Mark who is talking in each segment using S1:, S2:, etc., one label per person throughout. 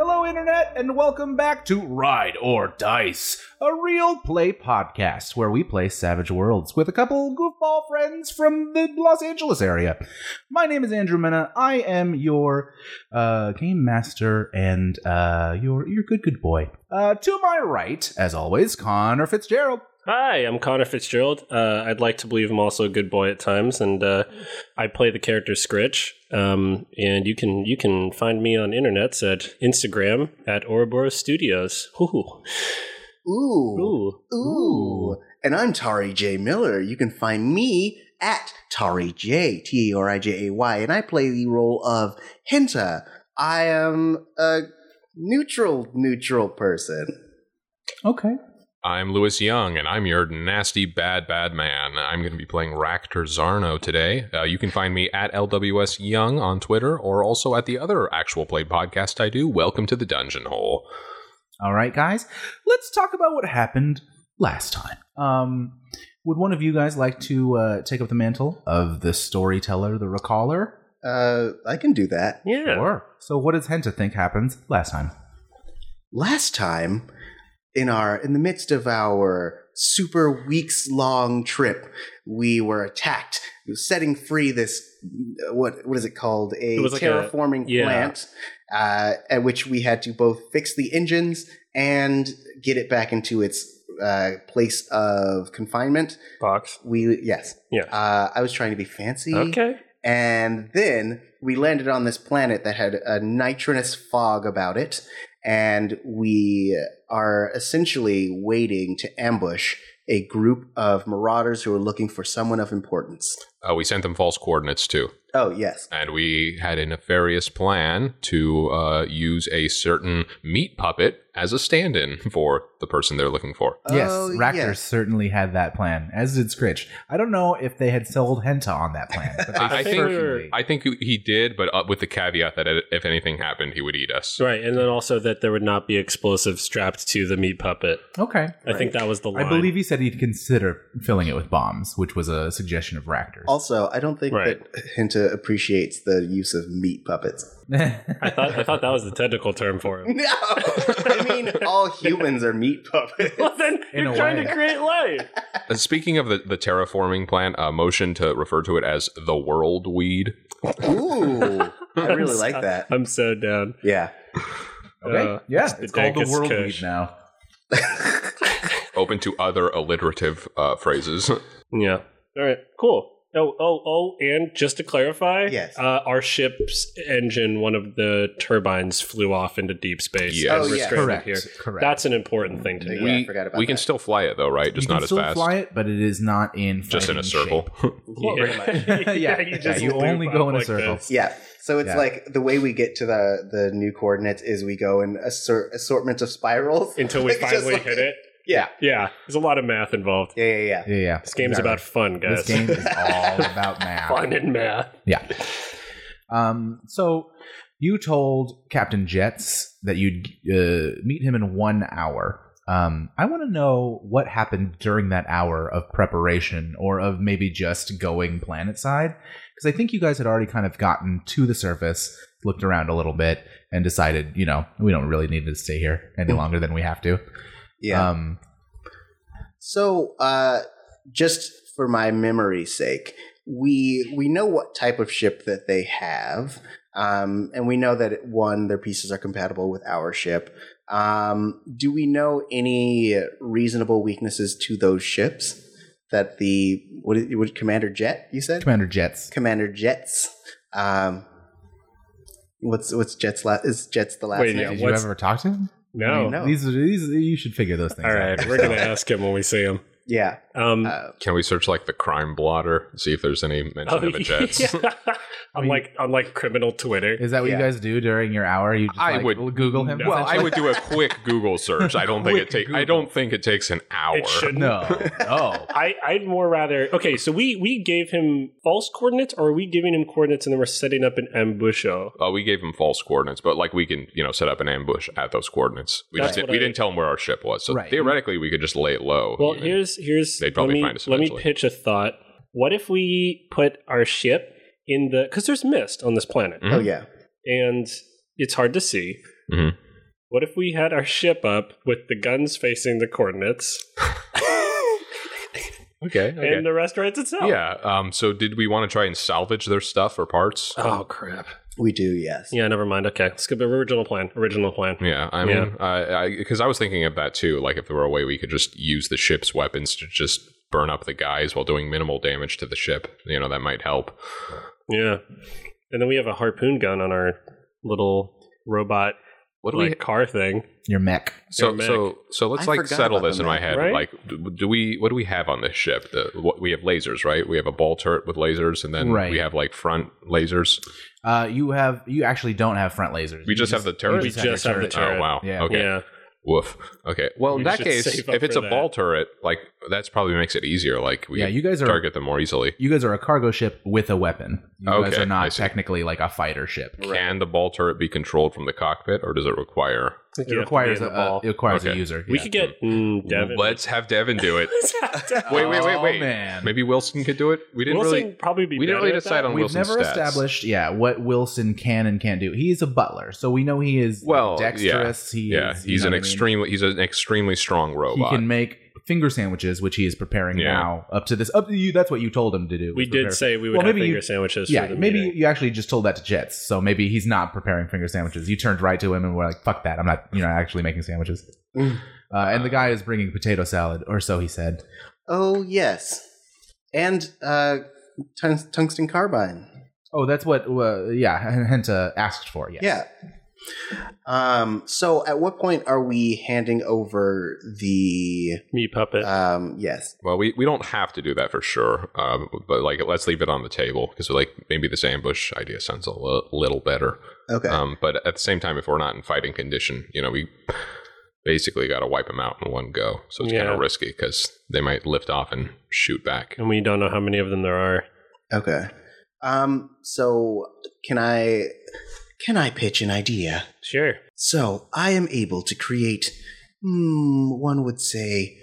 S1: Brett, and welcome back to Ride or Dice, a real play podcast where we play Savage Worlds with a couple goofball friends from the Los Angeles area. My name is Andrew Mena. I am your uh, game master and uh, your your good good boy. Uh, to my right, as always, Connor Fitzgerald.
S2: Hi, I'm Connor Fitzgerald. Uh, I'd like to believe I'm also a good boy at times, and uh, I play the character Scritch. Um, and you can you can find me on internets at Instagram at Ouroboros Studios. Ooh,
S3: Ooh.
S2: ooh,
S3: Ooh. And I'm Tari J. Miller. You can find me at Tari J, T A R I J A Y, and I play the role of Hinta. I am a neutral, neutral person.
S1: Okay.
S4: I'm Lewis Young, and I'm your nasty, bad, bad man. I'm going to be playing Ractor Zarno today. Uh, you can find me at LWS Young on Twitter or also at the other actual play podcast I do, Welcome to the Dungeon Hole.
S1: All right, guys, let's talk about what happened last time. Um, would one of you guys like to uh, take up the mantle of the storyteller, the recaller?
S3: Uh, I can do that.
S2: yeah.
S1: Sure. So, what does Henta think happens last time?
S3: Last time, in our in the midst of our super weeks long trip, we were attacked, setting free this what what is it called a
S2: It was like a-
S3: terraforming
S2: yeah.
S3: plant, uh, at which we had to both fix the engines and get it back into its uh, place of confinement.
S2: Box.
S3: We yes
S2: Yeah.
S3: Uh, I was trying to be fancy.
S2: Okay.
S3: And then we landed on this planet that had a nitrinous fog about it. And we are essentially waiting to ambush a group of marauders who are looking for someone of importance.
S4: Uh, we sent them false coordinates too,
S3: Oh, yes.
S4: and we had a nefarious plan to uh, use a certain meat puppet as a stand in for the person they're looking for.
S1: yes,
S3: Oh,
S1: Raptor
S3: yes.
S1: certainly had that plan, as did Scritch. I don't know if they had sold Henta on that plan, but they
S4: I- I think
S1: certainly.
S2: we
S4: I think he did, but uh, with the caveat that if anything happened, he would eat us.
S2: Right, and then also that there would not be explosives strapped to the meat puppet.
S1: okay.
S2: I think that was the line.
S1: I believe he said he'd consider filling it with bombs, which was a suggestion of Raptor's.
S3: Also, I don't think
S2: Right.
S3: that Hinta appreciates the use of meat puppets.
S2: I thought I thought that was the technical term for it.
S3: No! I mean, all humans are meat puppets.
S2: well, then
S1: In
S2: you're
S1: a
S2: trying
S1: way.
S2: to create life.
S4: Uh, Speaking of the, the terraforming plant, uh, motion to refer to it as the world weed.
S3: Ooh, I really like that.
S2: I'm so down.
S3: Yeah.
S1: okay.
S2: Uh,
S1: yeah,
S2: the
S1: it's called the
S2: dankest
S1: world
S2: kush.
S1: weed now.
S4: Open to other alliterative uh, phrases.
S2: Yeah. All right. Cool. Oh, oh, oh, and just to clarify,
S3: Yes.
S2: uh, our ship's engine, one of the turbines flew off into deep space.
S4: Yes.
S2: and
S3: Oh,
S2: we're
S3: yes.
S2: stranded
S1: Correct.
S2: Here.
S1: Correct.
S2: That's an important thing to
S3: Yeah,
S2: know.
S3: I forgot about
S4: we can
S3: that.
S4: still fly it though, right? Just
S1: you
S4: not
S1: can
S4: as
S1: still
S4: fast.
S1: fly it, but it is not in
S4: just in a
S1: fighting
S4: circle.
S1: shape.
S3: Pretty much.
S1: Yeah, yeah, you
S2: loop
S1: only
S2: up
S1: go in a
S2: like
S1: circle.
S2: this.
S3: Yeah. So it's
S1: Yeah.
S3: like the way we get to the the new coordinates is we go in assort, assortment of spirals
S2: until we
S3: It's just
S2: finally
S3: like-
S2: hit it.
S3: Yeah.
S2: Yeah, there's a lot of math involved.
S3: Yeah, yeah, yeah.
S1: Yeah, yeah.
S2: This game's
S1: exactly.
S2: about fun, guys.
S1: This game is all about math.
S2: fun and math.
S1: Yeah. Um, so you told Captain Jets that you'd uh, meet him in one hour. Um, I want to know what happened during that hour of preparation or of maybe just going planet side. Because I think you guys had already kind of gotten to the surface, looked around a little bit, and decided, you know, we don't really need to stay here
S4: Mm.
S1: any longer than we have to.
S3: Yeah.
S1: Um,
S3: so uh just for my memory's sake, we we know what type of ship that they have. Um and we know that one their pieces are compatible with our ship. Um do we know any reasonable weaknesses to those ships that the what, is- what Commander Jet you said?
S1: Commander Jets.
S3: Commander Jets. Um, what's what's Jets last? Is Jets the last
S2: Wait,
S3: name?
S2: yeah,
S1: Did you
S2: what's-
S1: ever talk to him?
S2: No.
S3: No.
S1: These, are- these, you should figure those things
S2: All
S1: out.
S2: right, we're gonna ask him when we see him.
S3: Yeah.
S2: Um,
S3: Uh,
S4: Can we search like the crime blotter? See if there's any mention of a jets.
S2: oh, yeah.
S1: I
S2: I'm
S1: mean-
S2: like I'm like criminal Twitter.
S1: Is that what you
S3: Yeah.
S1: guys do during your hour? You just
S4: I
S1: like,
S4: would-
S1: l- Google him.
S4: Well, I would do a quick Google search. I don't think it
S1: Quick
S4: take. I don't think it takes an hour.
S2: It shouldn't.
S1: no, no.
S2: I, I'd more rather okay. So we we gave him false coordinates, or are we giving him coordinates and then we're setting up an ambush? Oh,
S4: Uh, we gave him false coordinates, but like we can, you know, set up an ambush at those coordinates. We
S2: That's
S4: just did,
S2: what
S4: we
S2: I-
S4: didn't tell him where our ship was, so
S1: Right.
S4: theoretically we could just lay it low.
S2: Well,
S4: even.
S2: here's here's
S4: They'd probably
S2: let me
S4: find us
S2: let me
S4: eventually.
S2: pitch a thought. What if we put our ship in the because there's mist on this planet
S4: Mhm.
S3: oh yeah.
S2: and it's hard to see.
S4: Mhm.
S2: What if we had our ship up with the guns facing the coordinates
S4: Okay. okay.
S2: and the restaurants itself?
S4: yeah. Um, so did we want to try and salvage their stuff or parts?
S2: Oh crap.
S3: We do, yes.
S2: Yeah, never mind. Okay, let's go. Original plan. Original plan.
S4: Yeah, I
S2: Yeah.
S4: mean, because I, was thinking of that too. Like, if there were a way we could just use the ship's weapons to just burn up the guys while doing minimal damage to the ship, you know, that might help.
S2: Yeah. And then we have a harpoon gun on our little robot
S4: What do
S2: like
S4: we?
S2: car thing.
S1: Your mech.
S4: So,
S2: Your mech.
S4: so, so let's
S3: I
S4: like
S3: forgot
S4: settle
S3: about
S4: this
S3: the
S4: in my
S3: mech,
S4: head.
S2: right?
S4: Like, do, do we? What do we have on this ship? The, what, we have lasers, right? We have a ball turret with lasers, and then
S1: Right.
S4: we have like front lasers.
S1: Uh, you have you actually don't have front lasers.
S4: We
S1: You
S4: just have the turret?
S1: you
S4: We
S1: your
S2: just have the turret.
S4: Oh wow!
S1: Yeah.
S4: Okay.
S2: Yeah.
S4: Woof. Okay. Well,
S2: We
S4: in that
S2: should
S4: case,
S2: save up
S4: if it's
S2: for
S4: a
S2: that.
S4: ball turret, like that's probably makes it easier. Like we
S1: Yeah, you guys are
S4: target them more easily.
S1: you guys are a cargo ship with a weapon. You guys
S4: Okay,
S1: are
S4: I
S1: not
S4: see.
S1: technically like a fighter ship.
S4: Can the ball turret be controlled from the cockpit, or does it require?
S2: You have to
S1: It
S2: be
S1: requires
S2: in
S1: a,
S2: the ball.
S1: it requires a
S4: Okay.
S1: user.
S2: we
S1: yeah.
S2: could get mm, Devin.
S4: Let's have Devin do it.
S2: wait,
S4: Wait, wait, wait,
S1: Oh,
S4: wait.
S1: man.
S4: Maybe Wilson could do it. We didn't
S2: Wilson
S4: really.
S2: probably be
S4: We didn't
S2: better
S4: really
S2: at
S4: decide
S2: that.
S4: on
S1: We've
S4: Wilson's
S1: never
S4: stats.
S1: established, yeah, what Wilson can and can't do. He's a butler, so we know he is
S4: Well, yeah.
S1: dexterous. He
S4: Yeah,
S1: is, you
S4: he's
S1: know
S4: an
S1: what I mean?
S4: extremely he's an extremely strong
S1: He
S4: robot.
S1: can make finger sandwiches, which he is preparing
S4: Yeah.
S1: now. Up to this, up to you. That's what you told him to do.
S2: We
S1: was prepare-
S2: did say we would
S1: Well,
S2: have
S1: maybe
S2: finger
S1: you-
S2: sandwiches.
S1: Yeah,
S2: for the
S1: maybe
S2: meeting.
S1: you actually just told that to Jets, so maybe he's not preparing finger sandwiches. You turned right to him and were like, "Fuck that! I'm not. You're not actually making sandwiches."
S3: Mm.
S1: uh, and the guy is bringing potato salad, or so he said.
S3: Oh, yes. And uh, tung- tungsten carbine.
S1: Oh, that's what. Uh, yeah, Henta asked for. Yes.
S3: Yeah. Um, so at what point are we handing over the
S2: me puppet.
S1: Uh,
S3: um yes.
S4: well, we, we don't have to do that for sure, um, but like let's leave it on the table because like maybe this ambush idea sounds a li- little better.
S3: Okay.
S4: Um, but at the same time, if we're not in fighting condition, you know, we basically got to wipe them out in one go. So it's kind
S2: Yeah.
S4: of risky because they might lift off and shoot back.
S2: and we don't know how many of them there are.
S3: okay. Um so can I can I pitch an idea?
S2: Sure.
S3: So I am able to create hmm, one would say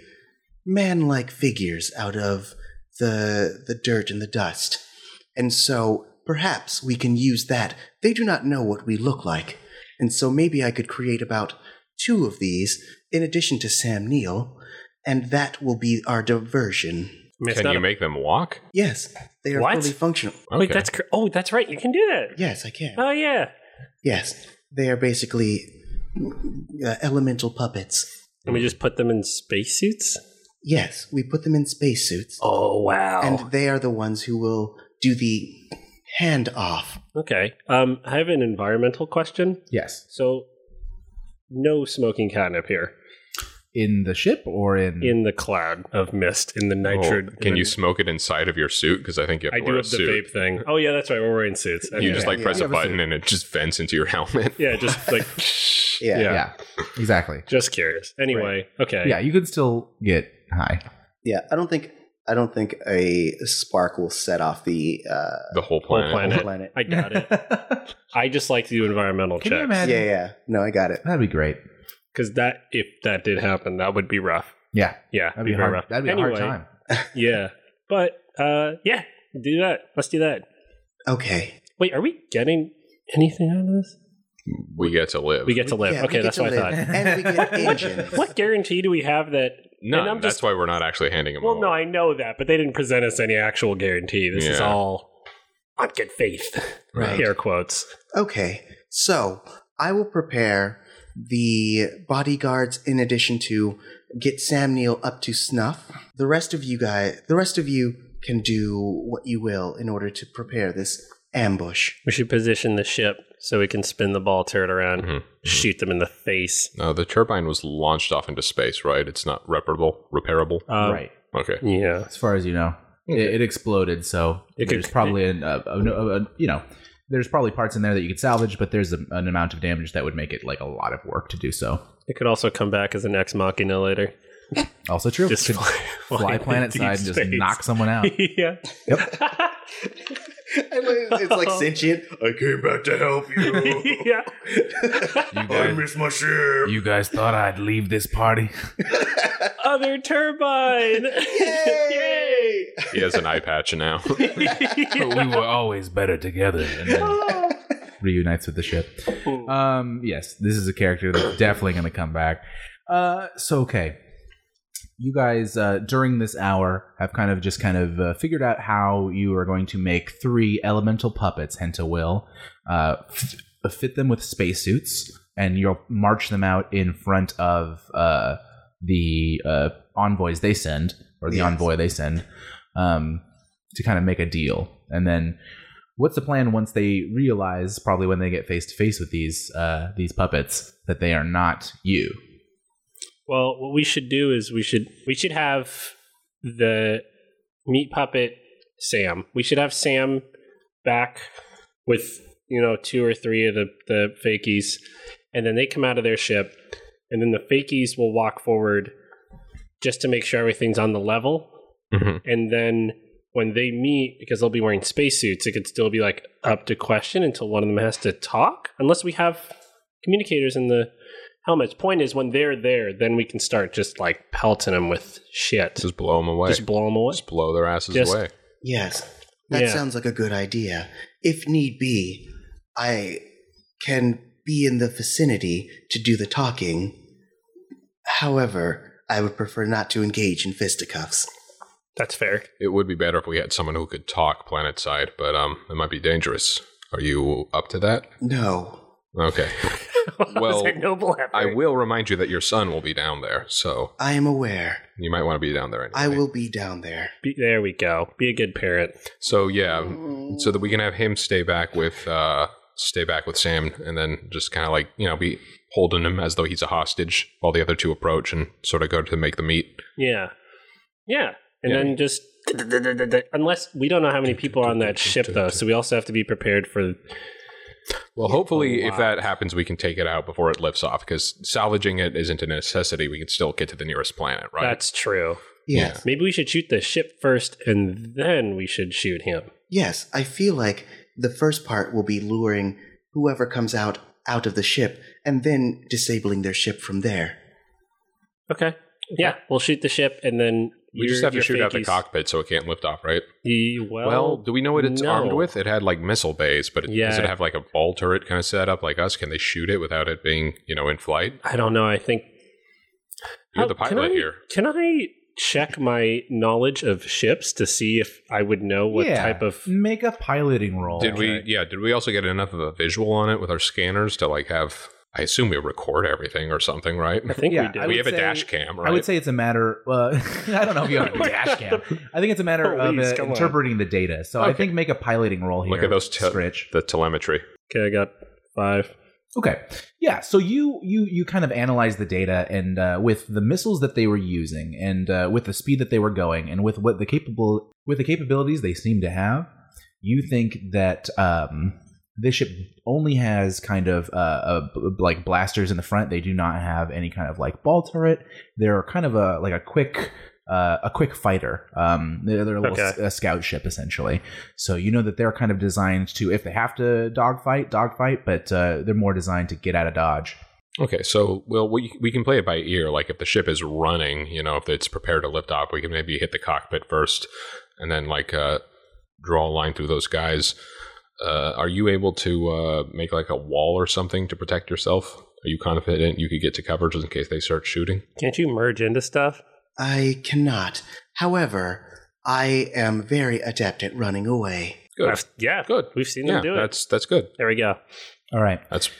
S3: man-like figures out of the the dirt and the dust. And so perhaps we can use that. They do not know what we look like. And so maybe I could create about two of these in addition to Sam Neill, and that will be our diversion.
S2: I mean, it's
S4: Can
S2: not
S4: you
S2: a-
S4: make them walk?
S3: Yes, they are
S2: What?
S3: fully functional.
S2: Wait,
S4: Okay.
S2: that's cr- oh, that's right. You can do that.
S3: Yes, I can.
S2: Oh yeah.
S3: Yes, they are basically uh, elemental puppets.
S2: And we just put them in spacesuits.
S3: Yes, we put them in spacesuits,
S2: Oh wow.
S3: and they are the ones who will do the handoff.
S2: okay. Um, I have an environmental question.
S1: Yes.
S2: So, no smoking catnip here
S1: In the ship or in?
S2: in the cloud of mist in the
S4: Well,
S2: nitro.
S4: Hmm. Oh, can you smoke it inside of your suit? Because I think you have
S2: I
S4: to
S2: do
S4: wear a
S2: have the
S4: suit.
S2: vape thing. Oh yeah, that's right. We're wearing suits.
S4: You
S2: Okay.
S4: just like
S3: Yeah,
S4: press
S1: you
S4: a
S1: have a
S4: button
S1: suit.
S4: and it just vents into your helmet.
S2: yeah, just like
S3: Yeah.
S2: Yeah.
S1: yeah. Exactly.
S2: just curious. Anyway, okay.
S1: Yeah, you could still get high.
S3: Yeah, I don't think I don't think a spark will set off the uh,
S4: The whole
S2: Whole
S4: planet.
S2: planet.
S3: planet.
S2: I got it. I just like to do environmental
S1: Can you
S2: checks
S1: imagine?
S3: Yeah, yeah. No, I got it.
S1: That'd be great.
S2: because that if that did happen, that would be rough.
S1: Yeah,
S2: Yeah,
S1: that'd be,
S2: very
S1: hard.
S2: rough.
S1: That'd be
S2: anyway,
S1: a hard time.
S2: Yeah, but uh, yeah, do that. Let's do that.
S3: Okay.
S2: Wait, are we getting anything out of this?
S4: We get to live.
S2: We get to live.
S3: Yeah, we
S2: okay,
S3: get
S2: that's
S3: to
S2: what I
S3: live.
S2: thought.
S3: And we get
S2: What-
S3: engines.
S2: What guarantee do we have that?
S4: None.
S2: and I'm
S4: That's
S2: just-
S4: why we're not actually handing them.
S2: Well, no,
S4: over.
S2: I know that, but they didn't present us any actual guarantee. This is
S4: Yeah.
S2: all on good faith.
S3: Right.
S2: Air quotes.
S3: Okay, so I will prepare the bodyguards in addition to get Sam Neill up to snuff. The rest of you guys, the rest of you can do what you will in order to prepare this ambush.
S2: We should position the ship so we can spin the ball turret around,
S1: Mm-hmm.
S4: Mhm.
S2: shoot them in the face.
S4: No, Uh, the turbine was launched off into space, right? It's not reparable, repairable.
S2: Um,
S1: right.
S4: Okay.
S2: Yeah.
S1: As far as you know, it, it exploded. So
S2: It could-
S1: there's probably an, uh, a, a- a- you know, there's probably parts in there that you could salvage, but there's a, an amount of damage that would make it like a lot of work to do so.
S2: It could also come back as an ex machina later.
S1: Also true.
S2: Just
S1: Could
S2: fly,
S1: fly
S2: into
S1: planet
S2: deep
S1: side and just
S2: space.
S1: knock someone out.
S2: yeah.
S3: it's like sentient. I came back to help you.
S2: yeah.
S1: You
S3: I
S1: guys,
S3: miss my ship.
S1: you guys thought I'd leave this party?
S2: Other turbine.
S3: Yay!
S4: He has an eye patch now.
S1: we were always better together. And then reunites with the ship. Um, yes, this is a character that's definitely going to come back. Uh, so okay, you guys uh, during this hour have kind of just kind of uh, figured out how you are going to make three elemental puppets. Henta will uh, f- fit them with spacesuits, and you'll march them out in front of uh, the uh, envoys they send, or the
S3: Yes.
S1: envoy they send, um, to kind of make a deal. And then, what's the plan once they realize, probably when they get face to face with these uh, these puppets, that they are not you?
S2: Well, what we should do is we should we should have the meat puppet Sam. We should have Sam back with you know two or three of the the fakies, and then they come out of their ship, and then the fakies will walk forward just to make sure everything's on the level,
S4: Mhm.
S2: and then. When they meet, because they'll be wearing spacesuits, it could still be like up to question until one of them has to talk, unless we have communicators in the helmets. Point is, when they're there, then we can start just like pelting them with shit. Just,
S4: Just blow them away. Just,
S2: blow them away.
S4: blow their asses
S2: Just-
S4: away.
S3: Yes, that
S2: Yeah.
S3: sounds like a good idea. If need be, I can be in the vicinity to do the talking. However, I would prefer not to engage in fisticuffs.
S2: That's fair.
S4: It would be better if we had someone who could talk planet side, but um, it might be dangerous. Are you up to that?
S3: No.
S4: Okay. Well,
S2: Well, noble effort.
S4: I will remind you that your son will be down there, so
S3: I am aware.
S4: you might want to be down there. Anyway.
S3: I will be down there.
S2: Be, there we go. Be a good parent.
S4: So yeah, so that we can have him stay back with uh, stay back with Sam, and then just kind of like you know be holding him as though he's a hostage while the other two approach and sort of go to make the meet.
S2: Yeah, yeah. And
S4: Yeah.
S2: then just unless we don't know how many people are on that ship though, so we also have to be prepared for.
S4: Well, hopefully,
S2: Oh,
S4: if
S2: wow.
S4: that happens, we can take it out before it lifts off because salvaging it isn't a necessity. We can still get to the nearest planet, right?
S2: That's true.
S3: Yes.
S2: Maybe we should shoot the ship first, and then we should shoot him.
S3: Yes, I feel like the first part will be luring whoever comes out out of the ship and then disabling their ship from there.
S2: Okay. Yeah, we'll shoot the ship, and then
S4: we just
S2: your-
S4: have to
S2: your
S4: shoot out the
S2: fakies-
S4: cockpit so it can't lift off, right?
S2: Y- Well,
S4: Well, do we know what it's
S2: no.
S4: armed with? It had like missile bays, but it, does
S2: Yeah.
S4: it have like a ball turret kind of setup like us? Can they shoot it without it being, you know, in flight?
S2: I don't know. I think
S4: You're
S2: How-
S4: the
S2: can
S4: pilot
S2: I-
S4: here.
S2: Can I check my knowledge of ships to see if I would know what
S1: Yeah.
S2: type of?
S4: Mm,
S1: Make a piloting roll.
S4: Did we? Yeah. Did we also get enough of a visual on it with our scanners to like have? I assume we record everything or something, right?
S2: I think
S1: Yeah,
S2: we did.
S1: I
S4: we
S1: would
S4: have a
S1: say-
S4: dash cam, right?
S1: I would say it's a matter. Uh, I don't know if you have a
S2: Oh my
S1: dash cam.
S2: God.
S1: I think it's a matter
S2: Please,
S1: of uh,
S2: come on.
S1: interpreting the data. So I
S4: Okay.
S1: think make a piloting roll here.
S4: Look at those te-
S1: stretch.
S4: the telemetry.
S2: okay, I got five.
S1: Okay, yeah. So you you you kind of analyze the data, and uh, with the missiles that they were using, and uh, with the speed that they were going, and with what the capable with the capabilities they seem to have, you think that um, this ship only has kind of uh, uh, b- like blasters in the front. They do not have any kind of like ball turret. They're kind of a like a quick. Uh, a quick fighter. Um, they're, they're a little
S2: Okay.
S1: s- a scout ship essentially. So you know that they're kind of designed to, if they have to dogfight, dogfight, but uh, they're more designed to get out of dodge.
S4: Okay, so well, we we can play it by ear. Like if the ship is running, you know, if it's prepared to lift off, we can maybe hit the cockpit first, and then like uh, draw a line through those guys. Uh, are you able to uh, make like a wall or something to protect yourself? Are you confident you could get to cover just in case they start shooting?
S2: Can't you merge into stuff?
S3: I cannot. However, I am very adept at running away.
S4: Good.
S2: I've- yeah,
S4: Good.
S2: We've seen
S4: Yeah,
S2: them do it.
S4: that's that's good.
S2: There we go.
S1: All right.
S4: That's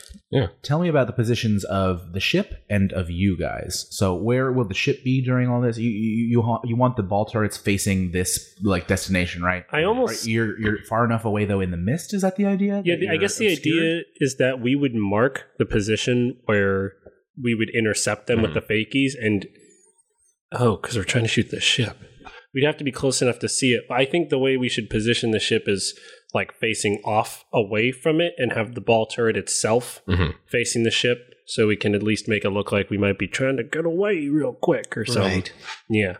S1: Tell me about the positions of the ship and of you guys. So where will the ship be during all this? You you you, ha- you want the ball turrets facing this like destination, right?
S2: I almost-
S1: Right, you're you're far enough away though in the mist. Is that the idea?
S2: Yeah,
S1: That
S2: the- I
S1: you're
S2: guess the
S1: obscured?
S2: idea is that we would mark the position where we would intercept them
S1: Hmm.
S2: with the fakies, and oh, because we're trying to shoot the ship, we'd have to be close enough to see it. But I think the way we should position the ship is like facing off away from it, and have the ball turret itself
S1: Mm-hmm.
S4: Mhm.
S2: facing the ship, so we can at least make it look like we might be trying to get away real quick or something.
S3: Right.
S2: Yeah.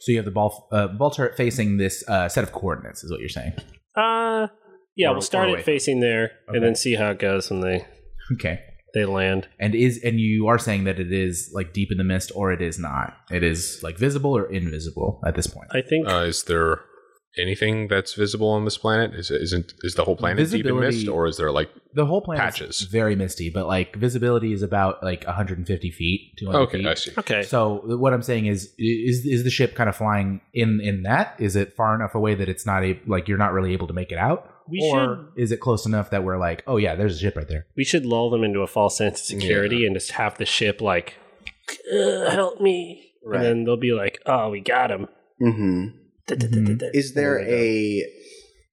S1: So you have the ball uh, ball turret facing this uh, set of coordinates. Is what you're saying?
S2: Uh, yeah.
S1: Or-
S2: we'll start
S1: or away.
S2: it facing there,
S1: Okay.
S2: and then see how it goes when they
S1: Okay.
S2: they land.
S1: And is and you are saying that it is like deep in the mist, or it is not. It is like visible or invisible at this point.
S2: I think.
S4: Uh, is there anything that's visible on this planet? Is isn't is the whole planet deep in
S1: Visibility-
S4: mist, or is there like
S1: the whole planet
S4: Patches.
S1: is very misty, but like visibility is about like 150 feet, 200
S4: Okay,
S1: feet.
S4: I see.
S2: Okay.
S1: So what I'm saying is, is is the ship kind of flying in in that? Is it far enough away that it's not a, like you're not really able to make it out,
S2: we
S1: or is it close enough that we're like, oh yeah, there's a ship right there?
S2: should we should lull them into a false sense of security and just have the ship like "Uh, help me.
S3: Right.
S2: And then they'll be like, "Oh, we got him."
S3: hmm
S1: Mhm.
S3: Is there
S2: Oh my
S3: a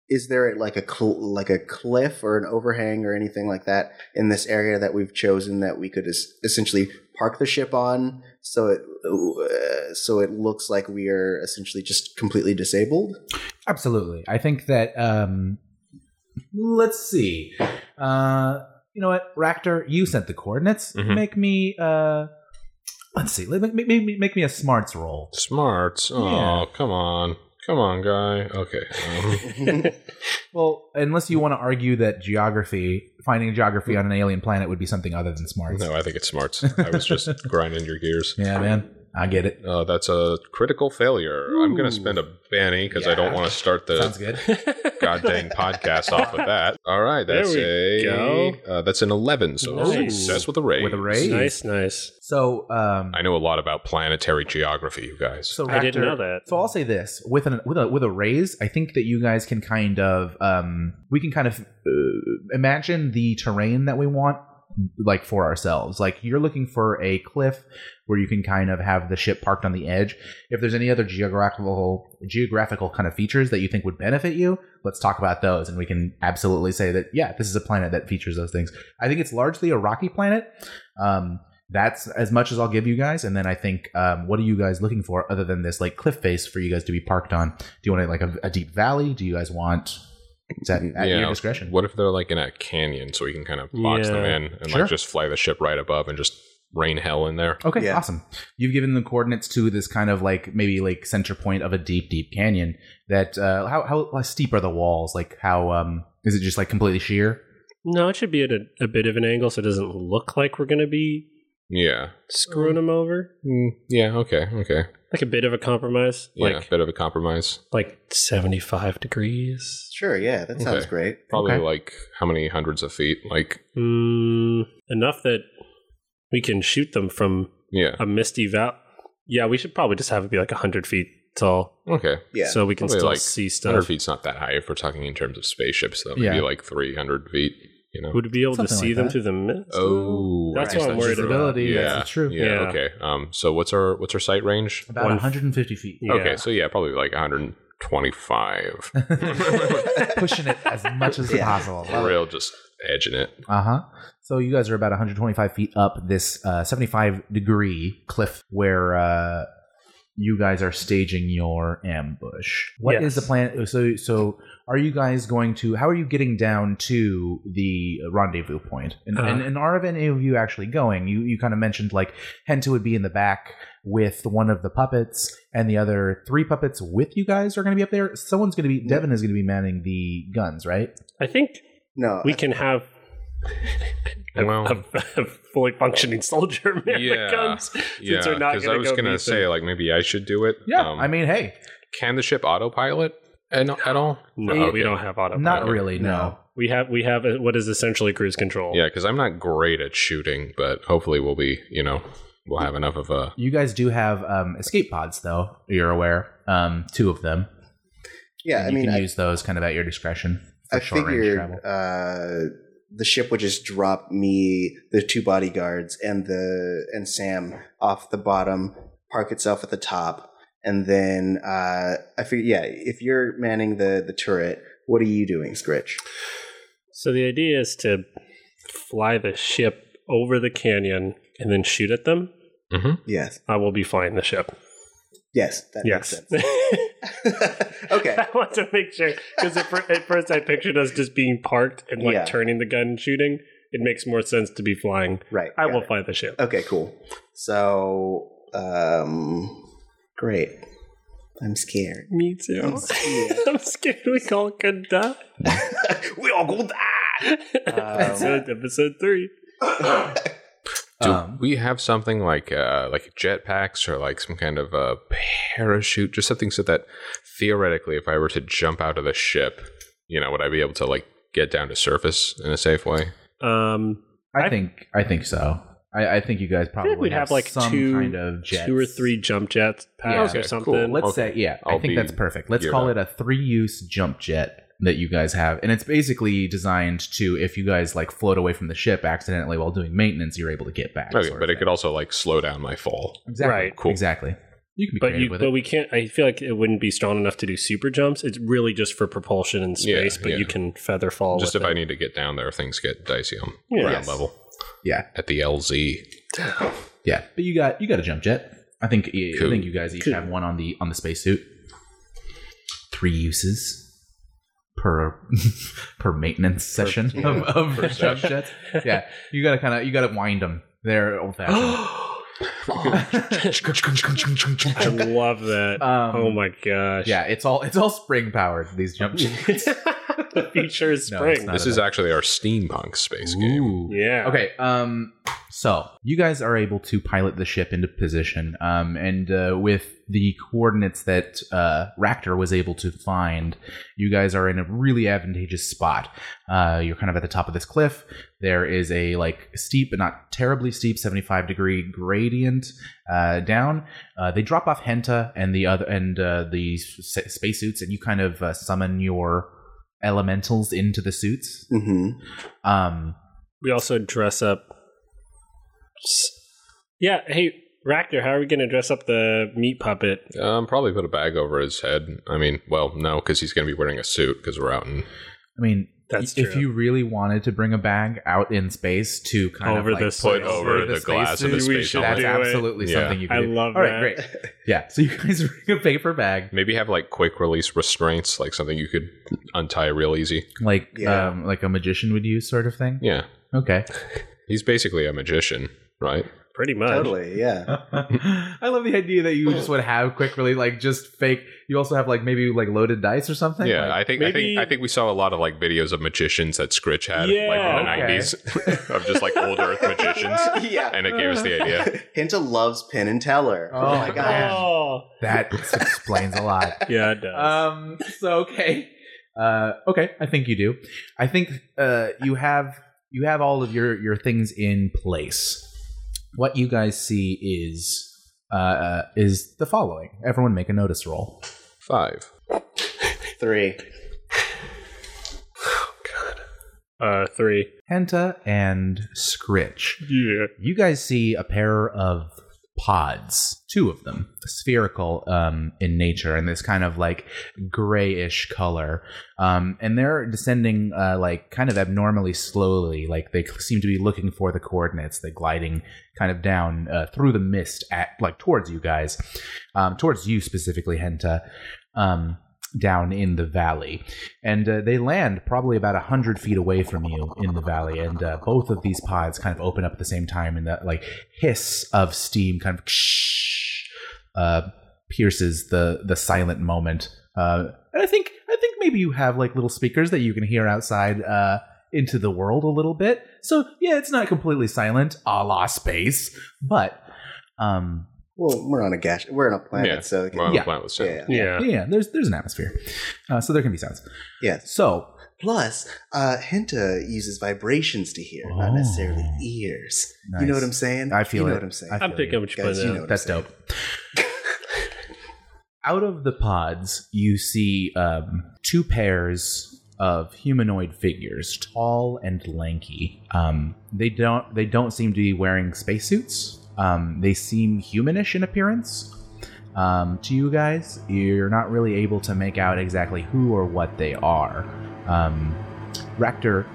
S3: is there like a cl- like a cliff or an overhang or anything like that in this area that we've chosen that we could es- essentially park the ship on so it uh, so it looks like we are essentially just completely disabled?
S1: Absolutely. I think that um let's see. Uh you know what, Ractor, you sent the coordinates.
S2: Mm-hmm.
S4: Mhm.
S1: Make me uh let's see. Let- Make, make, make, me- make me a smarts roll.
S4: Smarts. Oh,
S1: Yeah.
S4: come on. Come on, guy. Okay. Um,
S1: Well, unless you want to argue that geography, finding geography on an alien planet would be something other than smarts.
S4: no, I think it's smarts. I was just grinding your gears.
S1: Yeah, man. I get it.
S4: Uh, that's a critical failure. I'm going to spend a banny because I don't
S1: Yeah.
S4: want to start the
S1: Sounds good.
S4: god dang podcast off with that. All right,
S2: There
S4: that's
S2: we
S4: a
S2: go.
S4: Uh, that's an eleven. So
S2: Nice.
S4: success with a raise.
S1: With a raise.
S2: nice, nice.
S1: So um
S4: I know a lot about planetary geography, you guys.
S1: so
S2: I
S1: Ractor-
S2: didn't know that.
S1: So I'll say this with an with a with a raise, I think that you guys can kind of um we can kind of uh, imagine the terrain that we want like for ourselves. Like you're looking for a cliff where you can kind of have the ship parked on the edge. If there's any other geographical geographical kind of features that you think would benefit you, let's talk about those and we can absolutely say that yeah, this is a planet that features those things. I think it's largely a rocky planet. Um that's as much as I'll give you guys. And then I think, um, what are you guys looking for other than this like cliff face for you guys to be parked on? Do you want like a, a deep valley? Do you guys want? Is that at
S4: Yeah.
S1: your discretion?
S4: What if they're like in a canyon, so we can kind of box them
S2: Yeah.
S4: in and
S1: Sure.
S4: like just fly the ship right above and just rain hell in there?
S1: Okay,
S3: Yeah.
S1: awesome. You've given the coordinates to this kind of like maybe like center point of a deep, deep canyon. That uh, how how how steep are the walls? Like how um is it just like completely sheer?
S2: No, it should be at a, a bit of an angle so it doesn't look like we're going to be
S4: Yeah.
S2: screwing them over.
S4: Mm, yeah. Okay. Okay.
S2: Like a bit of a compromise,
S4: Yeah.
S2: like
S4: bit of a compromise.
S2: like 75 degrees.
S3: sure, yeah, that sounds
S4: Okay.
S3: great.
S4: Probably
S1: Okay.
S4: like how many hundreds of feet? Like
S2: Mm, enough that we can shoot them from
S4: yeah.
S2: a misty val. Yeah, we should probably just have it be like 100 feet tall
S4: Okay.
S3: Yeah.
S2: so we can
S4: Probably
S2: still
S4: like
S2: see
S4: Hundred
S2: stuff.
S4: feet's not that high if we're talking in terms of spaceships, though. Maybe
S1: Yeah.
S4: like three hundred feet. You know.
S2: Would we be able to
S1: Something
S2: see
S1: like
S2: them
S1: that.
S2: through the mist?
S4: Oh,
S2: That's
S4: I guess
S2: what I'm worried
S4: true.
S1: about. Visibility,
S4: Yeah,
S1: that's true.
S4: Yeah,
S2: Yeah.
S4: Okay. Um. So what's our what's our sight range?
S1: About
S2: One-
S1: 150 feet.
S2: Yeah.
S4: Okay. So yeah, probably like 125.
S1: Pushing it as much as
S3: Yeah.
S1: possible.
S4: For real, just edging it.
S1: Uh huh. So you guys are about 125 feet up this uh, 75 degree cliff where uh, you guys are staging your ambush. What is
S2: Yes.
S1: the plan? uh, So, so are you guys going to? How are you getting down to the rendezvous point? And, and,
S2: Uh.
S1: and are any of you actually going? You you kind of mentioned like Henta would be in the back with one of the puppets, and the other three puppets with you guys are going to be up there. Someone's going to be Devin is going to be manning the guns, right?
S2: I think
S3: No, uh,
S4: uh,
S2: we can have a,
S4: Well-
S2: a, a fully functioning soldier man
S4: oh. Yeah.
S2: with guns.
S4: Yeah.
S2: we're not
S4: Because I
S2: gonna
S4: was
S2: go
S4: gonna
S2: meet
S4: say
S2: them.
S4: like maybe I should do it.
S1: Yeah,
S4: Um,
S1: I mean, hey,
S4: can the ship autopilot and at all?
S2: No, we don't have autopilot.
S1: not really, no.
S2: We have we have a, what is essentially cruise control.
S4: Yeah, because I'm not great at shooting, but hopefully we'll be. You know, we'll have enough of a.
S1: You guys do have um, escape pods, though. You're aware, um, two of them. And
S3: yeah, I
S1: you
S3: mean,
S1: can
S3: I,
S1: use those kind of at your discretion for
S3: I
S1: short range
S3: figured
S1: travel.
S3: uh, the ship would just drop me, the two bodyguards, and the and Sam off the bottom, park itself at the top, and then uh, I figured, yeah, if you're manning the the turret, what are you doing, Scritch?
S2: So the idea is to fly the ship over the canyon and then shoot at them.
S3: Yes,
S2: I will be flying the ship.
S3: yes, that
S2: yes.
S3: makes sense. okay,
S2: I want to make sure because at, fir- at first I pictured us just being parked and like
S3: Yeah.
S2: turning the gun and shooting. It makes more sense to be flying.
S3: right.
S2: I
S3: got
S2: will
S3: it.
S2: fly the ship.
S3: Okay, cool. So, um, great. I'm scared.
S2: Me too.
S3: I'm scared.
S2: I'm scared we all could
S1: Um,
S2: die.
S3: we all go die.
S2: episode, episode three.
S4: Do
S1: Um,
S4: we have something like uh, like jetpacks or like some kind of a parachute, just something so that theoretically, if I were to jump out of the ship, you know, would I be able to like get down to surface in a safe way?
S2: Um,
S1: I,
S2: I-
S1: think I think so. I, I think you guys probably
S2: we'd have, like,
S1: some
S2: two-
S1: kind of jets.
S2: two or three jump jets
S1: Yeah.
S2: pads
S1: Okay,
S2: or
S4: cool.
S2: something.
S1: Let's
S4: Okay.
S1: say yeah. i
S4: I'll
S1: think
S4: be
S1: that's perfect. Let's
S4: geared
S1: call it a three-use jump jet that you guys have, and it's basically designed to if you guys like float away from the ship accidentally while doing maintenance, you're able to get back.
S4: Okay,
S1: sort of
S4: Oh, but it
S1: thing.
S4: could also like slow down my fall.
S1: exactly.
S2: Right.
S4: Cool.
S1: Exactly. You can be
S2: but
S1: creative
S2: you,
S1: with
S2: but
S1: it.
S2: we can't. I feel like it wouldn't be strong enough to do super jumps. It's really just for propulsion in
S4: Yeah,
S2: space. but
S4: yeah.
S2: you can feather fall.
S4: Just
S2: with
S4: if
S2: it.
S4: I need to get down there, things get dicey on
S2: Yeah.
S4: ground
S1: Yes.
S4: level
S1: yeah,
S4: at the LZ.
S1: yeah. But you got you got a jump jet. I think I
S4: Cool.
S1: think you guys each
S2: Cool.
S1: have one on the on the spacesuit. Three uses per per maintenance session of, of jump jets. Yeah, you got to kind of you got to wind them. They're old fashioned.
S2: I love that.
S1: Um,
S2: oh my gosh!
S1: Yeah, it's all it's all spring powered. These jump jets.
S2: the feature is
S1: No, it's
S2: spring.
S1: not.
S4: This is actually our steampunk space game.
S2: yeah.
S1: Okay. Um. So you guys are able to pilot the ship into position. Um. And uh, with the coordinates that uh, Ractor was able to find, you guys are in a really advantageous spot. Uh, you're kind of at the top of this cliff. There is a like steep, but not terribly steep, 75 degree gradient uh, down. Uh, they drop off Henta and the other and uh, the s- spacesuits, and you kind of uh, summon your elementals into the suits.
S3: Mm-hmm.
S1: Um.
S2: We also dress up. Yeah. Hey, Ractor, how are we going to dress up the meat puppet?
S4: Um, probably put a bag over his head. I mean, well, no, because he's going to be wearing a suit because we're out in.
S1: I mean,
S2: That's
S1: if
S2: true.
S1: you really wanted to bring a bag out in space to kind
S2: Over
S1: of like
S2: the
S1: put
S2: space-
S4: over the glass of the
S1: spacesuit,
S4: space
S1: that's
S2: helmet.
S1: absolutely
S4: Yeah.
S1: something you
S2: I
S1: can do.
S2: love
S1: All right,
S2: that.
S1: great. Yeah, so you guys bring a paper bag,
S4: Maybe have like quick release restraints, like something you could untie real easy.
S1: like
S3: Yeah.
S1: um, like a magician would use, sort of thing.
S4: Yeah,
S1: Okay.
S4: he's basically a magician, right?
S2: Pretty much.
S3: Totally, yeah.
S1: I love the idea that you just would have quick, really like just fake. You also have like maybe like loaded dice or something.
S4: yeah,
S1: like,
S4: I think I
S2: maybe-
S4: think I think we saw a lot of like videos of magicians that Scritch had, like
S2: Yeah,
S4: from the
S1: okay.
S4: nineties, of just like old Earth magicians,
S3: yeah.
S4: and it gave us the idea.
S3: Hinta loves Penn and Teller. Oh,
S1: Oh,
S3: my
S1: man.
S3: god.
S2: Oh.
S1: that explains a lot.
S2: Yeah, it does.
S1: Um. So okay. Uh. Okay. I think you do. I think uh you have you have all of your your things in place. What you guys see is uh is the following. Everyone make a notice roll.
S4: Five.
S3: ah, Three.
S2: uh, three.
S1: Henta and Scritch.
S2: Yeah.
S1: You guys see a pair of pods, two of them, spherical um, in nature, and this kind of like grayish color. Um, and they're descending uh, like kind of abnormally slowly, like they seem to be looking for the coordinates. They're gliding kind of down uh, through the mist at like towards you guys, um, towards you specifically, Henta. Um, down in the valley and uh, they land probably about 100 feet away from you in the valley and uh, both of these pods kind of open up at the same time and that like hiss of steam kind of uh, pierces the the silent moment uh, and i think i think maybe you have like little speakers that you can hear outside uh, into the world a little bit so yeah it's not completely silent a la space but um
S3: Well, we're on a gas. We're on a planet,
S4: Yeah.
S3: so
S4: Well,
S1: Yeah.
S4: yeah. Planet was
S3: yeah.
S2: Yeah.
S1: yeah there's there's an atmosphere uh, so there can be sounds
S3: Yes.
S1: so
S3: Plus, uh, Hinta uses vibrations to hear,
S1: Oh.
S3: not necessarily ears. You know what I'm saying?
S1: I feel
S3: you know
S1: it.
S3: what I'm saying.
S1: I feel
S2: I'm
S1: you.
S2: picking up what you're
S3: Guys,
S2: putting
S3: you
S2: down.
S3: know what
S1: That's
S3: I'm saying.
S1: dope. Out of the pods, you see um, two pairs of humanoid figures, tall and lanky. Um, they don't they don't seem to be wearing spacesuits. Um, they seem humanish in appearance. Um, to you guys, you're not really able to make out exactly who or what they are. Um, Rector,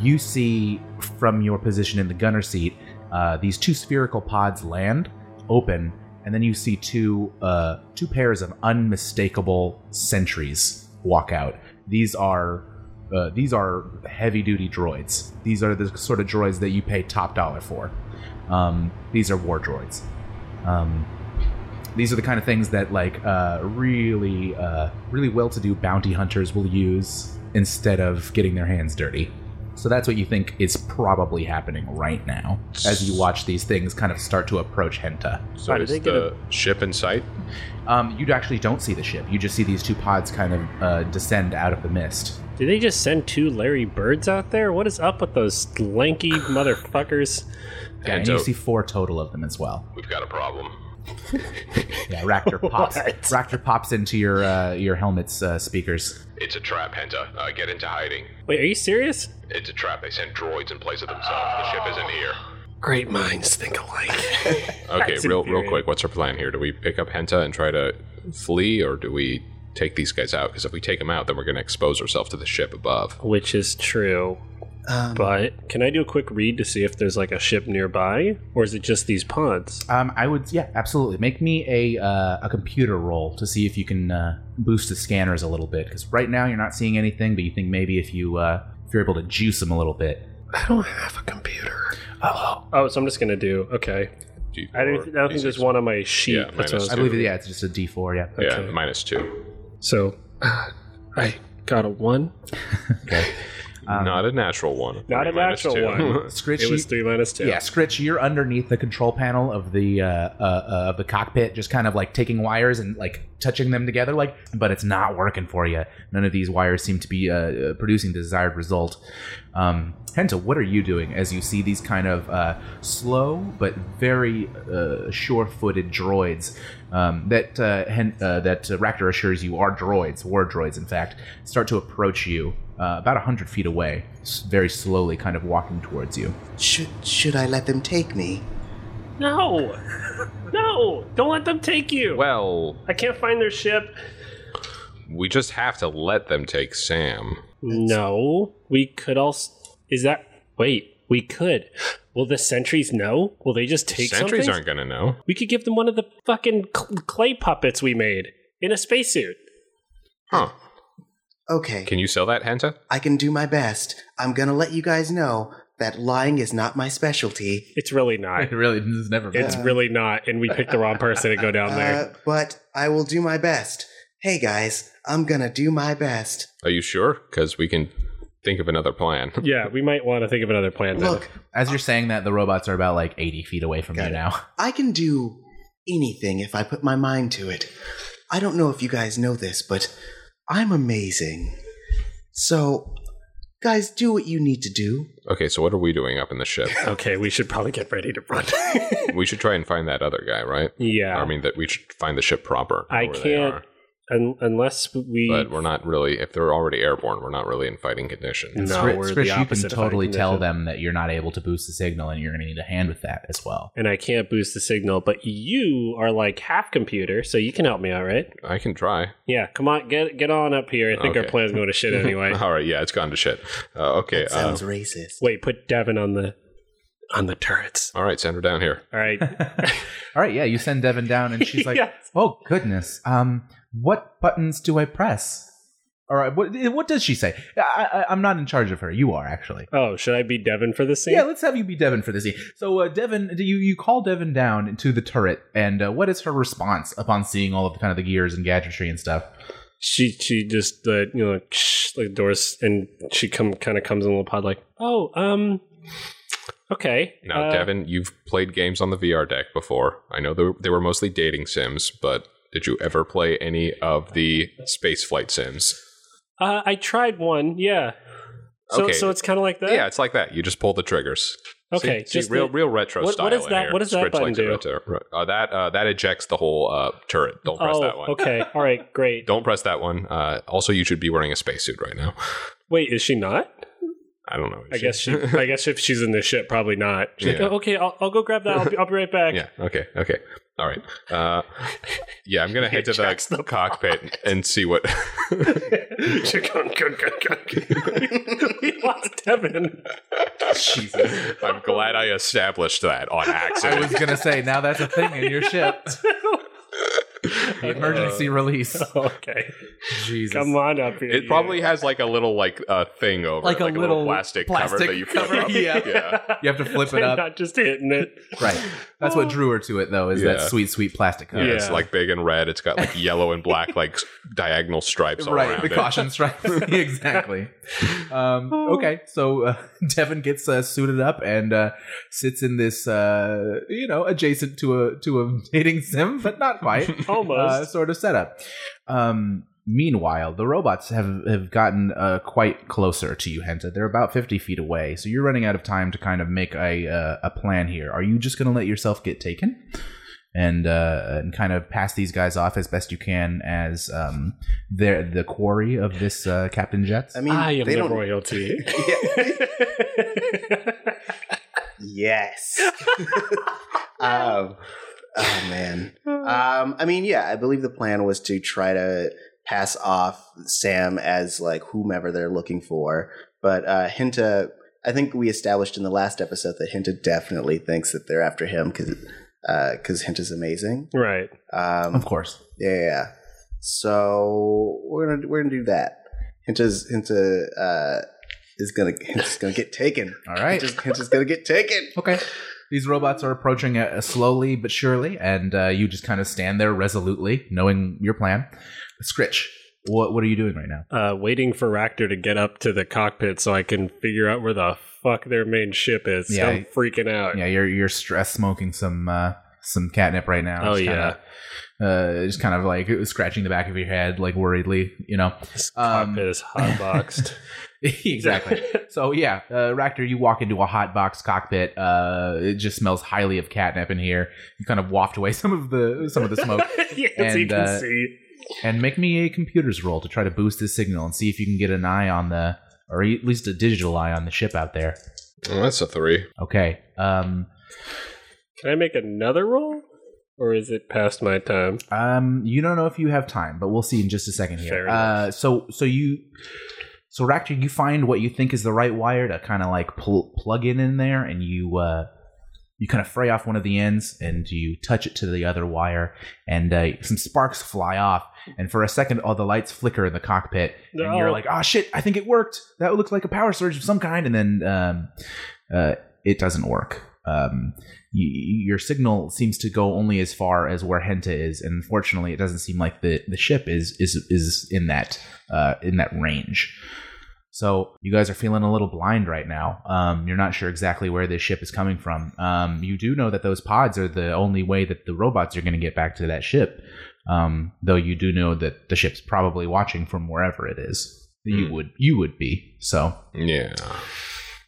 S1: you see from your position in the gunner seat uh, these two spherical pods land open and then you see two uh, two pairs of unmistakable sentries walk out these are uh, these are heavy duty droids these are the sort of droids that you pay top dollar for um, these are war droids um, these are the kind of things that like uh, really uh, really well to do bounty hunters will use instead of getting their hands dirty So that's what you think is probably happening right now as you watch these things kind of start to approach Henta.
S4: So
S2: Why, did
S4: is
S2: they get
S4: the ship in sight?
S1: Um, you actually don't see the ship. You just see these two pods kind of uh, descend out of the mist.
S2: Did they just send two Larry Birds out there? What is up with those lanky motherfuckers?
S1: Yeah, and
S4: Hento.
S1: you see four total of them as well.
S4: We've got a problem.
S1: Yeah, Raptor pops. Raptor pops into your uh, your helmet's uh, speakers.
S4: It's a trap, Henta. Uh, get into hiding.
S2: Wait, are you serious?
S4: It's a trap. They sent droids in place of themselves. The ship isn't here.
S2: Great minds think alike.
S4: Okay,
S2: That's
S4: real real
S2: infuriating.
S4: quick, what's our plan here? Do we pick up Henta and try to flee, or do we take these guys out? Because if we take them out, then we're going to expose ourselves to the ship above.
S2: Which is true.
S3: Um,
S2: But can I do a quick read to see if there's like a ship nearby? Or is it just these pods?
S1: Um, I would, yeah, absolutely. Make me a uh, a computer roll to see if you can uh, boost the scanners a little bit. Because right now you're not seeing anything, but you think maybe if you uh, if you're able to juice them a little bit.
S2: I don't have a computer. Oh, so I'm just gonna do okay.
S4: Do you-
S2: I don't, I don't think there's one on my sheet.
S4: Yeah,
S2: That's what I was
S4: minus
S1: I believe, yeah, it's just a D4. Yeah.
S4: Yeah,
S2: okay.
S4: minus two.
S2: So uh, I got a one.
S1: Um,
S4: not a natural one.
S2: Not a
S4: Minus
S2: natural
S4: two.
S2: one.
S1: Scritch,
S2: It was
S1: you-
S2: three minus two.
S1: yeah, Scritch, you're underneath the control panel of the uh, uh, uh, of the cockpit, just kind of like taking wires and like touching them together, like. But it's not working for you. None of these wires seem to be uh, uh, producing the desired result. Um, Henta, what are you doing as you see these kind of uh, slow but very uh, sure-footed droids um, that uh, Hen- uh, that uh, Raptor assures you are droids, war droids, in fact, start to approach you uh, about hundred feet away, s- very slowly, kind of walking towards you.
S3: should should I let them take me?
S2: No, no! Don't let them take you.
S4: Well,
S2: I can't find their ship.
S4: we just have to let them take Sam.
S2: No, we could also. Is that wait? We could. Will the sentries know? Will they just take
S4: Sentries
S2: something?
S4: aren't going to know.
S2: We could give them one of the fucking cl- clay puppets we made in a spacesuit.
S4: Huh.
S3: Okay,
S4: Can you sell that, Henta?
S3: I can do my best. I'm gonna let you guys know that lying is not my specialty.
S2: It's really not.
S1: It really has never been.
S2: It's really not, and we picked the wrong person to go down there.
S3: Uh, but I will do my best. Hey guys, I'm gonna do my best.
S4: Are you sure? Because we can think of another plan.
S2: Yeah, we might want to think of another plan. Then.
S3: Look,
S1: As you're saying that, the robots are about like 80 feet away from you
S3: Got it.
S1: now.
S3: I can do anything if I put my mind to it. I don't know if you guys know this, but I'm amazing. So, guys, do what you need to do.
S4: Okay, so what are we doing up in the ship?
S2: okay, we should probably get ready to run.
S4: we should try and find that other guy, right?
S2: yeah,
S4: I mean, that we should find the ship proper.
S2: I
S4: where they
S2: can't
S4: are.
S2: un- unless we.
S4: But we're not really. If they're already airborne, we're not really in fighting condition.
S2: no,
S1: Scritch-
S2: we're
S1: Scritch,
S2: the
S1: you can
S2: opposite of
S1: totally
S2: fighting
S1: tell
S2: condition.
S1: them that you're not able to boost the signal and you're going to need a hand with that as well.
S2: And I can't boost the signal, but you are like half computer, so you can help me out, right?
S4: I can try.
S2: Yeah, come on, get get on up here. I think our
S4: Okay. Uh-huh.
S2: plan's going to shit anyway.
S4: All right. Yeah, it's gone to shit. Uh, okay.
S3: That
S4: Uh,
S3: sounds racist.
S2: Wait, put Devin on the on the turrets.
S4: all right. Send her down here.
S2: All right.
S1: All right, yeah, you send Devin down and she's like,
S2: Yes.
S1: "Oh goodness. Um what buttons do I press?" All right, what eh, what does she say? I, I I'm not in charge of her. You are actually.
S2: Oh, should I be Devin for this scene?
S1: Yeah, let's have you be Devin for this. scene. So, uh, Devin, do you you call Devin down to the turret, and uh, what is her response upon seeing all of the kind of the gears and gadgetry and stuff?
S2: she she just uh, you know like, shh, like doors and she come kind of comes in the pod like oh um okay
S4: Now,
S2: uh,
S4: Devin, you've played games on the VR deck before. I know they were, they were mostly dating sims, but did you ever play any of the space flight sims?
S2: uh, I tried one yeah so
S4: Okay.
S2: so it's kind of like that
S4: Yeah, it's like that. You just pull the triggers.
S2: okay
S4: See, see,
S2: just
S4: real,
S2: the-
S4: real retro
S2: What- what
S4: style.
S2: is
S4: in
S2: that-
S4: here.
S2: what does that
S4: Scritch
S2: button
S4: likes it
S2: do?
S4: retro- Uh, that uh, that ejects the whole uh, turret. Don't press
S2: oh
S4: that one.
S2: okay all right great
S4: Don't press that one. Uh, also, you should be wearing a spacesuit right now.
S2: wait is she not
S4: I don't know.
S2: I guess she I guess if she's in this shit probably not she's
S4: Yeah.
S2: like oh, okay I'll, I'll go grab that I'll be, I'll be right back
S4: Yeah. Okay. Okay. All right. Uh, yeah, I'm gonna head to the,
S2: Ejects the
S4: cockpit and see what.
S2: we lost Devin
S1: Jesus.
S4: I'm glad I established that on
S1: I was
S4: accident.
S1: gonna say now
S4: Uh,
S1: that's a thing in your ship. The emergency release.
S2: okay
S1: Jesus.
S2: Come on up here.
S4: It
S2: you.
S4: probably has like a little like uh, thing over
S1: Like
S4: it,
S1: a
S4: like a
S1: little
S4: little plastic, cover
S1: plastic
S4: that you flip
S1: cover,
S4: up.
S1: yeah. You have to flip it up.
S2: Not just hitting it.
S1: Right. That's what drew her to it, though, is
S4: Yeah.
S1: that sweet, sweet plastic
S4: Yeah,
S1: cover.
S4: it's
S2: Yeah.
S4: like big and red. It's got like yellow and black like s- diagonal stripes all
S1: right,
S4: around
S1: the
S4: it.
S1: caution stripes. exactly. Um,
S2: Oh.
S1: okay, so uh, Devin gets uh, suited up and uh, sits in this, uh, you know, adjacent to a to a dating sim, but not quite. uh,
S2: Almost.
S1: sort of setup. Um, meanwhile, the robots have have gotten uh, quite closer to you, Henta. They're about fifty feet away, so you're running out of time to kind of make a uh, a plan here. Are you just going to let yourself get taken? And uh, and kind of pass these guys off as best you can as um, they're the quarry of this uh, Captain Jets.
S3: I mean,
S2: I am
S3: they
S2: the
S3: don't.
S2: royalty.
S3: Yes. um, oh man. Um, I mean, yeah, I believe the plan was to try to pass off Sam as like whomever they're looking for, but uh, Hinta. I think we established in the last episode that Hinta definitely thinks that they're after him because because Hinta's amazing.
S2: right.
S3: Um,
S1: of course,
S3: yeah, yeah, yeah. So we're gonna we're gonna do that. Hinta's Hinta uh, is gonna Hinta's gonna get taken.
S1: all right.
S3: Hinta's, Hinta's gonna get taken.
S1: Okay. These robots are approaching uh, slowly but surely, and uh, you just kind of stand there resolutely, knowing your plan. Scritch, what what are you doing right now?
S2: Uh, waiting for Ractor to get up to the cockpit so I can figure out where the fuck their main ship is.
S1: Yeah.
S2: I'm freaking out.
S1: Yeah, you're you're stress smoking some uh, some catnip right now.
S2: Oh,
S1: Just kinda, uh, just kind of like scratching the back of your head, like worriedly, you know.
S2: This
S1: Um,
S2: cockpit is hotboxed.
S1: exactly. So yeah, uh, Ractor, you walk into a hot box cockpit. Uh, it just smells highly of catnip in here. You kind of waft away some of the some of the smoke.
S2: yes, you
S1: And,
S2: can
S1: uh,
S2: see.
S1: and make me a computer's roll to try to boost this signal and see if you can get an eye on the or at least a digital eye on the ship out there.
S4: Oh, that's a three.
S1: Okay. Um
S2: Can I make another roll? Or is it past my time?
S1: um you don't know if you have time, but we'll see in just a second here.
S2: Fair enough.
S1: uh so so you so Ractor, you find what you think is the right wire to kind of like pl- plug it in there and you uh you kind of fray off one of the ends and you touch it to the other wire and uh, some sparks fly off and for a second all the lights flicker in the cockpit and you're
S2: No.
S1: like, oh shit, I think it worked. That looked like a power surge of some kind, and then um, uh, it doesn't work. Um, y- y- your signal seems to go only as far as where Henta is, and unfortunately, it doesn't seem like the, the ship is is is in that uh, in that range. So you guys are feeling a little blind right now. Um, you're not sure exactly where this ship is coming from. Um, you do know that those pods are the only way that the robots are going to get back to that ship. Um, though you do know that the ship's probably watching from wherever it is. You
S4: Hmm.
S1: would you would be. So
S4: Yeah.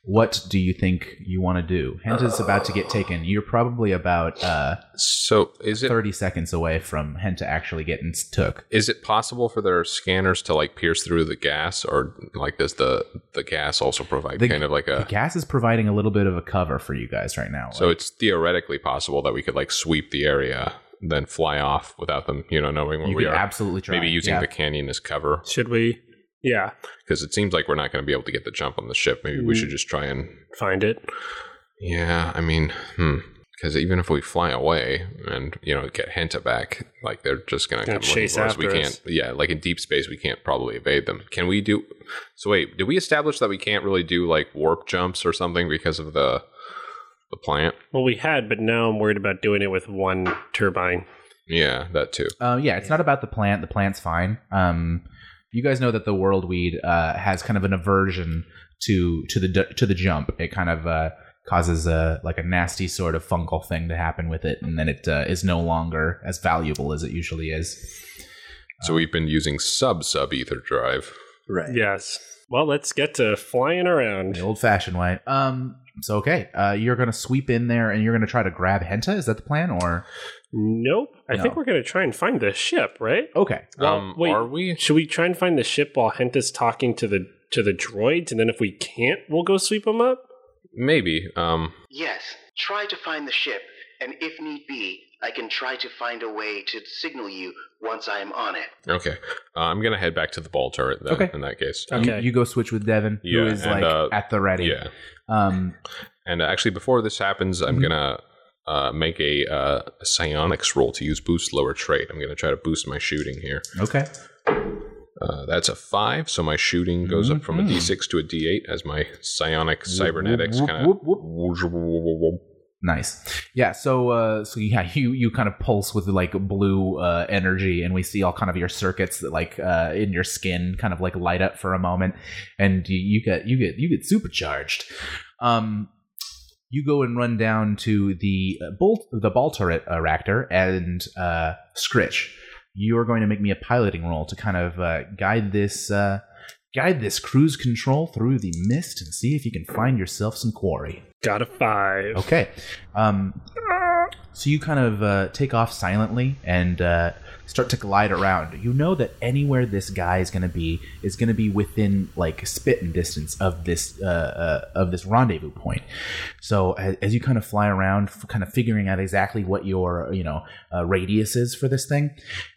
S1: what do you think you want to do? Henta's about to get taken. You're probably about uh,
S4: So is it is
S1: 30 seconds away from Henta actually getting took.
S4: it possible for their scanners to like pierce through the gas, or like does the the gas also provide
S1: The-
S4: kind of like
S1: The
S4: a?
S1: gas is providing a little bit of a cover for you guys right now.
S4: Uh. So it's theoretically possible that we could like sweep the area, then fly off without them, you know, knowing where
S1: you
S4: we
S1: could
S4: are.
S1: absolutely try.
S4: Maybe using
S1: yeah.
S4: the canyon as cover
S2: Should we? Yeah,
S4: because it seems like we're not going to be able to get the jump on the ship. Maybe we
S1: Mm-hmm.
S2: Mm.
S4: should just try and.
S2: find it.
S4: Yeah, I mean, hmm. Because even if we fly away and you know get Henta back, like they're just gonna
S2: Gonna
S4: come looking
S2: chase
S4: for us. We
S2: after
S4: can't.
S2: us.
S4: Yeah, like in deep space, we can't probably evade them. Can we do? So wait, did we establish that we can't really do like warp jumps or something because of the the plant?
S2: Well, we had, but now I'm worried about doing it with one turbine.
S4: Yeah, that too.
S1: Uh, yeah, it's not about the plant. The plant's fine. Um, you guys know that the world weed uh, has kind of an aversion to to the d- to the jump. It kind of uh, causes a like a nasty sort of fungal thing to happen with it, and then it uh, is no longer as valuable as it usually is.
S4: So we've been using sub sub ether drive.
S3: Right.
S2: Yes. Well, let's get to flying around.
S1: The old fashioned way. Um, so okay, uh, you're gonna sweep in there, and you're gonna try to grab Henta. Is that the plan, or
S2: Nope. I
S1: No.
S2: think we're going to try and find the ship, right?
S1: okay?
S2: Well,
S4: um,
S2: wait.
S4: are we?
S2: Should we try and find the ship while Henta's talking to the to the droids, and then if we can't, we'll go sweep them up?
S4: Maybe. Um,
S3: Yes, try to find the ship, and if need be, I can try to find a way to signal you once I am on it.
S4: okay. Uh, I'm gonna head back to the ball turret then.
S1: Okay.
S4: In that case.
S1: You-
S2: Okay.
S1: You, go switch with Devin, who
S4: Yeah,
S1: is
S4: and,
S1: like
S4: uh,
S1: at the ready.
S4: Yeah.
S1: Um,
S4: And uh, actually, before this happens, I'm
S1: Mhm.
S2: Mm-hmm.
S4: gonna uh, make a, uh, a psionics roll to use boost lower trait. I'm gonna try to boost my shooting here.
S1: okay.
S4: Uh, that's a five, so my shooting goes up from a
S2: Mm-hmm.
S4: d6 to a d8 as my psionic cybernetics kind of.
S1: Nice. Yeah. So, uh, so yeah, you you kind of pulse with like blue uh, energy, and we see all kind of your circuits that like uh, in your skin kind of like light up for a moment, and you, you get you get you get supercharged. Um, you go and run down to the uh, bolt the ball turret uh, reactor and uh, Scritch. You are going to make me a piloting roll to kind of uh, guide this uh, guide this cruise control through the mist and see if you can find yourself some quarry.
S2: Got a five.
S1: Okay. Um, so you kind of uh, take off silently and uh, start to glide around. You know that anywhere this guy is going to be is going to be within like spitting distance of this uh, uh, of this rendezvous point. So as, as you kind of fly around, f- kind of figuring out exactly what your you know uh, radius is for this thing,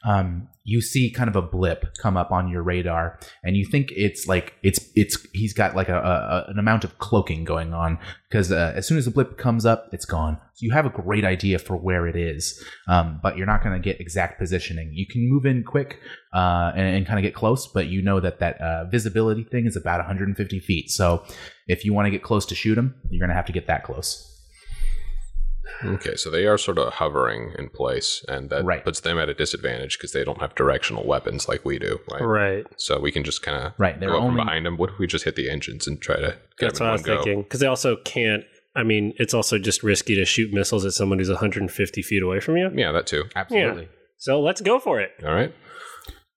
S1: um, you see kind of a blip come up on your radar, and you think it's like it's it's he's got like a, a a- an amount of cloaking going on because uh, as soon as the blip comes up, it's gone. So you have a great idea for where it is, um, but you're not going to get exact positioning. You can move in quick uh, and, and kind of get close, but you know that that uh, visibility thing is about 150 feet. So if you want to get close to shoot him, you're going to have to get that close.
S4: Okay, so they are sort of hovering in place, and that
S1: Right.
S4: puts them at a disadvantage because they don't have directional weapons like we do, right?
S2: Right.
S4: So we can just kind of
S1: Right, they're
S4: go up
S1: only-
S4: from behind them. What if we just hit the engines and try to get
S2: That's what
S4: them in
S2: I was
S4: one go?
S2: thinking. Because they also can't. I mean, it's also just risky to shoot missiles at someone who's 150 feet away from you.
S4: Yeah, that too.
S2: Absolutely. So let's go for it.
S4: All right.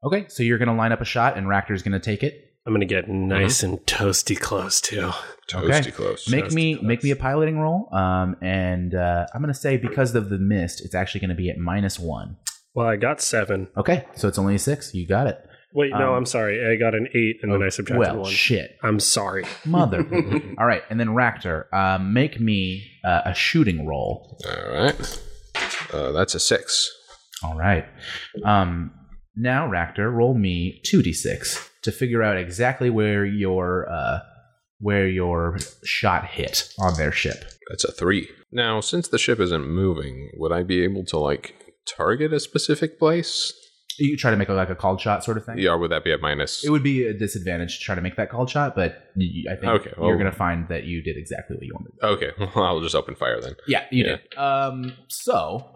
S1: Okay, so you're going to line up a shot, and Ractor's going to take it.
S2: I'm gonna get nice and toasty close too.
S4: Toasty close.
S1: Make me
S2: Just
S1: make me a piloting roll, um, and uh, I'm going to say because of the mist, it's actually going to be at minus one.
S2: Well, I got seven.
S1: Okay, so it's only a six. You got it.
S2: Wait, no,
S1: Um,
S2: I'm sorry. I got an eight, and then I subtracted
S1: well,
S2: one.
S1: shit,
S2: I'm sorry.
S1: mother. All right, and then Ractor, uh, make me uh, a shooting roll.
S4: All right. Uh, that's a six.
S1: All right. Um, now, Ractor, roll me two d six to figure out exactly where your uh, where your shot hit on their ship.
S4: That's a three. Now, since the ship isn't moving, would I be able to like target a specific place?
S1: You try to make like a called shot sort of thing.
S4: Yeah, or would that be at minus?
S1: It would be a disadvantage to try to make that called shot, but y- I think
S4: Okay, well-
S1: you're going to find that you did exactly what you wanted.
S4: okay, well, I'll just open fire then.
S1: Yeah, you
S4: Yeah.
S1: did. Um, so,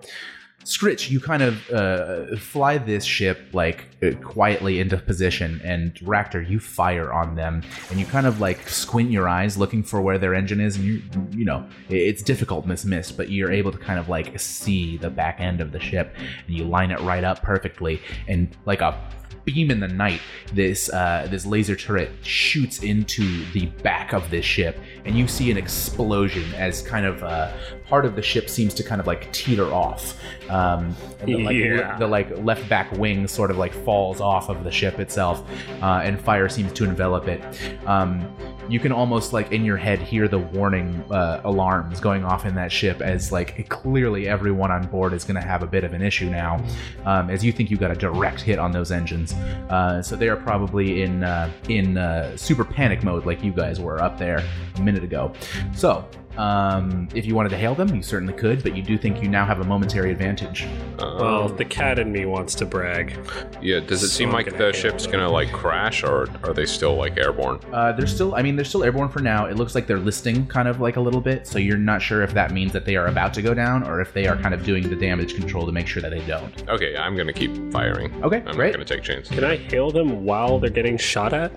S1: Scritch, you kind of uh, fly this ship like uh, quietly into position, and Ractor, you fire on them, and you kind of like squint your eyes looking for where their engine is, and you you know i- it's difficult in this mist, but you're able to kind of like see the back end of the ship, and you line it right up perfectly, and like a beam in the night this uh, this laser turret shoots into the back of this ship and you see an explosion as kind of uh, part of the ship seems to kind of like teeter off um, and the, like, le-
S2: Yeah.
S1: the like left back wing sort of like falls off of the ship itself uh, and fire seems to envelop it um, you can almost like in your head hear the warning uh, alarms going off in that ship as like clearly everyone on board is going to have a bit of an issue now um, as you think you got a direct hit on those engines uh, so they are probably in uh, in uh, super panic mode like you guys were up there a minute ago so um, if you wanted to hail them you certainly could but you do think you now have a momentary advantage
S4: Um,
S2: Well, the cat in me wants to brag.
S4: yeah. Does it
S2: so
S4: seem
S2: I'm
S4: like
S2: gonna
S4: the
S2: hit
S4: ship's
S2: them.
S4: gonna like crash, or are they still like airborne?
S1: Uh, they're still, I mean, they're still airborne for now. It looks like they're listing kind of like a little bit, so you're not sure if that means that they are about to go down or if they are kind of doing the damage control to make sure that they don't.
S4: Okay, I'm gonna keep firing.
S1: Okay,
S4: I'm
S1: great.
S4: not gonna take chances.
S2: Can I hail them while they're getting shot at?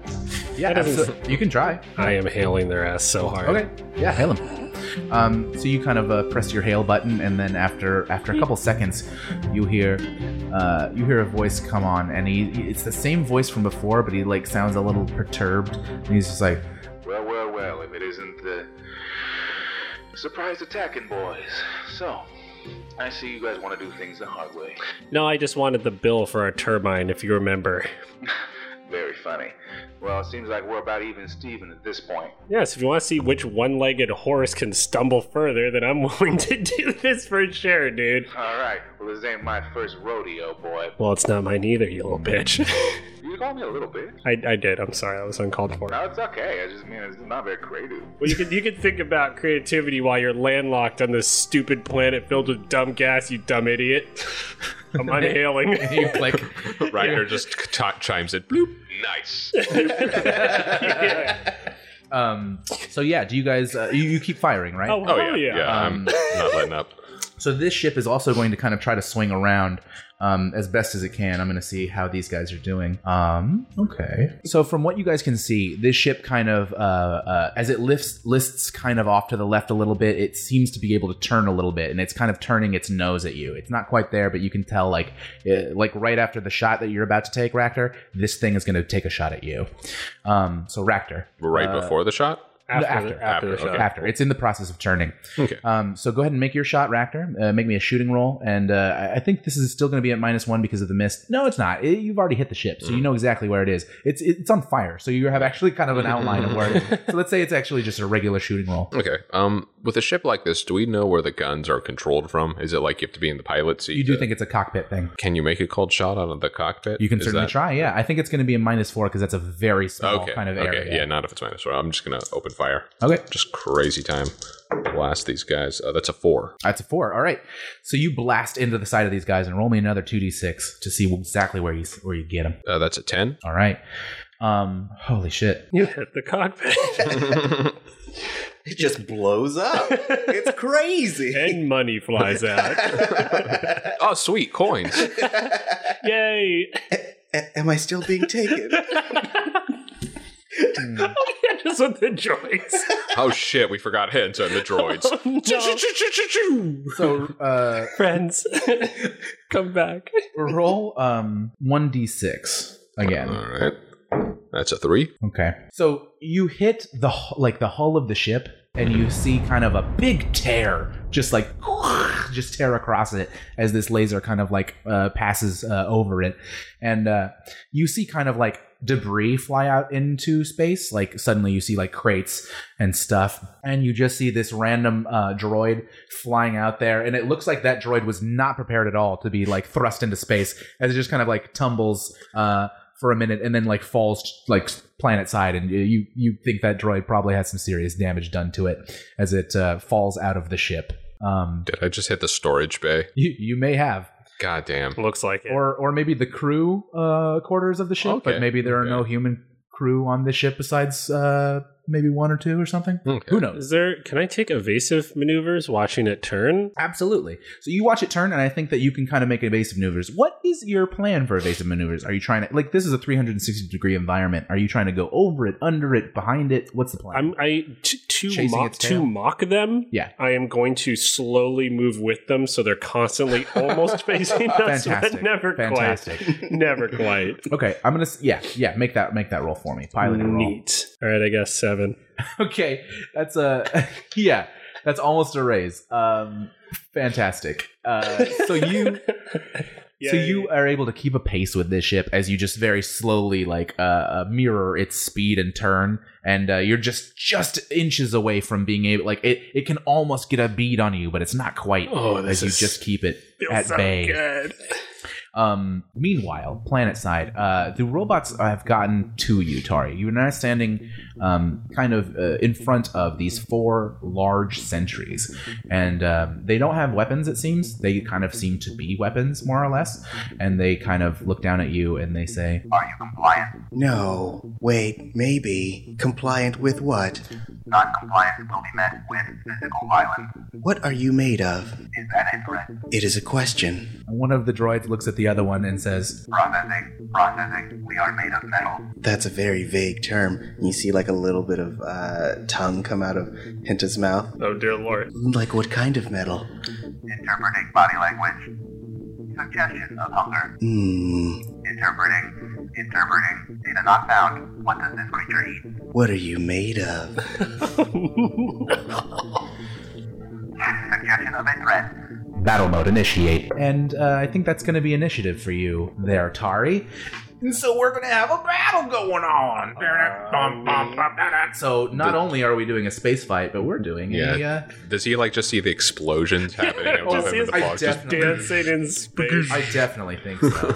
S1: yeah,
S2: that doesn't-
S1: absolutely. you can try.
S2: I am hailing their ass so hard.
S1: Okay, yeah, hail them. Um, so you kind of uh, press your hail button, and then after after a couple seconds, you hear uh, you hear a voice come on, and he it's the same voice from before, but he like sounds a little perturbed, and he's just like,
S5: Well, well, well, if it isn't the surprise attacking boys. So, I see you guys want to do things the hard way.
S2: No, I just wanted the bill for our turbine, if you remember.
S5: Very funny. Well, it seems like we're about even Steven at this point.
S2: Yes, if you want to see which one legged horse can stumble further, then I'm willing to do this for sure, dude.
S5: All right, well, this ain't my first rodeo, boy.
S2: Well, it's not mine either, you little bitch.
S5: You you call me a little bitch?
S2: I, I did. I'm sorry. That was uncalled for.
S5: No, it's okay. I just mean it's not very creative.
S2: Well, you can you can think about creativity while you're landlocked on this stupid planet filled with dumb gas. You dumb idiot. I'm unhailing.
S1: you click.
S4: Riker just t- chimes it. Bloop.
S5: Nice.
S2: Oh,
S1: Um, so yeah, do you guys? Uh, you, you keep firing, right?
S2: Oh,
S4: Oh
S2: hell
S4: yeah, yeah.
S2: yeah.
S1: Um,
S4: I'm not letting up.
S1: So this ship is also going to kind of try to swing around um, as best as it can. I'm going to see how these guys are doing. Um, okay. So from what you guys can see, this ship kind of uh, uh, as it lifts lists kind of off to the left a little bit. It seems to be able to turn a little bit, and it's kind of turning its nose at you. It's not quite there, but you can tell like uh, like right after the shot that you're about to take, Ractor, this thing is going to take a shot at you. Um, so Ractor,
S4: Right before the shot.
S2: after,
S1: after,
S2: the, after, the
S4: after,
S2: show.
S4: okay.
S1: after it's in the process of turning.
S4: Okay.
S1: Um, so go ahead and make your shot, Ractor. Uh, make me a shooting roll, and uh, I- I think this is still going to be at minus one because of the mist. No, it's not. It- you've already hit the ship, so
S4: Mm.
S1: you know exactly where it is. It's it's on fire, so you have actually kind of an outline of where. it is. So let's say it's actually just a regular shooting roll.
S4: Okay. Um, with a ship like this, do we know where the guns are controlled from? Is it like you have to be in the pilot seat?
S1: You do
S4: to-
S1: think it's a cockpit thing.
S4: Can you make a cold shot out of the cockpit?
S1: You can
S4: Is
S1: certainly
S4: that-
S1: try. Yeah, I think it's going to be a minus four because that's a very small
S4: Okay.
S1: kind of
S4: okay.
S1: area.
S4: Yeah. Not if it's minus four. I'm just gonna open fire.
S1: Okay.
S4: Just crazy time. Blast these guys. Uh, that's a four.
S1: That's a four. All right. So you blast into the side of these guys and roll me another two d six to see exactly where you s- where you get them.
S4: Uh, that's a ten.
S1: All right. Um. Holy shit.
S2: You hit the cockpit
S3: It just blows up. it's crazy.
S2: and money flies out.
S4: Oh, sweet coins.
S2: Yay!
S3: A- am I still being taken?
S2: Just with the droids.
S4: oh shit, we forgot hints and the droids.
S2: No.
S1: So uh.
S2: Friends, come back.
S1: roll um 1d6 again
S4: All right. That's a three.
S1: okay so you hit the hu- like the hull of the ship and you see kind of a big tear just like just tear across it as this laser kind of like uh, passes uh, over it and uh, you see kind of like debris fly out into space like suddenly you see like crates and stuff and you just see this random uh, droid flying out there and it looks like that droid was not prepared at all to be like thrust into space as it just kind of like tumbles uh, for a minute and then like falls like planet side and uh, you you think that droid probably had some serious damage done to it as it uh, falls out of the ship um,
S4: Did I just hit the storage bay?
S1: you, you may have
S4: God damn.
S2: Looks like it.
S1: or or maybe the crew uh, quarters of the ship,
S4: Okay,
S1: but maybe there are
S4: okay.
S1: no human crew on this ship besides uh, maybe one or two or something.
S4: Okay.
S1: Who knows?
S2: Is there? Can I take evasive maneuvers watching it turn?
S1: Absolutely. So you watch it turn, and I think that you can kind of make evasive maneuvers. What is your plan for evasive maneuvers? Are you trying to like this is a 360 degree environment? Are you trying to go over it, under it, behind it? What's the plan?
S2: I'm I t- to
S1: Chasing
S2: mock
S1: its tail.
S2: to mock them.
S1: Yeah.
S2: I am going to slowly move with them, so they're constantly almost facing us,
S1: fantastic.
S2: but never
S1: fantastic.
S2: quite, never quite.
S1: okay, I'm gonna s- yeah yeah make that make that roll for me. Piloting roll.
S2: Neat. All right, I guess seven.
S1: okay that's a yeah that's almost a raise um fantastic uh so you so
S2: Yay.
S1: you are able to keep a pace with this ship as you just very slowly like uh, uh mirror its speed and turn and uh, you're just just inches away from being able like it it can almost get a bead on you but it's not quite
S2: Oh,
S1: as
S2: this
S1: you
S2: is-
S1: just keep it
S2: Feels
S1: at
S2: so
S1: bay
S2: good.
S1: um, meanwhile, planet side, uh, the robots have gotten to you, Tari. You're now standing um, kind of uh, in front of these four large sentries. And um, they don't have weapons, it seems. They kind of seem to be weapons, more or less. And they kind of look down at you and they say,
S3: no, wait, maybe. Compliant with what?
S6: Non compliance will be met with physical violence.
S3: What are you made of?
S6: Is that a threat?
S3: It is a question.
S1: One of the droids looks at the other one and says,
S6: Processing, processing, we are made of metal.
S3: That's a very vague term. You see, like, a little bit of uh, tongue come out of Hinta's mouth.
S2: Oh dear lord.
S3: Like, what kind of metal?
S6: Interpreting body language. Suggestion of hunger.
S3: Hmm,
S6: Interpreting, interpreting, data not found. What does this creature eat?
S3: what are you made of?
S6: Suggestion of a threat.
S1: Battle mode, initiate. And uh, I think that's going to be initiative for you there, Tari. And so we're going to have a battle going
S4: Uh,
S1: on. So not only are we doing a space fight, but we're doing
S4: Yeah. Does he like just see the explosions happening above
S2: Just
S4: him in the
S1: a. uh, I
S4: fog? Just
S1: definitely,
S2: Dancing in space.
S1: I definitely think so.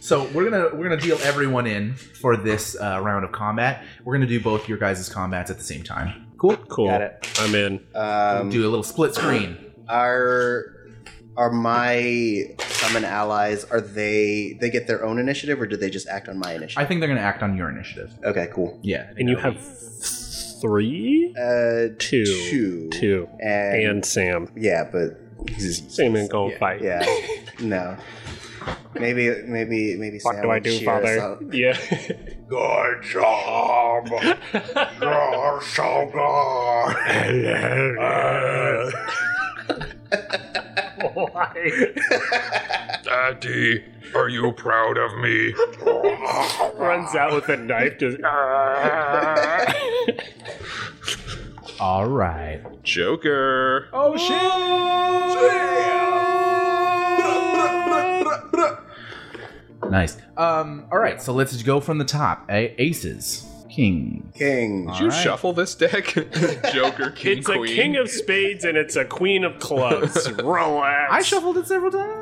S1: So we're gonna we're gonna deal everyone in for this uh, round of combat. We're gonna do both your guys' combats at the same time. Cool.
S2: Cool.
S3: Got it.
S2: I'm in.
S3: Um,
S1: do a little split screen.
S3: are are my summon allies? Are they they get their own initiative, or do they just act on my
S1: I
S3: initiative?
S1: think they're gonna act on your initiative.
S3: okay, cool.
S1: Yeah.
S2: And you have three,
S3: Uh,
S2: two,
S3: two,
S2: two,
S3: and,
S2: and Sam.
S3: yeah, but he's-
S2: Sam ain't gonna
S1: Yeah.
S2: fight.
S3: yeah, no. Maybe, maybe, maybe.
S2: What
S3: Sam
S2: do I
S3: would
S2: do,
S3: cheer us
S2: Father?
S3: up.
S2: Yeah.
S6: Good job. You're so good.
S4: Daddy, are you proud of me?
S2: Runs out with a knife. Just
S1: All right.
S4: Joker.
S1: Oh shit! nice. Um. All right. So let's go from the top. A- aces, king.
S3: King.
S2: Uh,
S4: Did you
S1: Alright.
S4: shuffle this deck? Joker, king,
S2: it's
S4: queen.
S2: a king of spades and it's a queen of clubs. Relax.
S1: I shuffled it several times.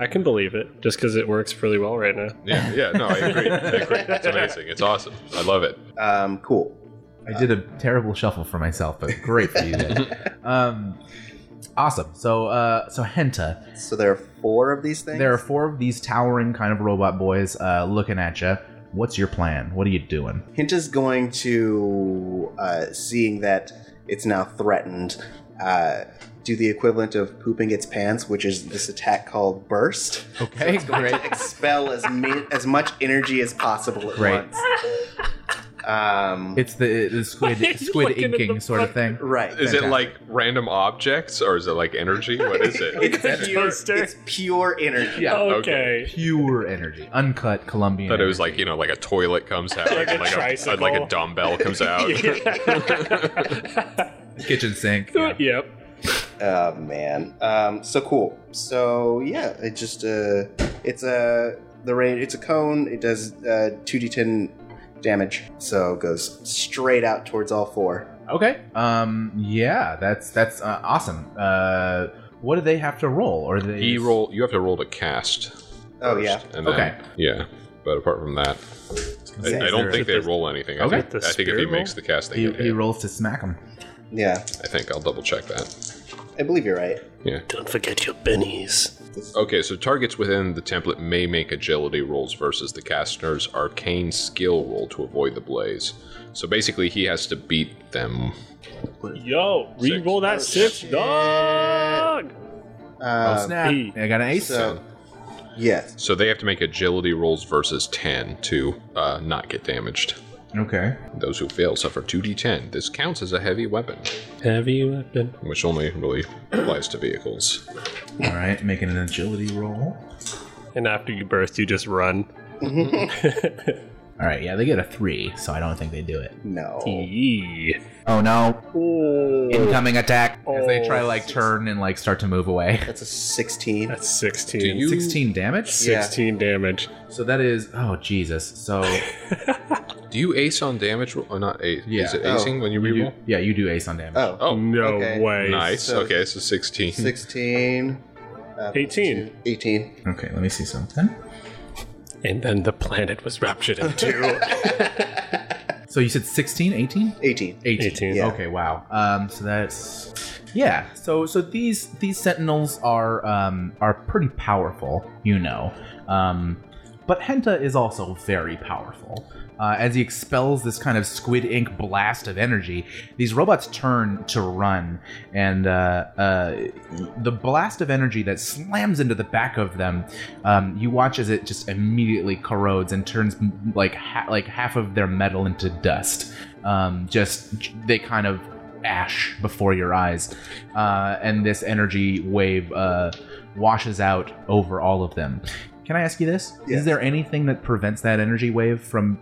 S2: I can believe it, just because it works really well right now.
S4: yeah, yeah. No, I agree. I agree. It's amazing. It's awesome. I love it.
S3: Um, cool.
S1: I did a terrible shuffle for myself, but great for you. guys. um. Awesome. So, uh, so Henta,
S3: So there are four of these things.
S1: there are four of these towering kind of robot boys uh, looking at you. What's your plan? What are you doing?
S3: Hint is going to, uh, seeing that it's now threatened, uh, do the equivalent of pooping its pants, which is this attack called burst.
S1: Okay, great.
S3: Expel as mi- as much energy as possible at
S1: Great.
S3: once. Um,
S1: It's the, the
S2: Why are you
S1: squid squid
S2: looking at
S1: inking
S2: the
S1: sort of thing.
S3: right.
S4: Is it
S1: Fantastic.
S4: like random objects or is it like energy? What is it?
S3: It's pure,
S2: Toaster.
S3: it's pure energy.
S1: Yeah.
S2: okay.
S1: Pure energy, uncut Colombian.
S4: Thought it was
S1: energy.
S4: like you know, like a toilet comes out,
S2: Like a
S4: and like, a,
S2: tricycle.
S4: like a dumbbell comes out.
S1: kitchen sink.
S2: Yeah. yep.
S3: Oh man. Um, so cool. So yeah, it just uh, it's a the range. It's a cone. It does uh, two d ten damage. So it goes straight out towards all four.
S1: Okay. Um. Yeah. That's that's uh, awesome. Uh. What do they have to roll? Or do they
S4: You roll. You have to roll to cast.
S3: Oh yeah.
S4: And then,
S1: Okay.
S4: Yeah, but apart from that, I, I don't think they roll anything. I
S1: Okay.
S4: think,
S2: The
S4: I think if he
S2: spear
S4: makes the cast, they
S1: He,
S4: get
S1: he
S4: hit.
S1: rolls to smack him.
S3: Yeah.
S4: I think I'll double check that.
S3: I believe you're right.
S2: Don't forget your bennies.
S4: Okay, so targets within the template may make agility rolls versus the caster's arcane skill roll to avoid the blaze. So basically, he has to beat them.
S2: Yo, re-roll that
S3: Six. Oh,
S2: six, dog.
S1: oh
S3: Um,
S1: snap!
S2: he-
S1: I got an ace.
S3: so yes.
S4: So they have to make agility rolls versus ten to uh, not get damaged.
S1: okay.
S4: Those who fail suffer 2d10. This counts as a heavy weapon,
S2: Heavy weapon.
S4: which only really applies to vehicles.
S1: All right. Making an agility roll.
S2: And after you burst, you just run.
S1: All right. Yeah. They get a three, so I don't think they do it.
S3: No.
S2: Yee.
S1: Oh no! Incoming attack. As they
S2: Oh.
S1: try like turn and like start to move away.
S3: That's a sixteen.
S2: That's sixteen.
S4: Do you?
S1: Sixteen damage.
S3: Yeah.
S2: Sixteen damage.
S1: So that is oh Jesus. So
S4: Do you ace on damage? roll- Or not ace?
S1: Yeah.
S4: Is it
S3: Oh.
S4: acing when you
S1: you do,
S4: reroll?
S1: yeah, you do ace on damage.
S3: Oh.
S4: Oh,
S2: no
S3: okay.
S2: way.
S4: nice.
S3: so-
S4: okay, so 16.
S3: 16. uh,
S2: 18.
S3: 18.
S1: Okay. Let me see something.
S2: And then the planet was ruptured in two.
S1: So you said 16, 18?
S3: 18.
S1: 18.
S2: 18.
S3: Yeah.
S1: Okay, wow. Um, so that's yeah. So so these these sentinels are um, are pretty powerful, you know. Um, but Henta is also very powerful. Uh, as he expels this kind of squid ink blast of energy, these robots turn to run, and uh, uh, the blast of energy that slams into the back of them, um, you watch as it just immediately corrodes and turns m- like ha- like half of their metal into dust um, just they kind of ash before your eyes uh, and this energy wave uh, washes out over all of them can i ask you this
S3: Yes.
S1: is there anything that prevents that energy wave from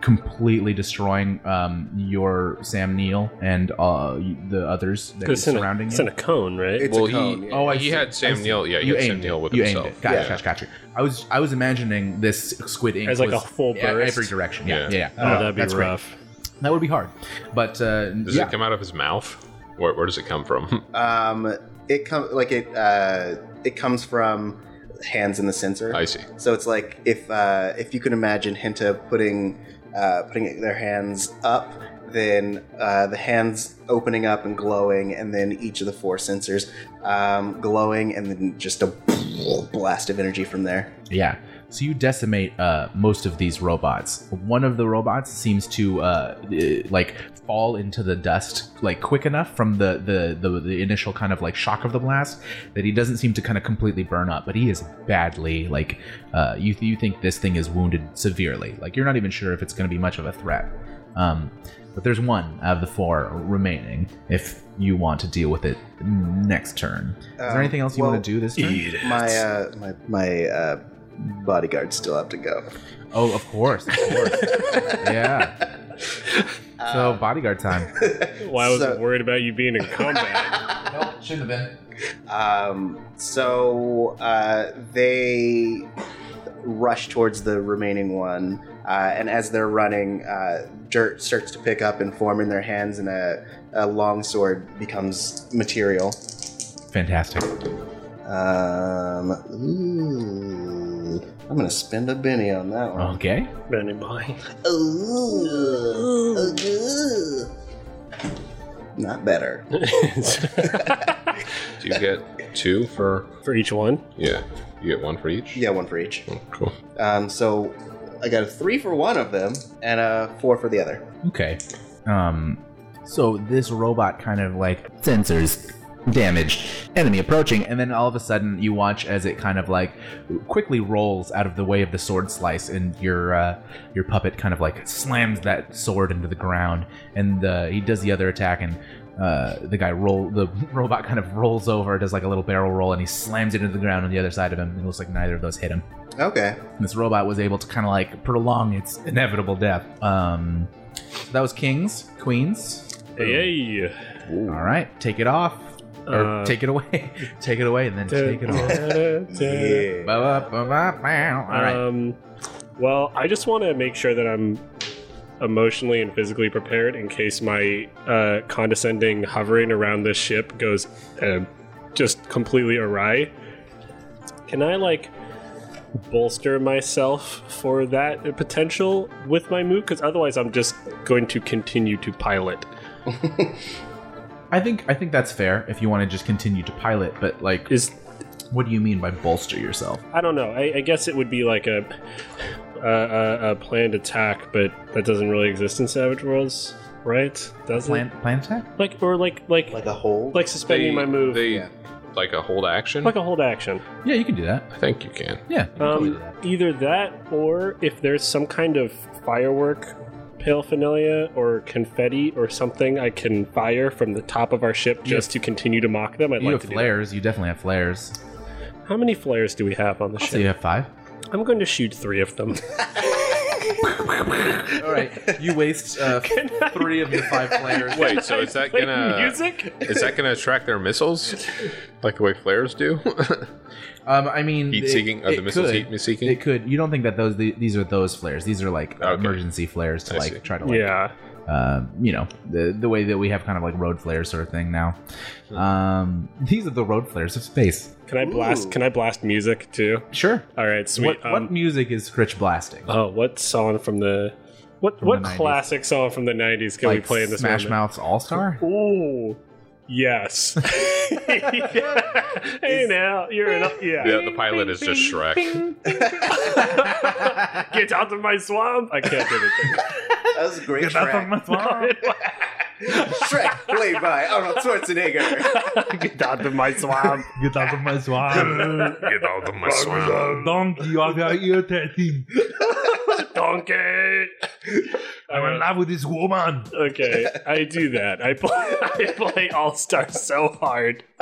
S1: completely destroying um, your sam Neill and uh, the others that are
S2: It's in, a,
S1: surrounding
S2: it's
S1: you
S2: in a cone, right?
S3: It's
S4: well,
S3: a cone.
S4: he,
S3: yeah.
S1: Oh, I
S4: he
S1: see.
S4: had Sam
S1: I see.
S4: Neill. Yeah, he
S1: you
S4: had
S1: aimed
S4: Sam
S1: it.
S4: Neill with
S1: you
S4: himself.
S1: Aimed it. Gotcha,
S4: yeah.
S1: gotcha, gotcha. I was I was imagining this squid ink
S2: As like
S1: was
S2: a full
S1: yeah,
S2: burst.
S1: every direction. Yeah,
S4: Yeah.
S1: yeah. yeah.
S2: oh, that'd be
S1: that's great.
S2: rough.
S1: That would be hard. But uh,
S4: Does
S1: yeah.
S4: it come out of his mouth? Where, where does it come from?
S3: Um, it comes like it. Uh, it comes from hands in the sensor.
S4: I see.
S3: So it's like if uh, if you can imagine Hinta putting uh, putting their hands up, then uh, the hands opening up and glowing, and then each of the four sensors um, glowing, and then just a blast of energy from there.
S1: Yeah. So you decimate uh, most of these robots. One of the robots seems to uh, uh, like fall into the dust like quick enough from the, the the the initial kind of like shock of the blast that he doesn't seem to kind of completely burn up, but he is badly like uh, you you think this thing is wounded severely. Like you're not even sure if it's going to be much of a threat. Um, but there's one out of the four remaining if you want to deal with it next turn. Is
S3: Um,
S1: there anything else you
S3: well,
S1: want to do this turn?
S3: My uh, my my uh, bodyguards still have to go.
S1: Oh, of course, of course. yeah. So bodyguard time.
S2: Why was
S3: So-
S2: it worried about you being in combat?
S1: nope, shouldn't have been.
S3: Um, so uh, they rush towards the remaining one, uh, and as they're running, uh, dirt starts to pick up and form in their hands, and a, a long sword becomes material.
S1: Fantastic.
S3: Um, ooh, I'm gonna spend a penny on that one.
S1: Okay.
S2: Benny boy.
S3: Ooh, ooh. Not better.
S4: Do you get two for?
S2: For each one.
S4: Yeah, you get one for each.
S3: Yeah, one for each.
S4: Oh, cool.
S3: Um, so I got a three for one of them and a four for the other.
S1: Okay. Um so this robot kind of like sensors damaged enemy approaching and then all of a sudden you watch as it kind of like quickly rolls out of the way of the sword slice and your uh, your puppet kind of like slams that sword into the ground and uh, he does the other attack and uh, the guy roll the robot kind of rolls over does like a little barrel roll and he slams it into the ground on the other side of him it looks like neither of those hit him
S3: Okay.
S1: and this robot was able to kind of like prolong its inevitable death. Um, so that was kings, queens.
S2: Hey.
S1: All right, take it off or
S2: Uh,
S1: take it away, take it away, and then take it off.
S2: it
S3: Yeah.
S1: Ba, ba, ba, ba, ba. All right.
S2: Um, well, I just want to make sure that I'm emotionally and physically prepared in case my uh, condescending hovering around this ship goes uh, just completely awry. Can I like bolster myself for that potential with my move? Because otherwise, I'm just going to continue to pilot.
S1: I think I think that's fair if you want to just continue to pilot. But like,
S2: Is
S1: what do you mean by bolster yourself?
S2: I don't know. I, I guess it would be like a, a, a a planned attack, but that doesn't really exist in Savage Worlds, right? Does
S1: Plan plan attack?
S2: it? Like or like like
S3: Like a hole.
S2: like suspending my move,
S4: They
S3: Yeah.
S4: like a hold action.
S2: like a hold action.
S1: Yeah, you can do that.
S4: I think you can.
S1: Yeah. you can totally do
S2: Um,
S1: that.
S2: either that or if there's some kind of firework paraphernalia or confetti or something I can fire from the top of our ship
S1: You
S2: just to continue to mock them. I'd
S1: You
S2: like
S1: have
S2: to do that.
S1: flares. You definitely have flares.
S2: How many flares do we have on the
S1: So you
S2: ship?
S1: have five.
S2: I'm going to shoot three of them.
S1: All right. You waste uh, three of your five flares.
S4: Wait, so is that
S2: Play
S4: gonna
S2: music?
S4: is that gonna attract their missiles, like the way flares do?
S1: Um, I mean,
S4: heat
S1: it-
S4: seeking? Are
S1: it
S4: the missiles
S1: could.
S4: heat seeking?
S1: It could. You don't think that those the, these are those flares? These are like uh
S4: Okay.
S1: emergency flares to
S4: I
S1: like
S4: see.
S1: try to like,
S2: yeah.
S1: um, you know, the the way that we have kind of like road flares sort of thing now. Um, these are the road flares of space.
S2: Can I blast?
S3: Ooh.
S2: Can I blast music too?
S1: Sure.
S2: All right, sweet.
S1: What,
S2: um,
S1: what music is Critch blasting?
S2: oh, what song from the what
S1: From
S2: what
S1: the 90s.
S2: classic song from the '90s can we
S1: like
S2: play in this
S1: Smash
S2: moment?
S1: Mouth's All Star?
S2: Oh, yes. hey now, you're an yeah.
S4: yeah, the pilot is just Shrek.
S2: Get out of my swamp! I can't do anything.
S3: That was a great
S1: Get out of
S3: Shrek.
S1: my swamp.
S3: Shrek played by Arnold Schwarzenegger.
S2: Get out of my swamp!
S1: Get out of my swamp.
S4: Get out of my swamp.
S1: Donkey, you are irritating.
S2: Donkey.
S1: I'm in love with this woman.
S2: Okay, I do that. I play, I play All Star so hard.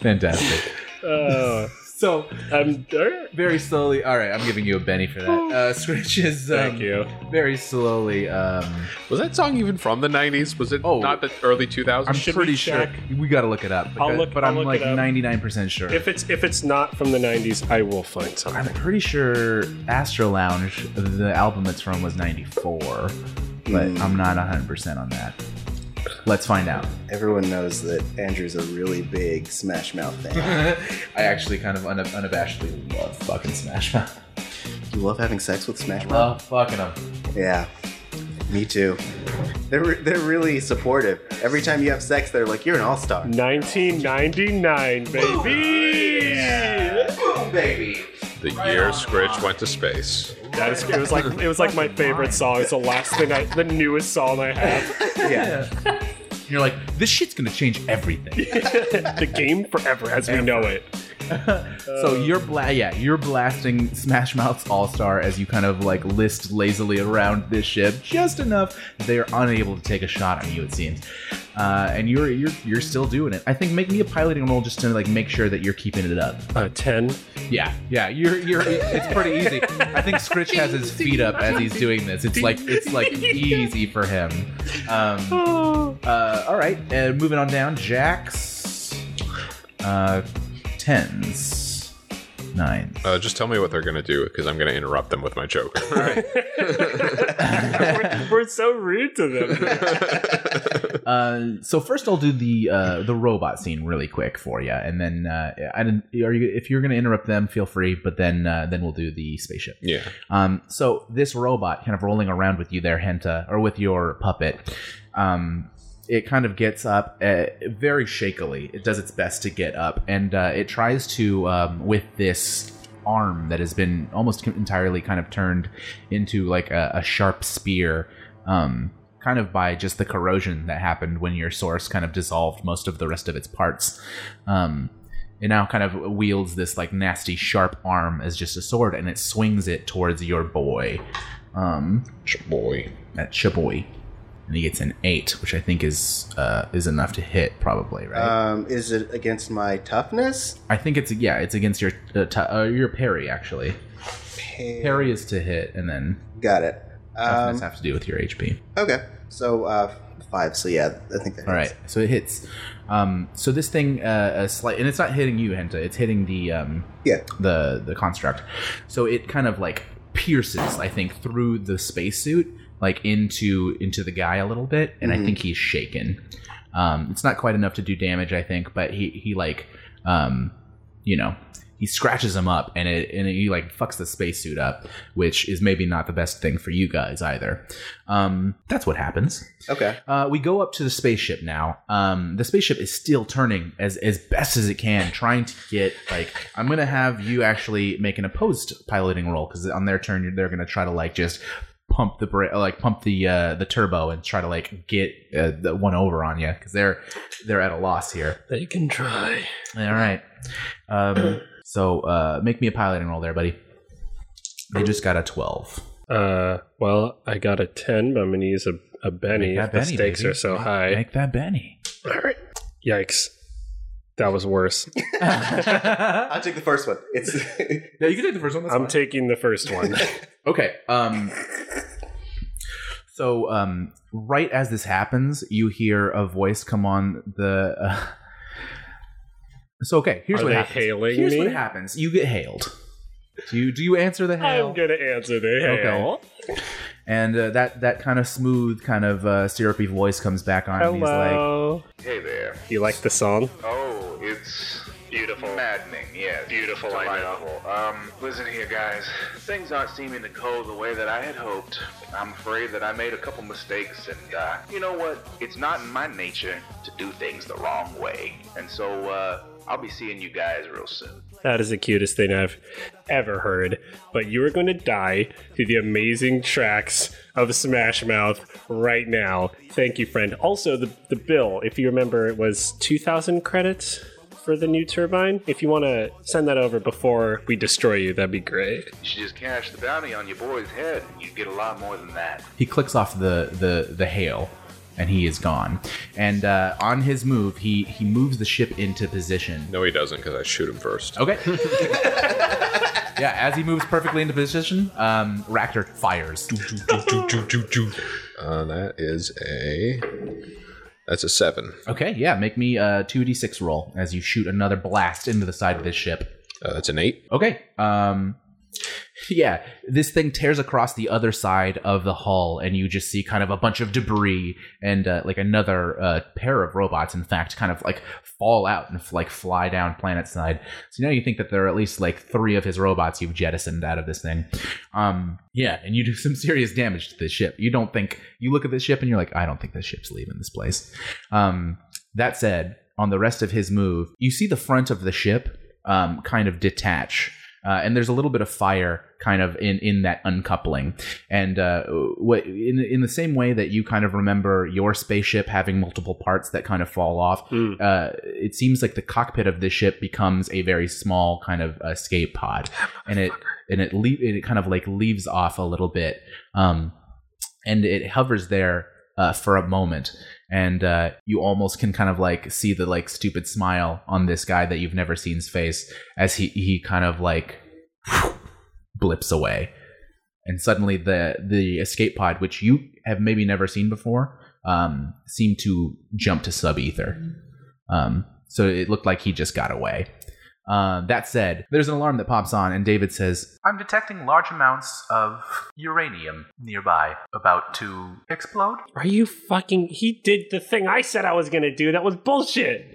S1: Fantastic.
S2: Uh,
S1: So
S2: I'm.
S1: very slowly. All right, I'm giving you a Benny for that. Uh, Scritch is um,
S2: Thank you.
S1: very slowly. Um,
S4: Was that song even from the '90s? Was it
S1: Oh.
S4: not the early 2000s?
S1: I'm
S2: Should we
S1: pretty sure
S2: check?
S1: we got to look it up.
S2: I'll
S1: because-
S2: look-
S1: but
S2: I'll
S1: am
S2: look
S1: like
S2: it up.
S1: 99% sure.
S2: If it's if it's not from the '90s, I will find
S1: I'm
S2: something.
S1: pretty sure Astro Lounge, the album it's from, was 94, but
S3: Hmm.
S1: I'm not 100% on that. Let's find out.
S3: Everyone knows that Andrew's a really big Smash Mouth fan.
S1: I actually kind of unab- unabashedly love fucking Smash Mouth.
S3: you love having sex with Smash Mouth?
S1: Love fucking them.
S3: Yeah, me too. They're re- they're really supportive. Every time you have sex, they're like, "You're an all star."
S1: Mm,
S2: 1999, baby.
S4: The year Scritch went to space.
S2: That is, it was like it was like my favorite song. It's the last thing I, the newest song I have.
S3: Yeah,
S1: You're like, this shit's gonna change everything.
S2: the game forever as we know it.
S1: so you're bla- yeah, you're blasting Smash Mouth's All Star as you kind of like list lazily around this ship just enough they're unable to take a shot on you. It seems, uh, and you're you're you're still doing it. I think make me a piloting roll just to like make sure that you're keeping it up.
S2: Uh, Ten.
S1: Yeah, yeah, you're you're. It's pretty easy. I think Scritch has his feet up as he's doing this. It's like it's like easy for him. Um, uh, all right, uh, moving on down. Jacks, uh, tens, nines.
S4: Uh, just tell me what they're going to do because I'm going to interrupt them with my joke. All right.
S2: we're, we're so rude to them.
S1: Uh, so first, I'll do the uh, the robot scene really quick for you, and then uh, I didn't, are you if you're going to interrupt them, feel free. But then uh, then we'll do the spaceship.
S4: Yeah.
S1: Um, so this robot kind of rolling around with you there, Henta, or with your puppet. Um, it kind of gets up uh, very shakily. It does its best to get up, and uh, it tries to um, with this arm that has been almost entirely kind of turned into like a, a sharp spear. Um, kind of by just the corrosion that happened when your source kind of dissolved most of the rest of its parts. Um, it now kind of wields this like nasty sharp arm as just a sword, and it swings it towards your boy, um,
S4: Boy.
S1: at Chiboy, and he gets an eight, which I think is uh, is enough to hit probably, right?
S3: um, is it against my toughness?
S1: I think it's yeah, it's against your uh, t- uh, your parry actually. Parry is to hit, and then
S3: Got it.
S1: toughness
S3: Um,
S1: have to do with your HP.
S3: okay, so uh, five. So yeah, I think that.
S1: All right, so it hits. Um, so this thing, uh, a slight, and it's not hitting you, Henta. It's hitting the um,
S3: Yeah.
S1: the the construct. So it kind of like pierces, I think, through the spacesuit, like into into the guy a little bit, and I
S3: Mhm.
S1: think he's shaken. Um, it's not quite enough to do damage, I think, but he he like, um, you know. He scratches him up, and it and he like fucks the spacesuit up, which is maybe not the best thing for you guys either. Um, that's what happens.
S3: Okay.
S1: Uh, we go up to the spaceship now. Um, the spaceship is still turning as as best as it can, trying to get like. I'm gonna have you actually make an opposed piloting roll because on their turn you're- they're gonna try to like just pump the bra- like pump the uh, the turbo and try to like get uh, the one over on you because they're they're at a loss here.
S2: They can try.
S1: All right. Um, so uh, make me a piloting roll there, buddy. They just got a twelve.
S2: Uh, well, I got a ten, but I'm gonna use a, a Benny.
S1: Make that
S2: if the
S1: Benny,
S2: stakes
S1: baby.
S2: are so high.
S1: Make that Benny.
S2: All right. Yikes. That was worse.
S3: I'll take the first one. It's
S1: No, you can take the first one. that's
S2: I'm
S1: fine.
S2: taking the first one.
S1: Okay. Um. So, um, right as this happens, you hear a voice come on the. Uh, so okay, here's
S2: Are
S1: what
S2: they
S1: happens.
S2: hailing
S1: here's
S2: me?
S1: what happens. You get hailed. Do you do you answer the hail?
S2: I'm gonna answer the
S1: Okay.
S2: hail.
S1: and uh, that that kind of smooth, kind of uh, syrupy voice comes back on, and he's like,
S2: Hello.
S5: Hey there.
S2: You like the song?
S5: Oh, it's beautiful, maddening. Yeah, beautiful, delightful. Um, listen here, guys. Things aren't seeming to go the way that I had hoped. I'm afraid that I made a couple mistakes, and uh, you know what? It's not in my nature to do things the wrong way, and so uh, I'll be seeing you guys real soon.
S2: That is the cutest thing I've ever heard. But you are going to die to the amazing tracks of Smash Mouth right now. Thank you, friend. Also, the, the bill, if you remember, it was 2,000 credits for the new turbine. If you want to send that over before we destroy you, that'd be great.
S5: You should just cash the bounty on your boy's head, and you'd get a lot more than that.
S1: he clicks off the the the hail and he is gone and uh, on his move he he moves the ship into position
S4: No, he doesn't because I shoot him first.
S1: Okay. yeah, as he moves perfectly into position, um, Ractor fires.
S4: Uh, that is a. That's a seven.
S1: Okay, yeah, make me a 2d6 roll as you shoot another blast into the side of this ship.
S4: Uh, that's an eight.
S1: Okay, um, yeah, this thing tears across the other side of the hull, and you just see kind of a bunch of debris and uh, like another uh, pair of robots, in fact, kind of like fall out and like fly down planet side. So now you think that there are at least like three of his robots you've jettisoned out of this thing. Um, yeah, and you do some serious damage to this ship. You don't think you look at this ship and you're like, I don't think this ship's leaving this place. Um, that said, on the rest of his move, you see the front of the ship um, kind of detach. Uh, and there's a little bit of fire kind of in, in that uncoupling. And uh, what in, in the same way that you kind of remember your spaceship having multiple parts that kind of fall off,
S2: Mm.
S1: uh, it seems like the cockpit of this ship becomes a very small kind of escape pod, and it and it le- it kind of like leaves off a little bit, um, and it hovers there uh, for a moment, and uh, you almost can kind of like see the like stupid smile on this guy that you've never seen's face as he he kind of like blips away, and suddenly the the escape pod, which you have maybe never seen before, um, seemed to jump to sub ether. Um, so it looked like he just got away. Um, that said, there's an alarm that pops on, and David says, I'm detecting large amounts of uranium nearby, about to explode.
S2: Are you fucking? He did the thing I said I was gonna do. That was bullshit.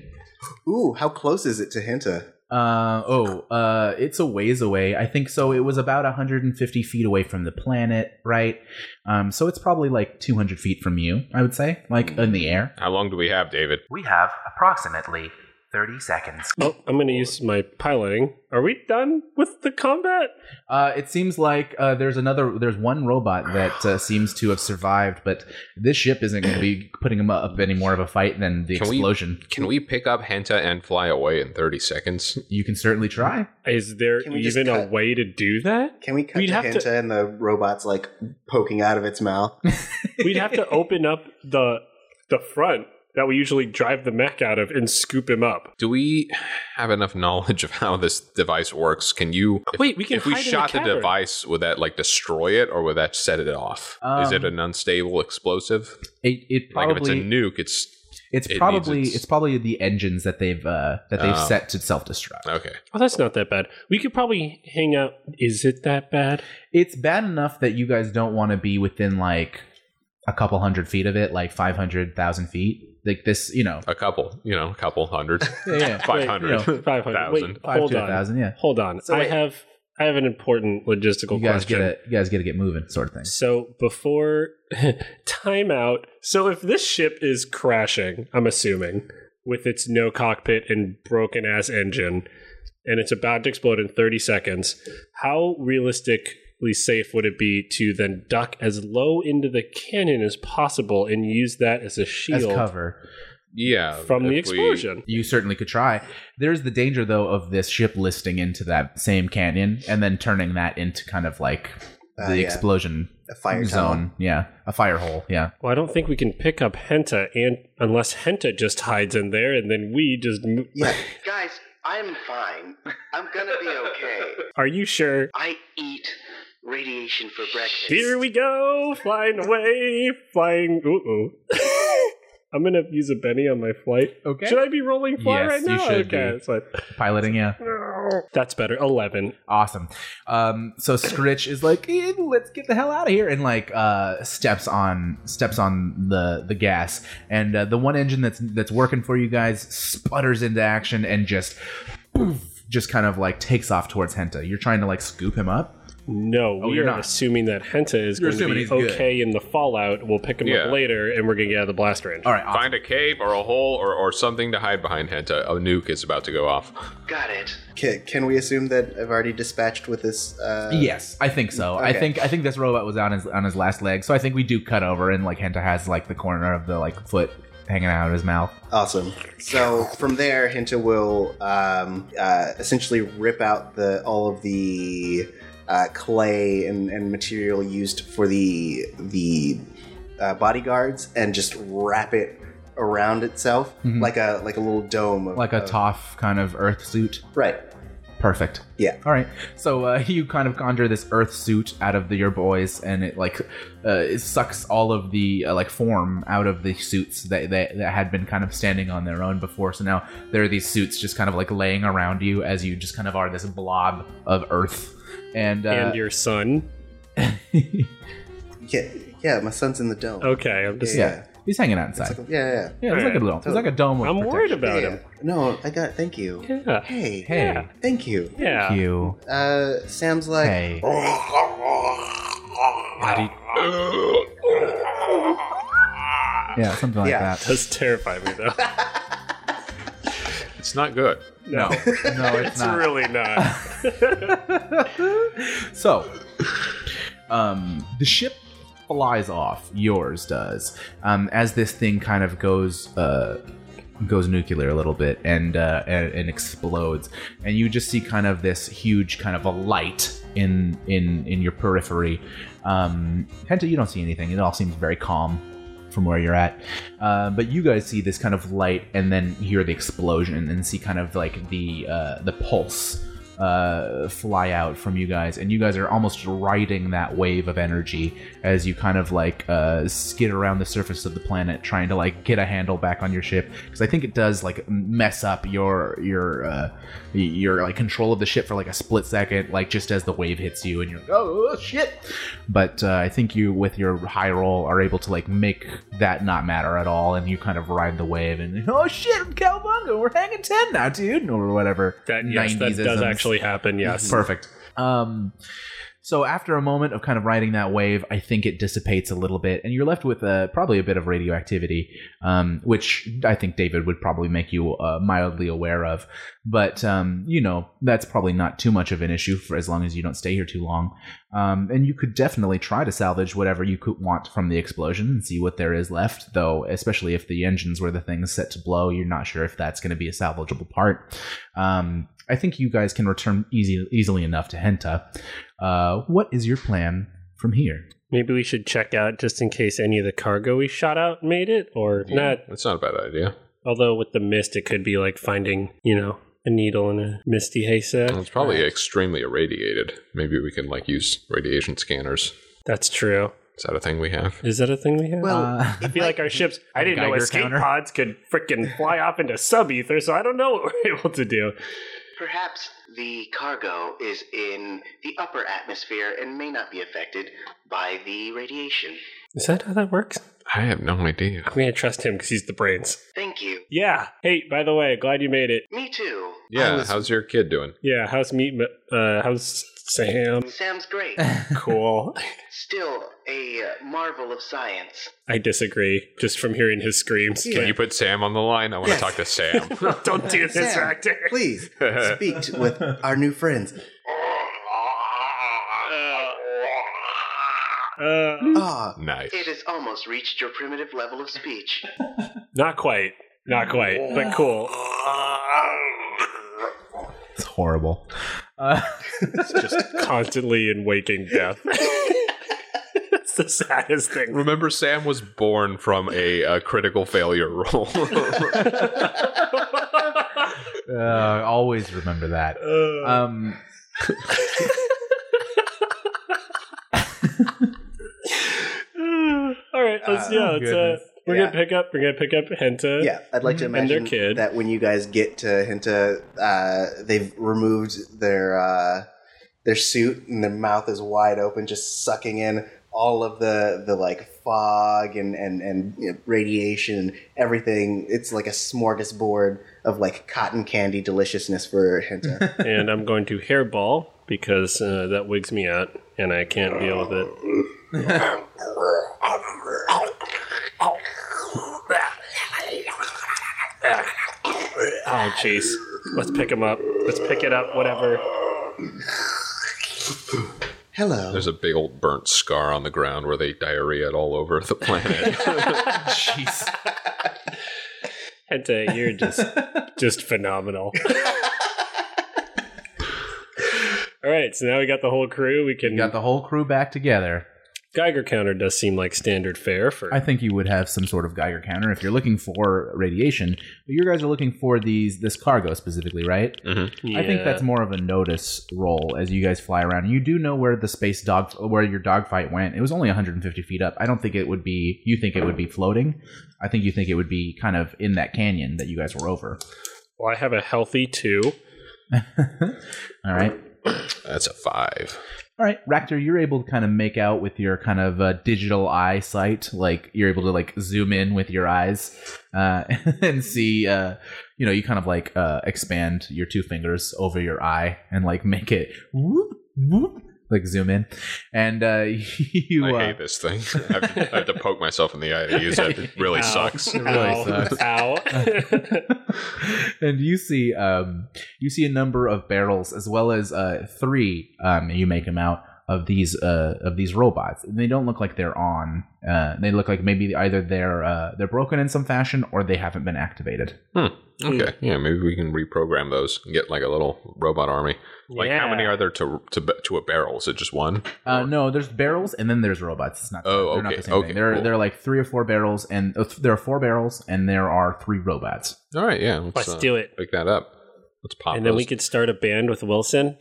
S3: Ooh, how close is it to Hinta?
S1: Uh, oh, uh, it's a ways away. I think so. It was about 150 feet away from the planet, right? Um, so it's probably like 200 feet from you, I would say, like in the air.
S4: How long do we have, David?
S1: We have approximately 30 seconds.
S2: Oh, I'm gonna use my piloting. Are we done with the combat?
S1: Uh, it seems like uh, there's another. There's one robot that uh, seems to have survived, but this ship isn't going to be putting him up any more of a fight than the
S4: Can we-
S1: explosion.
S4: Can we pick up Henta and fly away in 30 seconds?
S1: You can certainly try.
S2: Is there
S3: Can we just
S2: even a
S3: cut?
S2: way to do that?
S3: Can we cut
S2: We'd
S3: to
S2: have to-
S3: Hinta and the robot's like poking out of its mouth?
S2: We'd have to open up the the front that we usually drive the mech out of and scoop him up.
S4: Do we have enough knowledge of how this device works? Can you. If,
S2: Wait, we can
S4: if we
S2: hide in the
S4: shot the,
S2: cavern.
S4: device, would that like destroy it or would that set it off? Is it
S1: Um,
S4: an unstable explosive?
S1: It, it probably
S4: like if it's a nuke, it's.
S1: it's
S4: it needs
S1: probably
S4: its-
S1: it's probably the engines that they've uh, that they've
S4: Oh.
S1: set to self destruct.
S4: Okay.
S2: Oh, that's not that bad. We could probably hang out. Is it that bad?
S1: It's bad enough that you guys don't want to be within like a couple hundred feet of it, like five hundred thousand feet. Like this, you know.
S4: A couple, you know, a couple hundred.
S1: Yeah, yeah.
S4: 500.
S1: you know,
S2: Five hundred. Wait,
S4: Thousand.
S1: Five
S2: hold
S1: to a
S2: on.
S1: thousand, yeah.
S2: Hold on.
S3: So
S2: I
S3: wait.
S2: have I have an important logistical
S1: You guys
S2: question.
S1: get it. You guys got to get moving, sort of thing.
S2: So before timeout, so if this ship is crashing, I'm assuming with its no cockpit and broken ass engine, and it's about to explode in 30 seconds, how realistically safe would it be to then duck as low into the cannon as possible and use that as a
S1: As
S2: shield
S1: cover.
S4: Yeah.
S2: from the
S4: if we-
S2: explosion?
S1: You certainly could try. There's the danger though of this ship listing into that same canyon and then turning that into kind of like
S3: Ah,
S1: the
S3: yeah.
S1: explosion
S3: A fire
S1: zone.
S3: zone.
S1: Yeah, a fire hole. Yeah.
S2: Well, I don't think we can pick up Henta, and unless Henta just hides in there, and then we just. mo-
S3: Yeah.
S6: Guys, I'm fine. I'm gonna be okay.
S2: Are you sure?
S6: I eat radiation for breakfast.
S2: Here we go, flying away, flying. Ooh, ooh. I'm gonna use a Benny on my flight.
S1: Okay.
S2: Should I be rolling fly
S1: Yes,
S2: right
S1: you
S2: now?
S1: should
S2: okay,
S1: be.
S2: it's fine.
S1: Piloting. Yeah.
S2: That's better. Eleven.
S1: Awesome. Um, so Scritch is like, "Eh, let's get the hell out of here, and like uh, steps on steps on the the gas, and uh, the one engine that's that's working for you guys sputters into action and just, poof, just kind of like takes off towards Henta. You're trying to like scoop him up.
S2: No, we
S1: Oh, you're
S2: are
S1: not.
S2: assuming that Henta is
S1: You're
S2: going to
S1: assuming
S2: be
S1: he's good.
S2: okay in the fallout. We'll pick him
S4: Yeah.
S2: up later, and we're gonna get out of the blast range.
S1: All right, awesome.
S4: Find a cave or a hole or, or something to hide behind Henta. A nuke is about to go off.
S6: Got it.
S3: Can, can we assume that I've already dispatched with this? Uh,
S1: Yes, I think so. I
S3: okay.
S1: think I think this robot was on his on his last leg, so I think we do cut over and like Henta has like the corner of the like foot hanging out of his mouth.
S3: Awesome. So from there, Hinta will um, uh, essentially rip out the all of the uh, clay and, and material used for the the uh, bodyguards and just wrap it around itself
S1: Mhm.
S3: like a like a little dome of,
S1: Like a
S3: of-
S1: toff kind of earth suit.
S3: right
S1: Perfect.
S3: Yeah.
S1: All right. So uh, you kind of conjure this earth suit out of the, your boys, and it like uh, it sucks all of the uh, like form out of the suits that, that that had been kind of standing on their own before. So now there are these suits just kind of like laying around you as you just kind of are this blob of earth. And, uh,
S2: and your son.
S3: Yeah, yeah, my son's in the dome.
S2: Okay, I'm just.
S3: Yeah,
S1: he's hanging out
S3: yeah. It's
S1: inside.
S3: like a- yeah, yeah.
S1: yeah, it's like a little. It's like a dome. Of
S2: I'm worried
S1: protection.
S2: about
S3: yeah.
S2: him.
S3: No, I got. Thank you.
S2: Yeah.
S3: Hey,
S1: Hey,
S2: Yeah.
S3: thank you.
S2: Yeah.
S1: thank you.
S3: Uh, Sam's like,
S1: Hey. Yeah, something like
S3: Yeah.
S1: that.
S2: Does terrify me though.
S4: It's not good.
S1: No, no, it's,
S2: it's
S1: not.
S2: really not.
S1: so, um, the ship flies off. Yours does. Um, as this thing kind of goes uh, goes nuclear a little bit and, uh, and and explodes, and you just see kind of this huge kind of a light in in in your periphery. Um, Henta, you don't see anything. It all seems very calm from where you're at. Uh, but you guys see this kind of light and then hear the explosion and see kind of like the uh, the pulse uh, fly out from you guys, and you guys are almost riding that wave of energy as you kind of like uh, skid around the surface of the planet, trying to like get a handle back on your ship because I think it does like mess up your your uh, your like control of the ship for like a split second, like just as the wave hits you, and you're like, oh shit. But uh, I think you, with your high roll, are able to like make that not matter at all, and you kind of ride the wave, and oh shit, I'm Calabunga, we're hanging ten now, dude, or whatever.
S2: That yes, that does
S1: 90s-isms.
S2: actually happen. Yes.
S1: Perfect. Um, so after a moment of kind of riding that wave, I think it dissipates a little bit, and you're left with uh, probably a bit of radioactivity, um, which I think David would probably make you uh, mildly aware of. But um, you know that's probably not too much of an issue for as long as you don't stay here too long. Um, and you could definitely try to salvage whatever you could want from the explosion and see what there is left. Though, especially if the engines were the things set to blow, you're not sure if that's going to be a salvageable part. Um, I think you guys can return easy, easily enough to Henta. Uh, what is your plan from here?
S2: Maybe we should check out just in case any of the cargo we shot out made it, or not.
S4: That's not a bad idea.
S2: Although with the mist, it could be like finding you know a needle in a misty haystack.
S4: Well, it's probably extremely irradiated. Maybe we can like use radiation scanners.
S2: That's true.
S4: Is that a thing we have?
S2: Is that a thing we have?
S3: Well,
S1: Uh,
S2: I feel like our ships. I didn't know
S1: Geiger
S2: escape
S1: counter.
S2: pods could freaking fly off into sub ether, so I don't know what we're able to do.
S7: Perhaps the cargo is in the upper atmosphere and may not be affected by the radiation.
S2: Is that how that works?
S4: I have no idea.
S2: I'm gonna trust him because he's the brains.
S7: Thank you.
S2: Yeah. Hey, by the way, glad you made it.
S7: Me too.
S4: Yeah,
S3: was-
S4: how's your kid doing?
S2: Yeah. How's meat? Uh, how's Sam?
S7: Sam's great.
S2: Cool.
S7: Still a uh, marvel of science.
S2: I disagree. Just from hearing his screams.
S3: Yeah.
S4: Can you put Sam on the line? I want
S3: Yes.
S4: to talk to Sam.
S2: don't do this,
S3: Sam,
S2: Rector.
S3: please speak to- with our new friends.
S2: Uh,
S3: Ah,
S4: nice.
S7: It has almost reached your primitive level of speech.
S2: not quite. Not quite. But cool.
S1: it's horrible. Uh,
S2: It's just constantly in waking death. it's the saddest thing.
S4: Remember, Sam was born from a, uh critical failure roll.
S1: uh, always remember that.
S2: Uh,
S1: Um,
S2: All right. Let's
S1: Uh,
S2: yeah. Let's, uh,
S1: goodness.
S2: we're
S3: Yeah.
S2: gonna pick up. We're gonna pick up Henta.
S3: yeah, I'd like
S2: their
S3: to imagine
S2: kid.
S3: that when you guys get to Hinta, uh, they've removed their uh, their suit and their mouth is wide open, just sucking in all of the the like fog and and and you know, radiation and everything. It's like a smorgasbord of like cotton candy deliciousness for Hinta.
S2: And I'm going to hairball because uh, that wigs me out, and I can't deal with it. Oh, jeez. Let's pick him up. Let's pick it up. Whatever.
S3: Hello.
S4: There's a big old burnt scar on the ground where they diarrhea it all over the planet.
S1: jeez.
S2: Hente, you're just just phenomenal. All right, so now we got the whole crew. We can
S1: Got the whole crew back together.
S2: Geiger counter does seem like standard fare for.
S1: I think you would have some sort of Geiger counter if you're looking for radiation. But you guys are looking for these this cargo specifically, right? I think
S2: Yeah.
S1: that's more of a notice role as you guys fly around. You do know where the space dog, where your dogfight went. It was only 150 feet up. I don't think it would be. You think it would be floating? I think you think it would be kind of in that canyon that you guys were over.
S2: Well, I have a healthy two.
S1: All right.
S4: That's a five.
S1: All right, Ractor, you're able to kind of make out with your kind of uh, digital eyesight, like you're able to like zoom in with your eyes uh, and see. Uh, you know, you kind of like uh, expand your two fingers over your eye and like make it whoop whoop, like zoom in, and uh, you.
S4: I
S1: uh,
S4: hate this thing. I have, I have to poke myself in the eye to use it. It really
S2: Ow.
S4: sucks.
S1: It really
S2: Ow.
S1: sucks.
S2: Ow.
S1: and you see um, you see a number of barrels as well as uh, three um, you make them out of these uh, of these robots and they don't look like they're on uh, they look like maybe either they're uh, they're broken in some fashion or they haven't been activated
S4: Okay, yeah, maybe we can reprogram those and get like a little robot army. Like, how many
S2: Yeah.
S4: are there to to to a barrel? Is it just one?
S1: uh, no there's barrels and then there's robots it's not
S4: Oh,
S1: they're not
S4: okay,
S1: the same
S4: okay,
S1: thing. There,
S4: cool.
S1: there are like three or four barrels and uh, th- there are four barrels and there are three robots
S4: All right, yeah. Let's,
S2: Let's
S4: uh,
S2: do it.
S4: Pick that up. Let's pop.
S2: And then we
S4: those.
S2: could start a band with Wilson.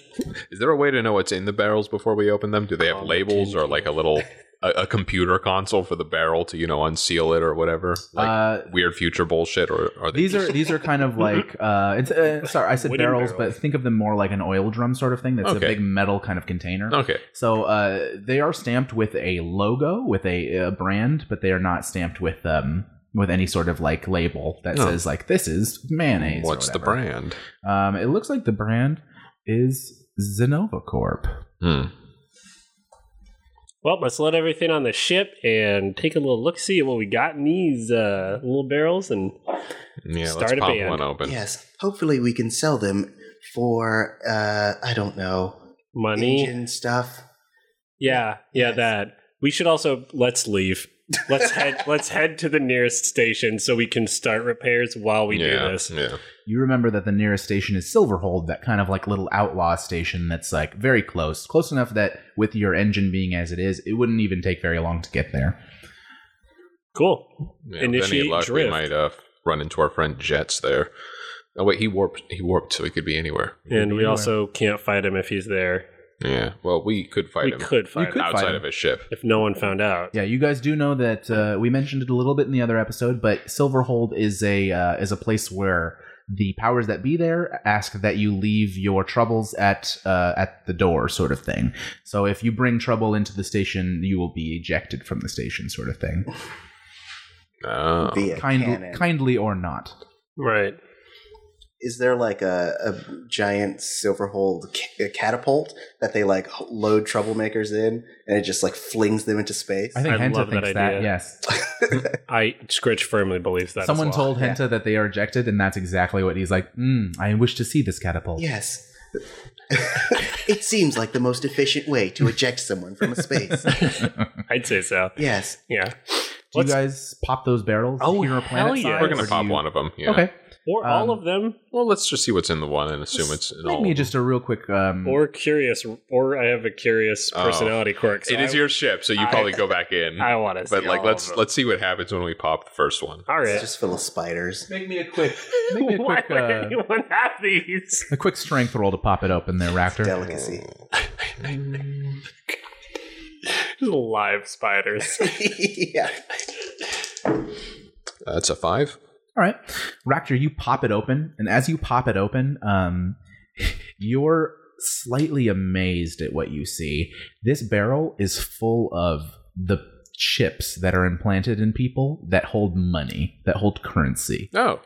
S4: Is there a way to know what's in the barrels before we open them? Do they have
S2: Oh,
S4: labels or
S2: tin
S4: like a
S2: cans.
S4: little a, a computer console for the barrel to you know unseal it or whatever? Like
S1: uh,
S4: weird future bullshit or are they
S1: these
S4: just-
S1: are these are kind of like uh, it's, uh sorry I said
S2: Wooden
S1: barrels,
S2: barrels.
S1: but think of them more like an oil drum sort of thing. That's
S4: Okay. Oh.
S1: a big metal kind of container.
S4: okay?
S1: So uh, they are stamped with a logo, with a, uh brand, but they are not stamped with um with any sort of like label that
S4: No.
S1: says like this is mayonnaise. or
S4: What's the
S1: whatever.
S4: brand?
S1: Um, it looks like the brand is Zenova Corp.
S4: Hmm.
S2: Well, let's let everything on the ship and take a little look see at what we got in these uh, little barrels. And
S4: Yeah,
S2: Start
S4: let's
S2: a
S4: pop
S2: band.
S4: one open.
S3: Yes. Hopefully, we can sell them for uh, I don't know
S2: money.
S3: engine stuff.
S2: Yeah, yeah,
S3: Yes.
S2: that. We should also let's leave. Let's head let's head to the nearest station so we can start repairs while we
S4: yeah,
S2: do this.
S4: Yeah.
S1: You remember that the nearest station is Silverhold, that kind of like little outlaw station that's like very close, close enough that with your engine being as it is, it wouldn't even take very long to get there.
S2: Cool.
S4: yeah. with any
S2: Initiate
S4: luck,
S2: drift.
S4: we might uh, run into our friend Jets there. Oh wait, he warped. He warped, so he could be anywhere.
S2: And we also can't fight him if he's there.
S4: Yeah. Well, we could fight
S2: we
S4: him
S2: could fight
S1: could
S2: him
S1: fight
S4: outside
S1: him.
S4: of his ship.
S2: if no one found out.
S1: Yeah, you guys do know that uh, we mentioned it a little bit in the other episode, but Silverhold is a uh, is a place where the powers that be there ask that you leave your troubles at uh, at the door, sort of thing. So if you bring trouble into the station, you will be ejected from the station, sort of thing.
S4: Oh.
S3: Via
S1: Kind,
S3: cannon.
S1: kindly or not.
S2: Right.
S3: Is there like a, a giant silverhold ca- a catapult that they like h- load troublemakers in, and it just like flings them into space?
S1: I think
S2: I
S1: Henta
S2: love that
S1: thinks that.
S2: idea.
S1: Yes,
S2: I Scritch firmly believes that. as
S1: someone
S2: well.
S1: told
S3: Yeah.
S1: Henta that they are ejected, and that's exactly what he's like. Mm, I wish to see this catapult.
S3: yes. it seems like the most efficient way to eject someone from a space.
S2: I'd say so.
S3: yes.
S2: Yeah.
S1: Do you
S2: Let's-
S1: guys pop those barrels?
S2: Oh,
S1: hero
S2: hell
S1: planet
S2: yeah.
S1: size,
S4: We're
S1: or
S4: gonna
S1: do
S4: pop
S1: you-
S4: one of them. Yeah.
S1: Okay.
S2: Or
S1: Um,
S2: all of them.
S4: Well, let's just see what's in the one and assume it's in
S1: Make
S4: all.
S1: me
S4: of them.
S1: just a real quick. Um,
S2: Or curious or I have a curious
S4: Oh.
S2: personality quirk. so
S4: it is
S2: I,
S4: your ship, so you
S2: I-
S4: probably go back in.
S2: I want to
S4: but like, let's let's see what happens when we pop the first one.
S2: all right.
S3: It's just full of spiders.
S1: make me a quick. Make me a
S2: Why
S1: quick.
S2: would
S1: Uh,
S2: anyone have these?
S1: a quick strength roll to pop it open there, Raptor.
S3: Delicacy.
S2: Just live spiders.
S3: yeah.
S4: That's a five.
S1: All right, Raptor, you pop it open, and as you pop it open, um, you're slightly amazed at what you see. This barrel is full of the chips that are implanted in people that hold money, that hold currency.
S4: No.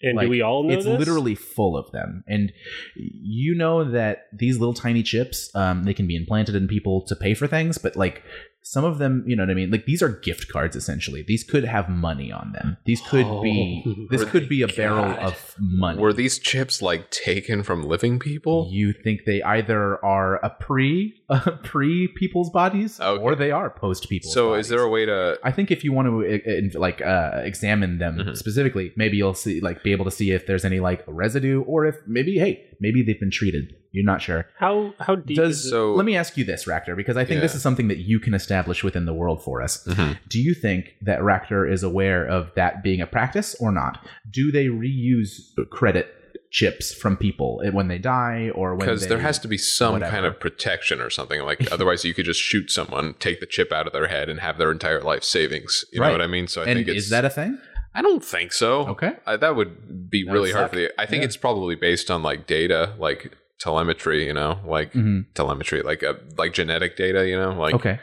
S2: And
S1: Like,
S2: do we all know
S1: it's
S2: this?
S1: literally full of them and you know that these little tiny chips um, they can be implanted in people to pay for things but like some of them you know what i mean like these are gift cards essentially these could have money on them these could be
S2: Oh,
S1: this could be a
S2: my
S1: barrel
S2: God.
S1: of money
S4: Were these chips like taken from living people?
S1: you think they either are a pre pre people's bodies
S4: Okay.
S1: or they are post people's
S4: So is there a way to?
S1: I think if you want to uh, uh, like uh, examine them
S4: Mhm.
S1: specifically, maybe you'll see like be able to see if there's any like residue or if maybe hey Maybe they've been treated. You're not sure.
S2: How how deep
S1: Does
S2: is it?
S4: So-
S1: let me ask you this, Ractor, because I think this
S4: Yeah.
S1: is something that you can establish within the world for us.
S4: Mhm.
S1: Do you think that Ractor is aware of that being a practice or not? Do they reuse credit chips from people when they die or when
S4: Because
S1: they-
S4: there has to be some
S1: whatever.
S4: kind of protection or something like. Otherwise, you could just shoot someone, take the chip out of their head, and have their entire life savings. You
S1: Right.
S4: know what I mean? So I
S1: and
S4: think it's.
S1: is that a thing?
S4: I don't think so.
S1: Okay.
S4: I, that would be
S1: That
S4: really
S1: would
S4: hard
S1: suck.
S4: for the. I think
S1: Yeah.
S4: it's probably based on like data, like telemetry. You know, like
S1: hmm
S4: telemetry, like uh, like genetic data. You know, like
S1: Okay.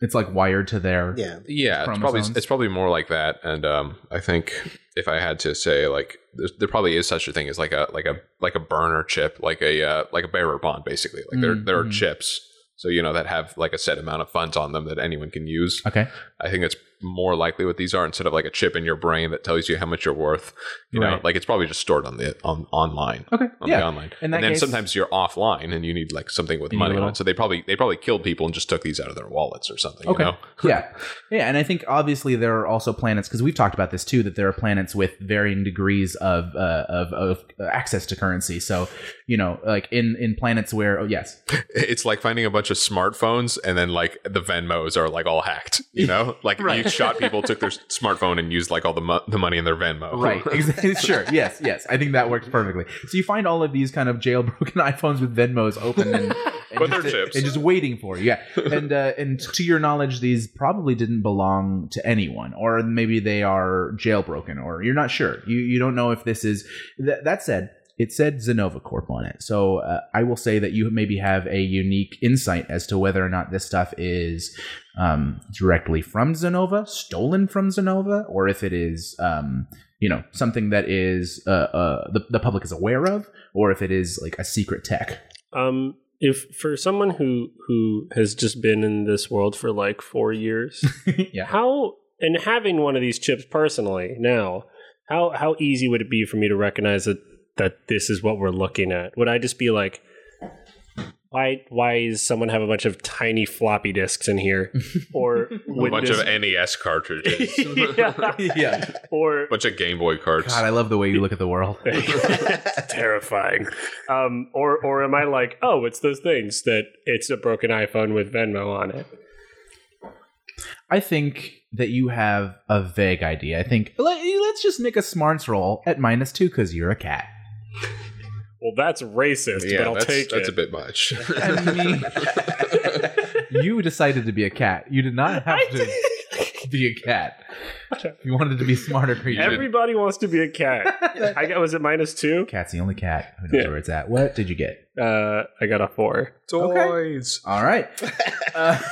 S1: It's like wired to their
S3: Yeah.
S4: Yeah, it's probably
S1: Chromosomes.
S4: it's probably more like that. And um, I think if I had to say, like, there's, there probably is such a thing as like a like a like a burner chip, like a uh, like a bearer bond, basically. Like there
S1: Mm,
S4: there are
S1: mhm.
S4: chips, so you know that have like a set amount of funds on them that anyone can use.
S1: Okay.
S4: I think that's more likely what these are instead of like a chip in your brain that tells you how much you're worth. You know,
S1: Right.
S4: like it's probably just stored on the on online.
S1: Okay.
S4: On the
S1: yeah.
S4: online,
S1: In
S4: and
S1: that
S4: then
S1: case-
S4: sometimes you're offline, and you need like something with
S1: You need a
S4: money on
S1: little-
S4: it. So they probably they probably killed people and just took these out of their wallets or something.
S1: Okay.
S4: You know?
S1: yeah. Yeah, and I think obviously there are also planets because we've talked about this too that there are planets with varying degrees of uh, of, of access to currency. So, you know, like in in planets where oh yes,
S4: it's like finding a bunch of smartphones and then like the Venmos are like all hacked, you know? Like you shot people, took their smartphone and used like all the, mo- the money in their Venmo.
S1: Right. Exactly. sure. Yes. Yes. I think that works perfectly. So you find all of these kind of jailbroken iPhones with Venmos open and, and
S4: But
S1: just,
S4: they're chips.
S1: and just waiting for you. Yeah. And uh, and to your knowledge, these probably didn't belong to anyone, or maybe they are jailbroken, or you're not sure. You you don't know if this is. Th- that said. It said Zenova Corp on it, so uh, I will say that you maybe have a unique insight as to whether or not this stuff is um, directly from Zenova, stolen from Zenova, or if it is um, you know something that is uh, uh, the, the public is aware of or if it is like a secret tech
S2: Um, if for someone who who has just been in this world for like four years,
S1: yeah
S2: how and having one of these chips personally now, how how easy would it be for me to recognize that that this is what we're looking at? Would I just be like, why why is someone have a bunch of tiny floppy disks in here, or
S4: A bunch of NES cartridges,
S2: yeah,
S1: yeah
S2: or
S4: bunch of Game Boy cards.
S1: god i love the way you look at the world
S2: terrifying. Um, or or am I like, oh, it's those things that it's a broken iPhone with Venmo on it?
S1: i think that you have a vague idea i think let, let's just make a smarts roll at minus two because you're a cat
S2: Well, that's racist,
S4: yeah,
S2: but I'll
S4: that's,
S2: take
S4: that's
S2: it.
S4: a bit much.
S1: i mean you decided to be a cat you did not have to be a cat you wanted to be a smarter creature
S2: Everybody wants to be a cat. I got was it minus two?
S1: cat's the only cat who knows
S2: Yeah.
S1: where it's at what did you get
S2: Uh, I got a four.
S4: Toys.
S1: all right Uh,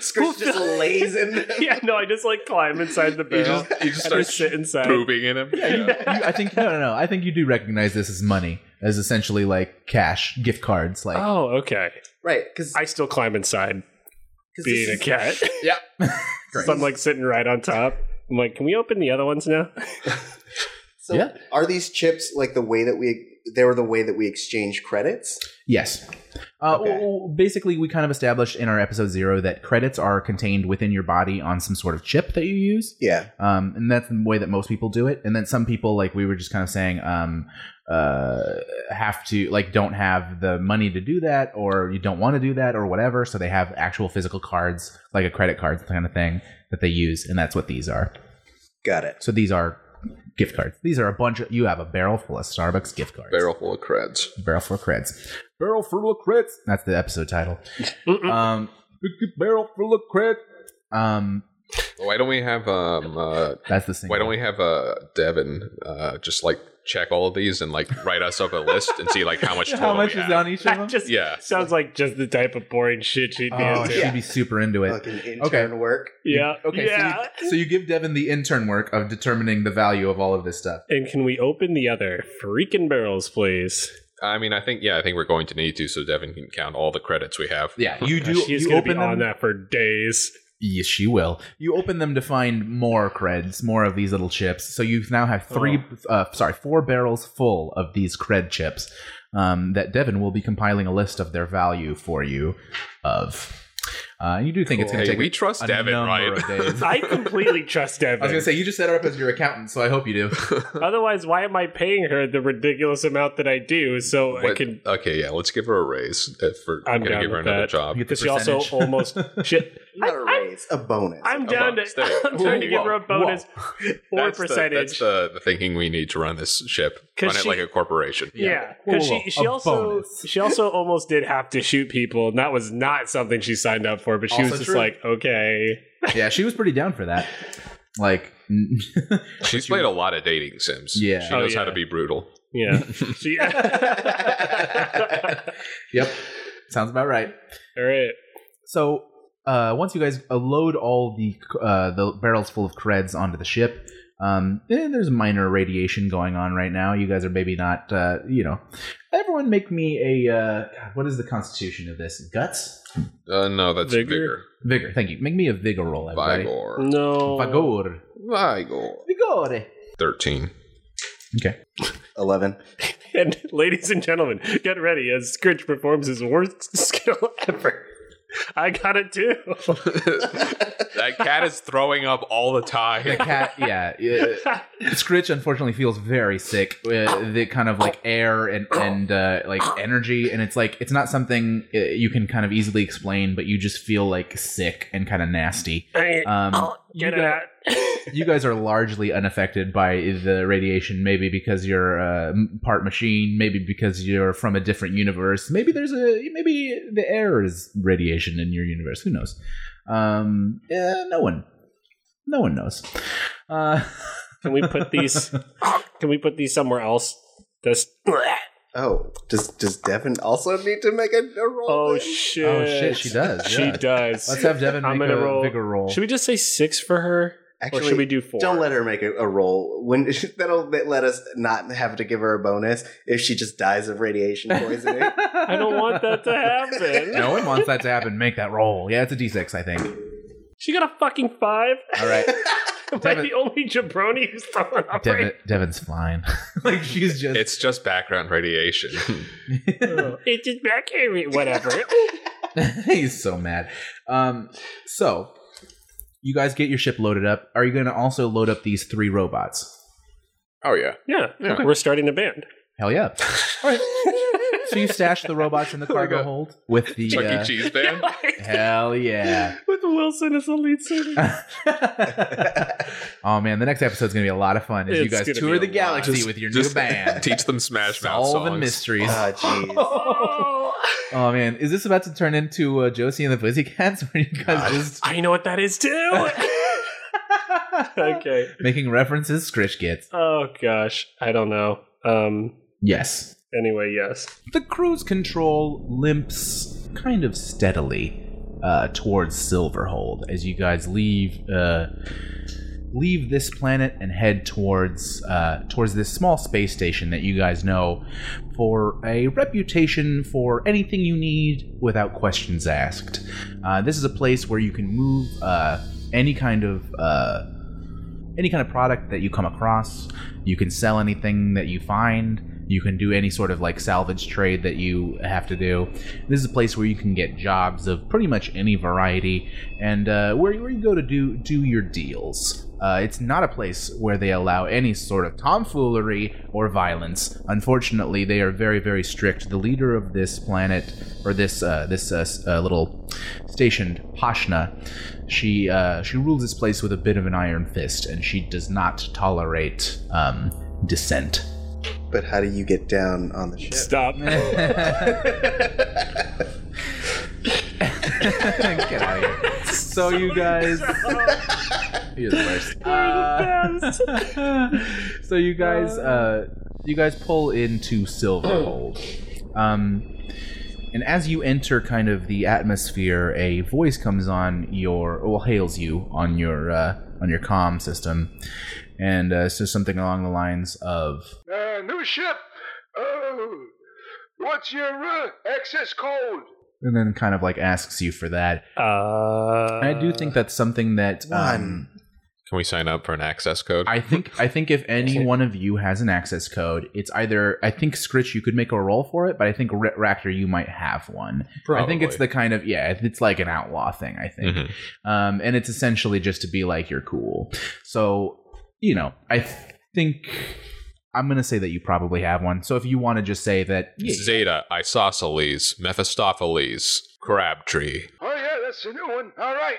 S3: Scritch just lays in them.
S2: Yeah, no, I just like climb inside the
S4: You
S2: barrel.
S4: just, you
S2: and
S4: just
S2: I
S4: start
S2: just sit inside.
S4: pooping in them.
S1: you, I think no, no, no. I think you do recognize this as money, as essentially like cash, gift cards, like
S2: Oh, okay.
S3: Right, because
S2: I still climb inside being a cat.
S3: Yeah.
S2: so I'm like sitting right on top. I'm like, can we open the other ones now?
S3: So
S1: Yeah.
S3: are these chips like the way that we they were the way that we exchange credits?
S1: yes. Uh,
S3: Okay.
S1: well, basically, we kind of established in our episode zero that credits are contained within your body on some sort of chip that you use.
S3: Yeah.
S1: um, and that's the way that most people do it. And then some people, like we were just kind of saying, um, uh, have to like don't have the money to do that, or you don't want to do that, or whatever. So they have actual physical cards, like a credit card kind of thing that they use, and that's what these are.
S3: Got it.
S1: So these are gift cards. These are a bunch. Of, you have a barrel full of Starbucks gift cards.
S4: Barrel full of creds.
S1: Barrel full of creds. Barrel full of creds. That's the episode title.
S2: Mm-mm.
S1: um, barrel full of creds. Um,
S4: Why don't we have um? Uh,
S1: that's the thing.
S4: why don't we have uh Devin uh just like check all of these and like write us up a list and see like how much total
S1: How much
S4: we
S1: is
S4: have.
S1: on each of them?
S2: That just
S4: Yeah.
S2: sounds like just the type of boring shit she'd be
S1: Oh,
S2: into.
S1: she'd be super into it.
S3: Fucking intern
S1: Okay.
S3: work.
S2: Yeah.
S1: Okay,
S2: Yeah.
S1: so, you, so you give Devin the intern work of determining the value of all of this stuff.
S2: and can we open the other freaking barrels, please?
S4: I mean, I think yeah, I think we're going to need to, so Devin can count all the credits we have.
S1: Yeah, you do.
S2: Gosh, he's
S1: you
S2: gonna be
S1: open them.
S2: on that for days.
S1: Yes, she will. You open them to find more creds, more of these little chips. So you now have three,
S4: Oh.
S1: uh, sorry, four barrels full of these cred chips. Um, that Devin will be compiling a list of their value for you. Of Uh, you do think it's going to
S4: Hey,
S1: take
S4: we
S1: a-
S4: trust
S1: a
S4: Devin,
S1: number
S4: right?
S1: of days.
S2: I completely trust Devin.
S1: I was going to say you just set her up as your accountant, so I hope you do.
S2: Otherwise, why am I paying her the ridiculous amount that I do? So I
S4: What-
S2: can.
S4: Okay, yeah, let's give her a raise. uh, For,
S2: I'm
S4: gonna
S2: down
S4: give her
S2: with
S4: another
S2: that.
S4: job.
S1: You get the
S2: Because she also
S1: percentage.
S2: almost shit. I,
S3: Not a
S2: I'm,
S3: raise, a bonus.
S2: I'm
S4: A
S2: down
S4: bonus.
S2: to.
S4: There you go.
S2: I'm trying to
S4: Whoa,
S2: give her a
S4: whoa.
S2: bonus or
S4: That's the-
S2: percentage.
S4: that's the, the thinking we need to run this ship.
S2: 'Cause
S4: Run it
S2: she-
S4: like a corporation.
S2: yeah,
S1: Whoa,
S2: because
S1: whoa, whoa.
S2: she she
S1: A
S2: also
S1: bonus.
S2: she also almost did have to shoot people, and that was not something she signed up for. But she
S1: Also
S2: was just
S1: true.
S2: like, okay,
S1: yeah, she was pretty down for that. Like,
S4: She's played a lot of dating sims.
S1: Yeah.
S4: She
S2: Oh,
S4: knows how
S2: yeah.
S4: to be brutal.
S2: yeah, she,
S1: yep, sounds about right.
S2: all right.
S1: So uh, once you guys uh, load all the uh, the barrels full of creds onto the ship, um, eh, there's minor radiation going on right now. You guys are maybe not, uh, you know. Everyone, make me a uh, God, what is the constitution of this? Guts,
S4: Uh, no, that's
S2: Vigor?
S4: Vigor.
S1: vigor. Thank you. Make me a vigor roll, everybody.
S4: Vigor.
S2: No,
S1: Vigor. Mm.
S4: Vigor.
S1: Vigore.
S4: 13.
S3: Eleven.
S2: And ladies and gentlemen, get ready as Scritch performs his worst skill ever. I got it too.
S4: that cat is throwing up all the
S1: The
S4: time.
S1: cat, yeah. yeah. Scritch unfortunately feels very sick. Uh, the kind of like air and and uh, like energy, and it's like it's not something uh, you can kind of easily explain, but you just feel like sick and kind of nasty. Um, you,
S2: get
S1: guys,
S2: out.
S1: you guys are largely unaffected by the radiation, maybe because you're uh, m- part machine, maybe because you're from a different universe, maybe there's a maybe the air is radiation in your universe. Who knows? Um, yeah, no one, no one knows. Uh,
S2: Can we put these? Can we put these somewhere else? This.
S3: Oh, does does Devin also need to make a, a roll?
S2: Oh
S3: then?
S2: shit!
S1: Oh shit, she does.
S2: She
S1: yeah.
S2: does.
S1: Let's have Devin
S2: I'm
S1: make
S2: gonna
S1: a
S2: roll-
S1: bigger roll.
S2: Should we just say six for her, or
S3: Actually,
S2: should we do 4
S3: don't let her make a, a roll. When that'll that let us not have to give her a bonus if she just dies of radiation poisoning.
S2: I don't want that to happen.
S1: No one wants that to happen. Make that roll. Yeah, it's a D6, I think.
S2: She got a fucking five.
S1: All right,
S2: Am I
S1: Devin-
S2: the only jabroni who's throwing up?
S1: Devin, Devin's fine. like she's just
S4: It's just background radiation.
S2: right? It's just back here. Whatever.
S1: He's so mad. Um, so you guys get your ship loaded up. Are you going to also load up these three robots?
S4: oh, yeah.
S2: Yeah,
S4: Yeah.
S2: we're starting a band.
S1: Hell yeah! So you stash the robots in the cargo
S4: Like a-
S1: hold with the
S4: Chuck
S1: uh,
S4: E. Cheese band?
S1: hell yeah.
S2: With Wilson as the lead singer.
S1: oh man, the next episode's gonna be a lot of fun. As you
S2: It's
S1: guys
S2: gonna
S1: tour
S2: be a
S1: the
S2: lot.
S1: galaxy
S4: Just-
S1: with your new
S4: Just
S1: band,
S4: teach them Smash Mouth
S1: solving
S4: songs.
S1: mysteries.
S3: Ah, jeez.
S1: oh man, is this about to turn into uh, Josie and the Pussycats, where you guys just
S2: I know what that is too. okay.
S1: making references? Scrish gets
S2: Oh gosh, I don't know. Um.
S1: yes.
S2: Anyway, yes.
S1: The cruise control limps kind of steadily uh, towards Silverhold as you guys leave uh, leave this planet and head towards uh, towards this small space station that you guys know for a reputation for anything you need without questions asked. Uh, this is a place where you can move uh, any kind of uh, any kind of product that you come across. You can sell anything that you find. You can do any sort of like salvage trade that you have to do. This is a place where you can get jobs of pretty much any variety, and uh, where, where you go to do do your deals. Uh, it's not a place where they allow any sort of tomfoolery or violence. Unfortunately, they are very, very strict. The leader of this planet, or this uh, this uh, s- uh, little station, Pashna, she uh, she rules this place with a bit of an iron fist, and she does not tolerate um, dissent.
S3: But how do you get down on the ship?
S2: Stop.
S1: Get out of here. So you guys, you're the worst. Uh, so you guys, uh, you guys pull into Silverhold, um, and as you enter kind of the atmosphere, a voice comes on your, well, hails you on your uh, on your comm system, and uh, says something along the lines of,
S5: Uh, new ship. Oh, what's your uh, access code?
S1: and then kind of like asks you for that.
S2: Uh,
S1: I do think that's something that um,
S3: One.
S4: Can we sign up for an access code?
S1: I think I think if any one of you has an access code, it's either I think Scritch you could make a roll for it, but I think R- Ractor you might have one. I think it's the kind of yeah, it's like an outlaw thing. I think,
S4: Mhm.
S2: Mm-hmm.
S1: um, and it's essentially just to be like you're cool. So you know, I think I'm gonna say that you probably have one. So if you want to just say that,
S4: Zeta, Isosceles, Mephistopheles, Crabtree.
S5: Oh yeah, that's a new one. All right,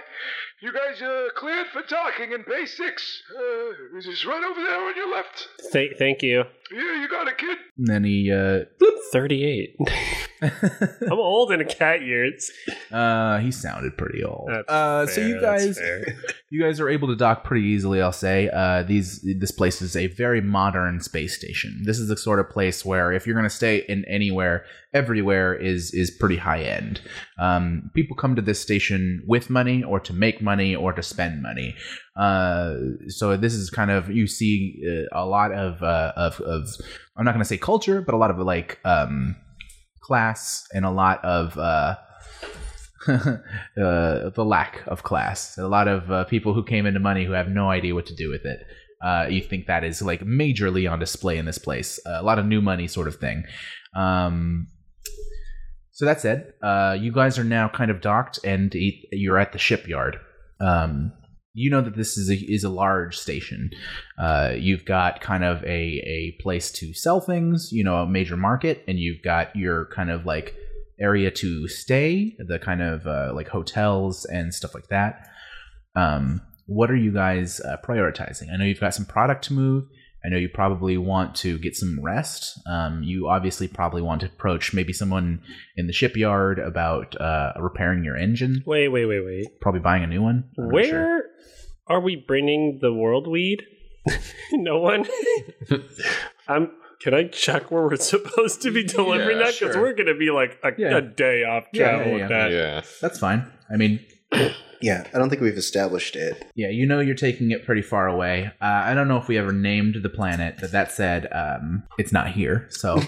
S5: you guys are cleared for talking in Bay Six. Uh, is this right over there on your left?
S2: Th- thank you.
S5: Yeah, you got it, kid.
S1: and then he uh,
S2: Thirty-eight. I'm old in cat years.
S1: uh, he sounded pretty old.
S2: That's
S1: Uh, so
S2: fair,
S1: you
S2: that's
S1: guys,
S2: fair.
S1: you guys are able to dock pretty easily, I'll say. Uh, these this place is a very modern space station. This is the sort of place where if you're going to stay in anywhere, everywhere is is pretty high end. Um, people come to this station with money, or to make money, or to spend money. Uh, so this is kind of you see uh, a lot of uh, of of I'm not going to say culture, but a lot of like um, class and a lot of. Uh, uh, the lack of class. A lot of uh, people who came into money who have no idea what to do with it. Uh, you think that is like majorly on display in this place. Uh, a lot of new money sort of thing. Um, so that said, uh, you guys are now kind of docked and y- you're at the shipyard. Um, you know that this is a, is a large station. Uh, you've got kind of a, a place to sell things, you know, a major market, and you've got your kind of like area to stay, the kind of uh, like hotels and stuff like that. Um, what are you guys uh, prioritizing? I know you've got some product to move. I know you probably want to get some rest. Um, you obviously probably want to approach maybe someone in the shipyard about uh, repairing your engine,
S2: Wait, wait, wait, wait.
S1: probably buying a new one. I'm not
S2: Where
S1: sure.
S2: are we bringing the world weed? no one. I'm. Can I check where we're supposed to be delivering
S4: Yeah,
S2: that? Because
S4: sure.
S2: we're going to be like a,
S1: Yeah.
S2: a day off
S1: Yeah,
S2: travel
S1: yeah,
S2: with
S1: yeah.
S2: that.
S4: yeah.
S1: That's fine. I mean,
S3: Yeah, I don't think we've established it.
S1: Yeah, you know you're taking it pretty far away. Uh, I don't know if we ever named the planet, but that said, um, it's not here. So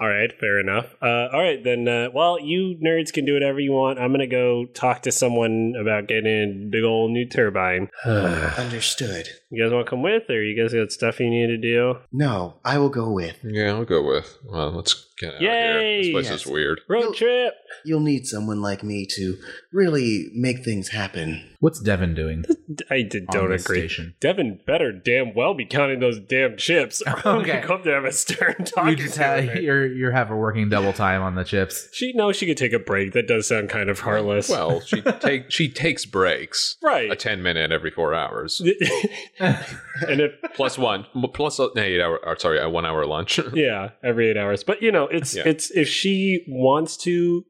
S2: All right, fair enough. Uh, all right, then. Uh, well, you nerds can do whatever you want. I'm going to go talk to someone about getting a big old new turbine.
S3: Understood.
S2: You guys want to come with, or you guys got stuff you need to do?
S3: No, I will go with.
S4: Yeah, I'll go with. Well, let's get out of here.
S2: Yay!
S4: This place
S3: Yes.
S4: is weird.
S2: Road
S3: You'll-
S2: trip.
S3: You'll need someone like me to really make things happen.
S1: what's Devin doing?
S2: I did,
S1: on
S2: don't
S1: this
S2: agree.
S1: Station?
S2: Devin better damn well be counting those damn chips. I'm
S1: Okay.
S2: gonna come to have a stern
S1: You
S2: talking
S1: just
S2: to
S1: have,
S2: her.
S1: you're you're have a working double time on the chips.
S2: She knows she could take a break. That does sound kind of heartless.
S4: Well, she take she takes breaks.
S2: right.
S4: A ten minute every four hours.
S2: and if
S4: plus one. Plus an eight hour or sorry, a one hour lunch.
S2: yeah, every eight hours. But you know, it's
S4: Yeah.
S2: it's if she wants to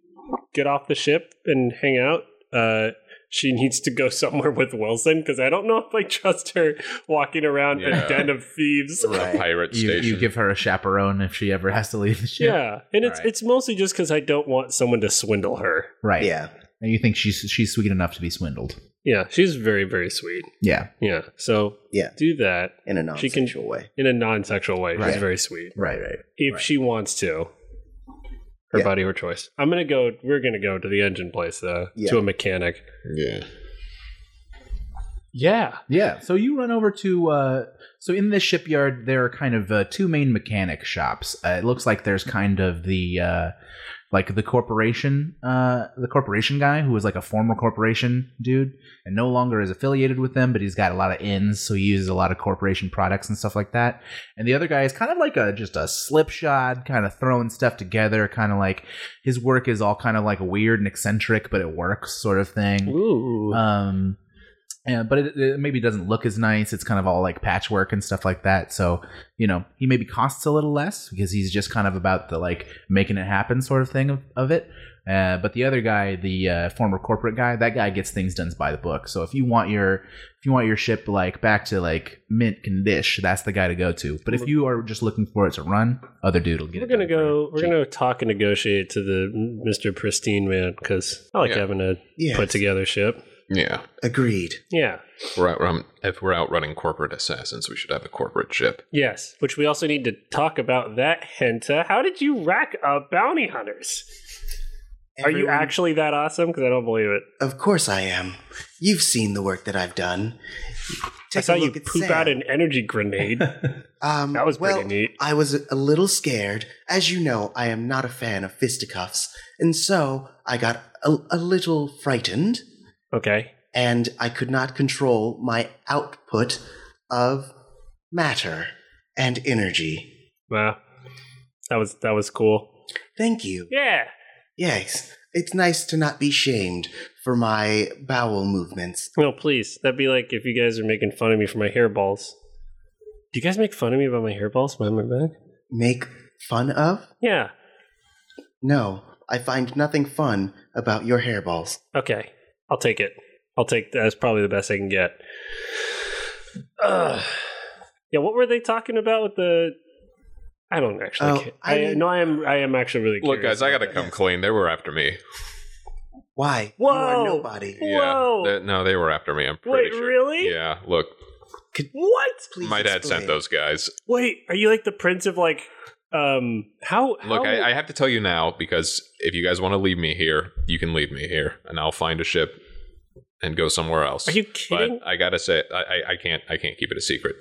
S2: get off the ship and hang out, uh, she needs to go somewhere with Wilson because I don't know if I trust her walking around
S4: Yeah.
S2: a den of thieves.
S4: A pirate
S1: You,
S4: station.
S1: you give her a chaperone if she ever has to leave the ship.
S2: Yeah, and it's
S1: Alright.
S2: it's mostly just because I don't want someone to swindle her.
S1: Right.
S3: Yeah.
S1: And you think she's she's sweet enough to be swindled.
S2: Yeah, she's very very sweet.
S1: Yeah.
S2: Yeah, so
S3: Yeah.
S2: do that
S3: In a
S2: She can-
S3: non-sexual way.
S2: in a non-sexual way.
S1: Right.
S2: She's very sweet
S1: Right, right.
S2: if
S1: Right.
S2: she wants to. Her
S3: Yeah.
S2: body, her choice. I'm gonna go. We're gonna go to the engine place uh,
S3: Yeah.
S2: to a mechanic.
S4: yeah.
S2: Yeah,
S1: Yeah. So you run over to. Uh, so in this shipyard, there are kind of uh, two main mechanic shops. Uh, it looks like there's kind of the uh, like the corporation, uh, the corporation guy who was like a former corporation dude and no longer is affiliated with them, but he's got a lot of ins, so he uses a lot of corporation products and stuff like that. And the other guy is kind of like a just a slipshod, kind of throwing stuff together, kind of like his work is all kind of like weird and eccentric, but it works sort of thing.
S2: Ooh.
S3: Uh,
S1: Um, and, but it, it maybe doesn't look as nice. It's kind of all like patchwork and stuff like that. So you know, he maybe costs a little less because he's just kind of about the like making it happen sort of thing of, of it. Uh, but the other guy, the uh, former corporate guy, that guy gets things done by the book. So if you want your if you want your ship like back to like mint condition, that's the guy to go to. But if you are just looking for it to run, other dude will get
S2: we're
S1: it.
S2: gonna
S1: done for you.
S2: go. We're gonna talk and negotiate to the Mr. Pristine man because I like
S4: Yeah.
S2: having a
S3: Yeah.
S2: put together ship.
S4: Yeah.
S3: Agreed.
S2: Yeah.
S4: We're out, um, if we're out running corporate assassins, we should have a corporate ship.
S2: Yes. Which we also need to talk about that Henta. How did you rack up bounty hunters? Are you
S3: Everyone-
S2: actually that awesome? Because I don't believe it.
S3: Of course I am. You've seen the work that I've done.
S2: I
S3: Take
S2: saw
S3: a
S2: you
S3: look at
S2: poop
S3: Sam.
S2: out an energy grenade.
S3: Um,
S2: That was
S3: well,
S2: pretty neat.
S3: I was a little scared. As you know, I am not a fan of fisticuffs, and so I got a, a little frightened,
S2: okay.
S3: and I could not control my output of matter and energy.
S2: Wow. That was that was cool.
S3: Thank you.
S2: Yeah.
S3: Yes, it's nice to not be shamed for my bowel movements.
S2: No, please. That'd be like if you guys are making fun of me for my hairballs. Do you guys make fun of me about my hairballs behind my back?
S3: Make fun of?
S2: Yeah.
S3: No, I find nothing fun about your hairballs.
S2: Okay. I'll take it. I'll take that's probably the best I can get. Ugh. Yeah, what were they talking about with the I don't actually
S3: Oh,
S2: ca-
S3: I
S2: I,
S3: mean-
S2: no, I am I am actually really
S4: Look,
S2: curious
S4: guys, I
S2: about
S4: gotta
S2: that.
S4: come clean. They were after me.
S3: Why? You
S2: Whoa.
S3: are nobody.
S2: Whoa.
S4: Yeah. They- no, they were after me. I'm pretty
S2: Wait,
S4: sure.
S2: really?
S4: Yeah. Look,
S2: What?
S3: Please
S4: my dad
S3: explain.
S4: sent those guys.
S2: Wait, are you like the prince of like um how
S4: Look,
S2: how-
S4: I, I have to tell you now because if you guys want to leave me here, you can leave me here, and I'll find a ship and go somewhere else.
S2: Are you kidding?
S4: But I gotta say, I, I, I can't, I can't keep it a secret.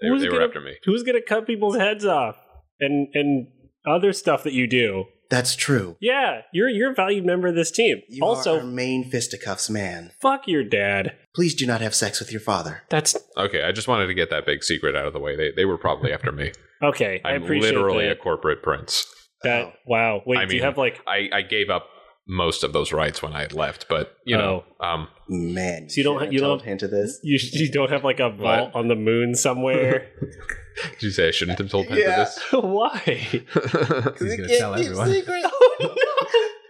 S4: They,
S2: Who's
S4: they were
S2: gonna-
S4: after me.
S2: Who's gonna cut people's heads off and and other stuff that you do?
S3: That's true.
S2: Yeah, you're you're a valued member of this team.
S3: You
S2: also,
S3: are our main fisticuffs man.
S2: fuck your dad.
S3: Please do not have sex with your father.
S2: That's
S4: Okay, I just wanted to get that big secret out of the way. They, they were probably after me.
S2: okay. i
S4: I'm
S2: appreciate
S4: literally
S2: that.
S4: a corporate prince.
S2: That
S3: Oh.
S2: wow. Wait,
S4: I
S2: do you
S4: mean,
S2: have like
S4: I, I gave up most of those rights when I had left, but you know,
S2: Oh.
S4: um,
S3: Man,
S2: So you don't-
S3: shouldn't have
S2: you don't-
S3: told hint of this.
S2: you, you don't have like a vault on the moon somewhere?
S4: did you say I shouldn't have told him
S3: Yeah.
S2: Why?
S1: He's
S3: Because
S1: gonna
S3: it
S1: tell
S3: can't keep
S1: everyone.
S3: secret.
S2: Oh,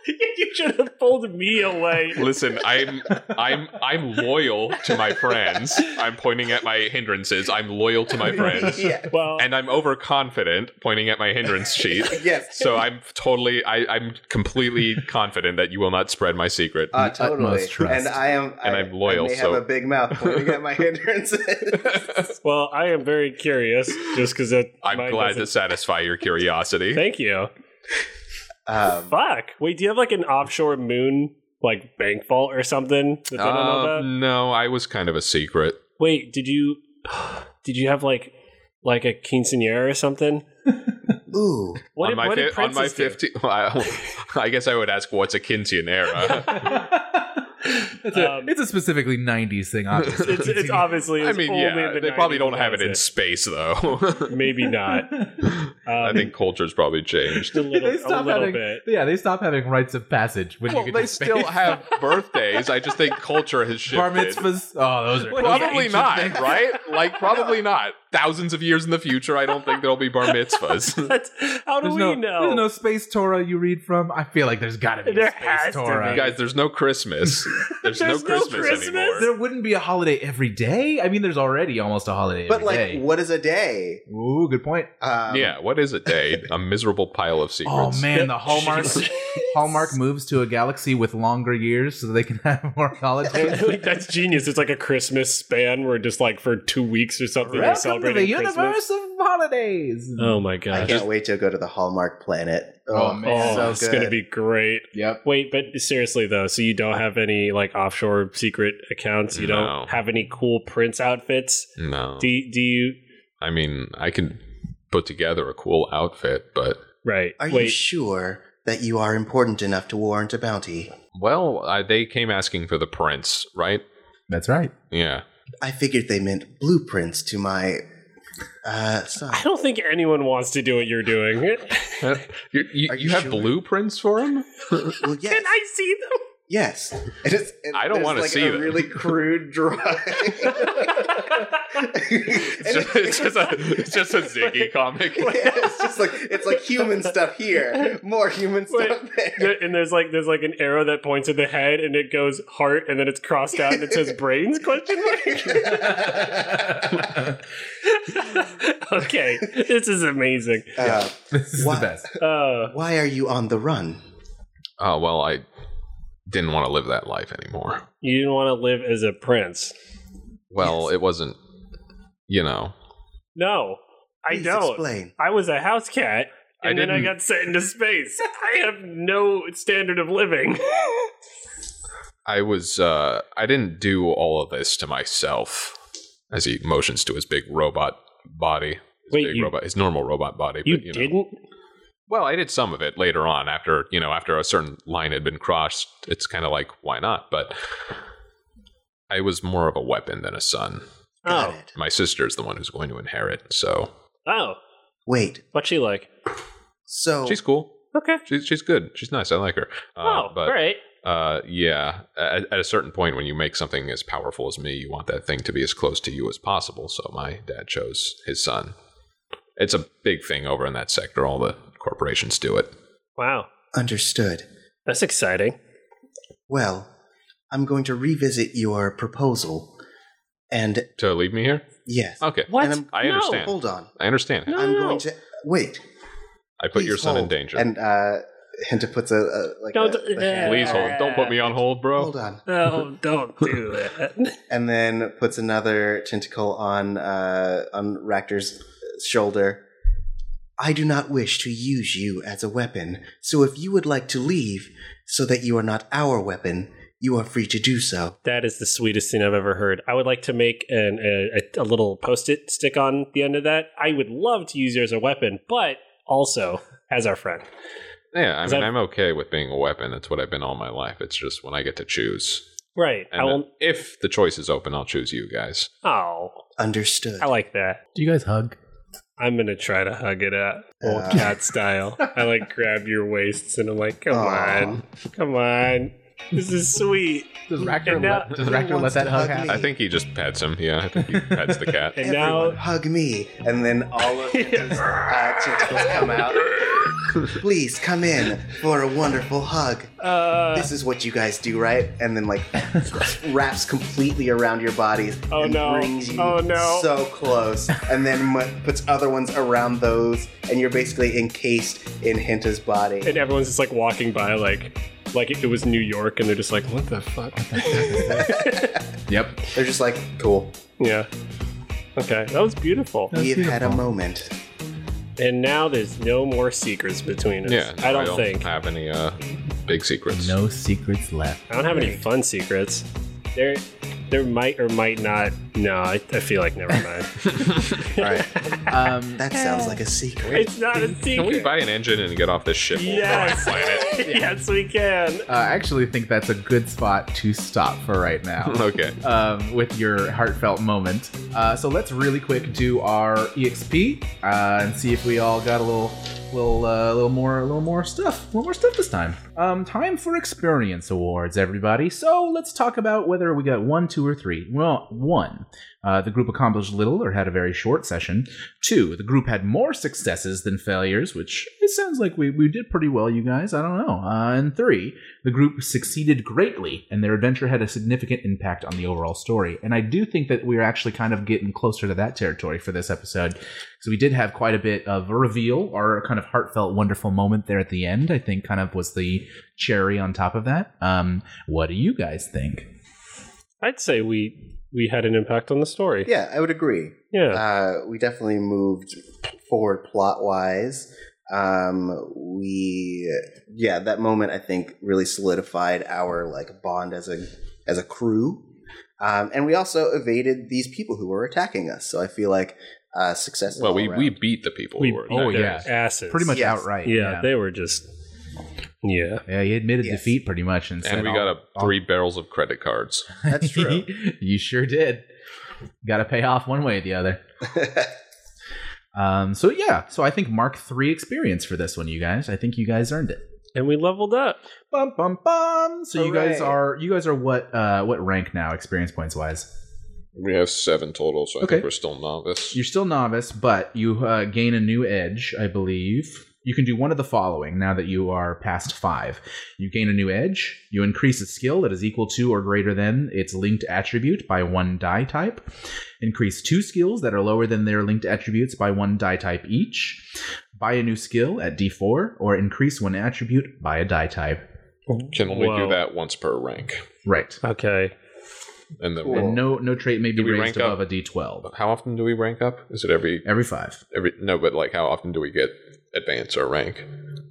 S2: you should have pulled me away.
S4: this? Listen, I'm I'm I'm loyal to my friends. I'm pointing at my hindrances. I'm loyal to my friends.
S3: yeah.
S2: Well,
S4: And I'm overconfident pointing at my hindrance sheet.
S3: Yes.
S4: So I'm totally I, I'm completely confident that you will not spread my secret.
S3: Uh,
S1: The utmost
S3: totally.
S1: trust.
S3: And I am.
S4: And
S3: I,
S4: I'm loyal,
S3: I may
S4: so-
S3: have a big mouth pointing at my hindrances.
S2: well, I am very curious, just because that.
S4: I'm
S2: mine
S4: glad to
S2: doesn't-
S4: satisfy your curiosity.
S2: Thank you.
S3: um,
S2: Fuck. Wait, do you have like an offshore moon like bank vault or something that they don't know
S4: Uh,
S2: about?
S4: no, I was kind of a secret.
S2: Wait, did you did you have like like a quinceanera or something?
S3: ooh,
S2: What
S4: on
S2: did,
S4: my
S2: what did
S4: fi- on my
S2: princes do?
S4: 15 well, I guess I would ask what's a quinceanera.
S1: it's, a,
S2: Um,
S1: it's a specifically 90s thing, obviously.
S2: It's, it's obviously.
S4: I mean,
S2: only
S4: yeah,
S2: in the
S4: they probably
S2: 90s
S4: don't have it
S2: that
S4: in
S2: has
S4: space though.
S2: it. Maybe not. Um,
S4: I think culture's probably changed.
S2: a little,
S1: they
S2: a
S1: stop
S2: little
S1: having,
S2: bit.
S1: yeah, they stop having rites of passage. When you
S4: Well,
S1: could
S4: they
S1: just
S4: still
S1: say
S4: have birthdays. I just think culture has shifted.
S1: bar mitzvahs. Oh, those are those are
S4: Probably
S1: ancient
S4: not,
S1: things.
S4: right? Like, probably not. Thousands of years in the future, I don't think there'll be bar mitzvahs.
S2: That's, how do
S1: There's
S2: we
S1: no,
S2: know?
S1: there's no space Torah you read from. I feel like there's got to be a
S2: There
S1: space
S2: has to be.
S1: Torah.
S4: Guys, there's no Christmas. There's,
S2: There's no
S4: no, Christmas
S2: Christmas?
S4: anymore.
S1: there wouldn't be a holiday every day. I mean, there's already almost a holiday.
S3: but
S1: every
S3: like,
S1: day.
S3: what is a day?
S1: Ooh, good point.
S3: Um,
S4: yeah, what is a day? A miserable pile of secrets.
S1: Oh man, the Hallmark
S2: Jesus.
S1: Hallmark moves to a galaxy with longer years so they can have more holidays.
S2: Like, that's genius. It's like a Christmas span where just like for two weeks or something they're
S1: Welcome to the
S2: celebrating
S1: universe
S2: Christmas.
S1: of holidays.
S2: Oh my
S3: I
S2: gosh!
S3: can't wait to go to the Hallmark planet.
S1: Oh, man.
S2: oh,
S1: so
S2: it's gonna be great.
S1: Yep.
S2: Wait, but seriously though, so you don't have any like offshore secret accounts? You
S4: No.
S2: don't have any cool prince outfits?
S4: No.
S2: Do do you?
S4: I mean, I can put together a cool outfit, but
S2: Right.
S3: Are
S2: wait.
S3: you sure that you are important enough to warrant a bounty?
S4: well, I, they came asking for the prince, right?
S1: That's right.
S4: Yeah.
S3: I figured they meant blueprints to my uh, son.
S2: I don't think anyone wants to do what you're doing. Can
S4: you you,
S3: Are
S4: you
S3: you
S4: have
S3: sure?
S4: blueprints for him?
S3: Well, yes,
S2: I see them?
S3: yes. It is, it-
S4: I don't
S3: there's,
S4: wanna
S3: like
S4: see
S3: a
S4: them.
S3: really crude drawing. it's,
S4: It's just, it's just a, it's just a Ziggy comic.
S3: it's just like it's like human stuff here, more human
S2: Wait.
S3: stuff there.
S2: There- and there's like there's like an arrow that points at the head and it goes heart and then it's crossed out and it says brains question mark okay this is amazing
S3: Uh,
S1: This is
S3: What?
S1: the best.
S2: uh
S3: why are you on the run?
S4: Oh well, I didn't want to live that life anymore.
S2: you didn't want to live as a prince
S4: Well, it wasn't, you know.
S2: no i
S3: Please
S2: don't
S3: Explain.
S2: i was a house cat
S4: I
S2: and then i
S4: didn't-
S2: got sent into space i have no standard of living
S4: I was, uh, I didn't do all of this to myself. as he motions to his big robot body. His
S2: Wait,
S4: big
S2: you-
S4: robot, his normal robot body.
S2: You,
S4: but, know.
S2: didn't?
S4: Well, I did some of it later on after, you know, after a certain line had been crossed. It's kind of like, why not? But I was more of a weapon than a son.
S3: Got
S2: Oh,
S3: it.
S4: My sister's the one who's going to inherit, so
S2: oh,
S3: Wait.
S2: what's she like?
S3: So
S4: she's cool.
S2: Okay.
S4: She's she's good. She's nice. I like her.
S2: oh,
S4: Uh, but
S2: all right.
S4: uh, yeah, at, at a certain point when you make something as powerful as me, you want that thing to be as close to you as possible. So my dad chose his son. It's a big thing over in that sector. All the corporations do it.
S2: Wow,
S3: understood.
S2: that's exciting.
S3: Well, I'm going to revisit your proposal, and
S4: To leave me here?
S3: yes.
S4: Okay.
S2: What?
S3: And I'm-
S4: I
S2: No.
S4: understand.
S3: Hold on.
S4: I understand.
S2: No,
S3: I'm
S2: no,
S3: going
S2: no.
S3: to wait.
S4: I put your
S3: please
S4: son in
S3: hold.
S4: danger.
S3: And uh, Hinta puts a, a like
S2: No,
S3: a-
S2: d-
S3: the hand-
S4: Please hold. Don't put me on hold, bro.
S3: Hold on.
S2: No, don't do that.
S3: and then puts another tentacle on uh, on Ractor's shoulder. I do not wish to use you as a weapon, so if you would like to leave so that you are not our weapon, you are free to do so.
S2: That is the sweetest thing I've ever heard. I would like to make an, a, a, a little post-it stick on the end of that. I would love to use you as a weapon, but also as our friend.
S4: Yeah, I
S2: Is
S4: mean,
S2: that-
S4: I'm okay with being a weapon. That's what I've been all my life. It's just when I get to choose.
S2: Right. I
S4: And
S2: will.
S4: if the choice is open, I'll choose you guys.
S2: Oh,
S3: Understood.
S2: I like that.
S1: Do you guys hug?
S2: I'm gonna try to hug it out, old
S3: Uh.
S2: cat style. I like grab your waists and I'm like, come
S3: Aw.
S2: on, come on, this is sweet.
S1: Does
S2: Ractor
S1: Ractor
S2: let-
S1: let,
S2: does
S1: does
S3: Who Ractor
S1: Ractor
S3: wants
S1: let that
S3: let that to
S1: hug
S3: hug hug
S1: happen?
S3: me?
S4: I think he just pets him. Yeah, I think he pets the cat.
S2: And
S3: Everyone,
S2: now,
S3: hug me, and then all of Hinta's uh, tentacles come out. Please come in for a wonderful hug.
S2: uh,
S3: this is what you guys do, right? And then like wraps completely around your bodies
S2: Oh,
S3: and
S2: no.
S3: brings you
S2: Oh, no.
S3: so close, and then mu- puts other ones around those, and you're basically encased in Hinta's body.
S2: and everyone's just like walking by, like, like it was New York, and they're just like, what the fuck?
S1: Yep.
S3: They're just like, cool.
S2: yeah. Okay, that was beautiful.
S1: That's
S3: we have had a
S1: beautiful.
S3: moment.
S2: And now there's no more secrets between us.
S4: Yeah,
S2: I don't, think.
S4: have any uh, big secrets.
S1: No secrets left.
S2: I don't have any fun secrets. There, there might or might not. No, I, I feel like never mind.
S3: All right,
S1: Um,
S3: that sounds like a secret.
S2: it's not a secret.
S4: Can we buy an engine and get off this ship?
S2: Yes. yes, we can.
S1: I actually think that's a good spot to stop for right now.
S4: okay.
S1: um, with your heartfelt moment. Uh, so let's really quick do our exp uh, and see if we all got a little, little, uh, little more, a little more stuff, a little more stuff this time. Um, time for experience awards, everybody. So let's talk about whether we got one, two, or three. Well, one. Uh, the group accomplished little or had a very short session. Two, the group had more successes than failures, which it sounds like we, we did pretty well, you guys. I don't know. Uh, and three, the group succeeded greatly, and their adventure had a significant impact on the overall story. And I do think that we're actually kind of getting closer to that territory for this episode. So we did have quite a bit of a reveal or a kind of heartfelt, wonderful moment there at the end, I think kind of was the cherry on top of that. Um, what do you guys think?
S2: I'd say we we had an impact on the story.
S3: Yeah, I would agree.
S2: Yeah.
S3: Uh, we definitely moved forward plot wise. Um, we yeah, that moment I think really solidified our like bond as a as a crew, um, and we also evaded these people who were attacking us. So I feel like uh, success.
S4: Well,
S3: all
S4: we,
S3: around.
S4: we beat the people.
S2: we
S4: who were
S1: oh,
S4: there.
S1: yeah.
S2: asses.
S1: Pretty much
S3: Yes.
S1: outright.
S2: Yeah, they were just. Yeah.
S1: Yeah, he admitted
S3: Yes.
S1: defeat pretty much, and,
S4: And
S1: said
S4: we
S1: all-
S4: got a three barrels of credit cards.
S3: that's true.
S1: you sure did. Got to pay off one way or the other. Um, so yeah, so I think Mark three experience for this one, you guys. I think you guys earned it.
S2: And we leveled up.
S1: Bum bum bum. So you guys
S3: Hooray.
S1: are you guys are what uh what rank now, experience points wise?
S4: We have seven total, so I
S1: Okay.
S4: think we're still novice.
S1: You're still novice, but you uh, gain a new edge, I believe. You can do one of the following now that you are past five. You gain a new edge. You increase its skill that is equal to or greater than its linked attribute by one die type. Increase two skills that are lower than their linked attributes by one die type each. Buy a new skill at D4 or increase one attribute by a die type.
S4: Can only
S2: Whoa.
S4: do that once per rank.
S1: Right.
S2: Okay.
S4: And then
S3: Cool.
S4: we'll-
S1: And no no trait may be
S4: Do we
S1: raised
S4: rank
S1: above a
S4: up?
S1: D12.
S4: how often do we rank up? Is it every
S1: Every five.
S4: every no? But like, how often do we get advance or rank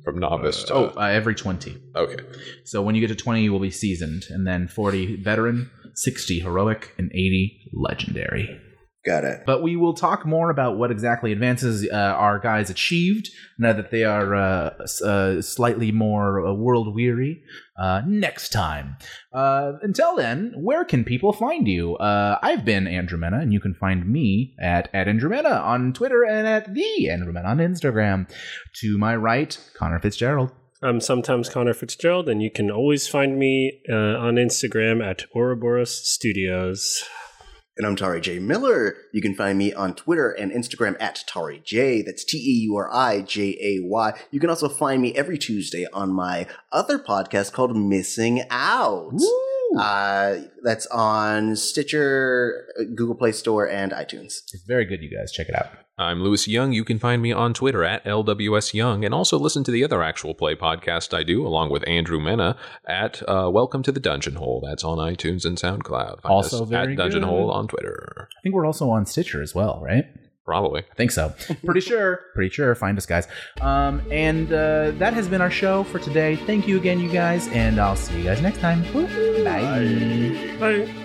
S4: from novice to?
S1: Oh, uh, every 20.
S4: okay.
S1: So when you get to 20, you will be seasoned, and then 40 veteran, 60 heroic, and 80 legendary.
S3: Got it.
S1: But we will talk more about what exactly advances uh, our guys achieved now that they are uh, s- uh, slightly more uh, world weary uh, next time. Uh, until then, where can people find you? Uh, I've been Andrew Mena, and you can find me at, at Andrew Mena on Twitter and at the Andrew Mena on Instagram. To my right, Connor Fitzgerald.
S2: I'm sometimes Connor Fitzgerald, and you can always find me uh, on Instagram at Ouroboros Studios.
S3: And I'm Tari J. Miller. You can find me on Twitter and Instagram at Tari J. That's T E U R I J A Y. You can also find me every Tuesday on my other podcast called Missing Out. Uh, that's on Stitcher, Google Play Store, and iTunes.
S1: It's very good, you guys. Check it out.
S4: I'm Lewis Young. You can find me on Twitter at LWS Young and also listen to the other actual play podcast I do along with Andrew Mena at uh, Welcome to the Dungeon Hole. That's on iTunes and SoundCloud. Find
S1: Also
S4: us
S1: very
S4: at Dungeon
S1: good.
S4: Hole on Twitter.
S1: I think we're also on Stitcher as well, right?
S4: Probably.
S1: I think so. Pretty sure. Pretty sure. Find us, guys. Um, and uh, that has been our show for today. Thank you again, you guys, and I'll see you guys next time. Bye.
S2: Bye.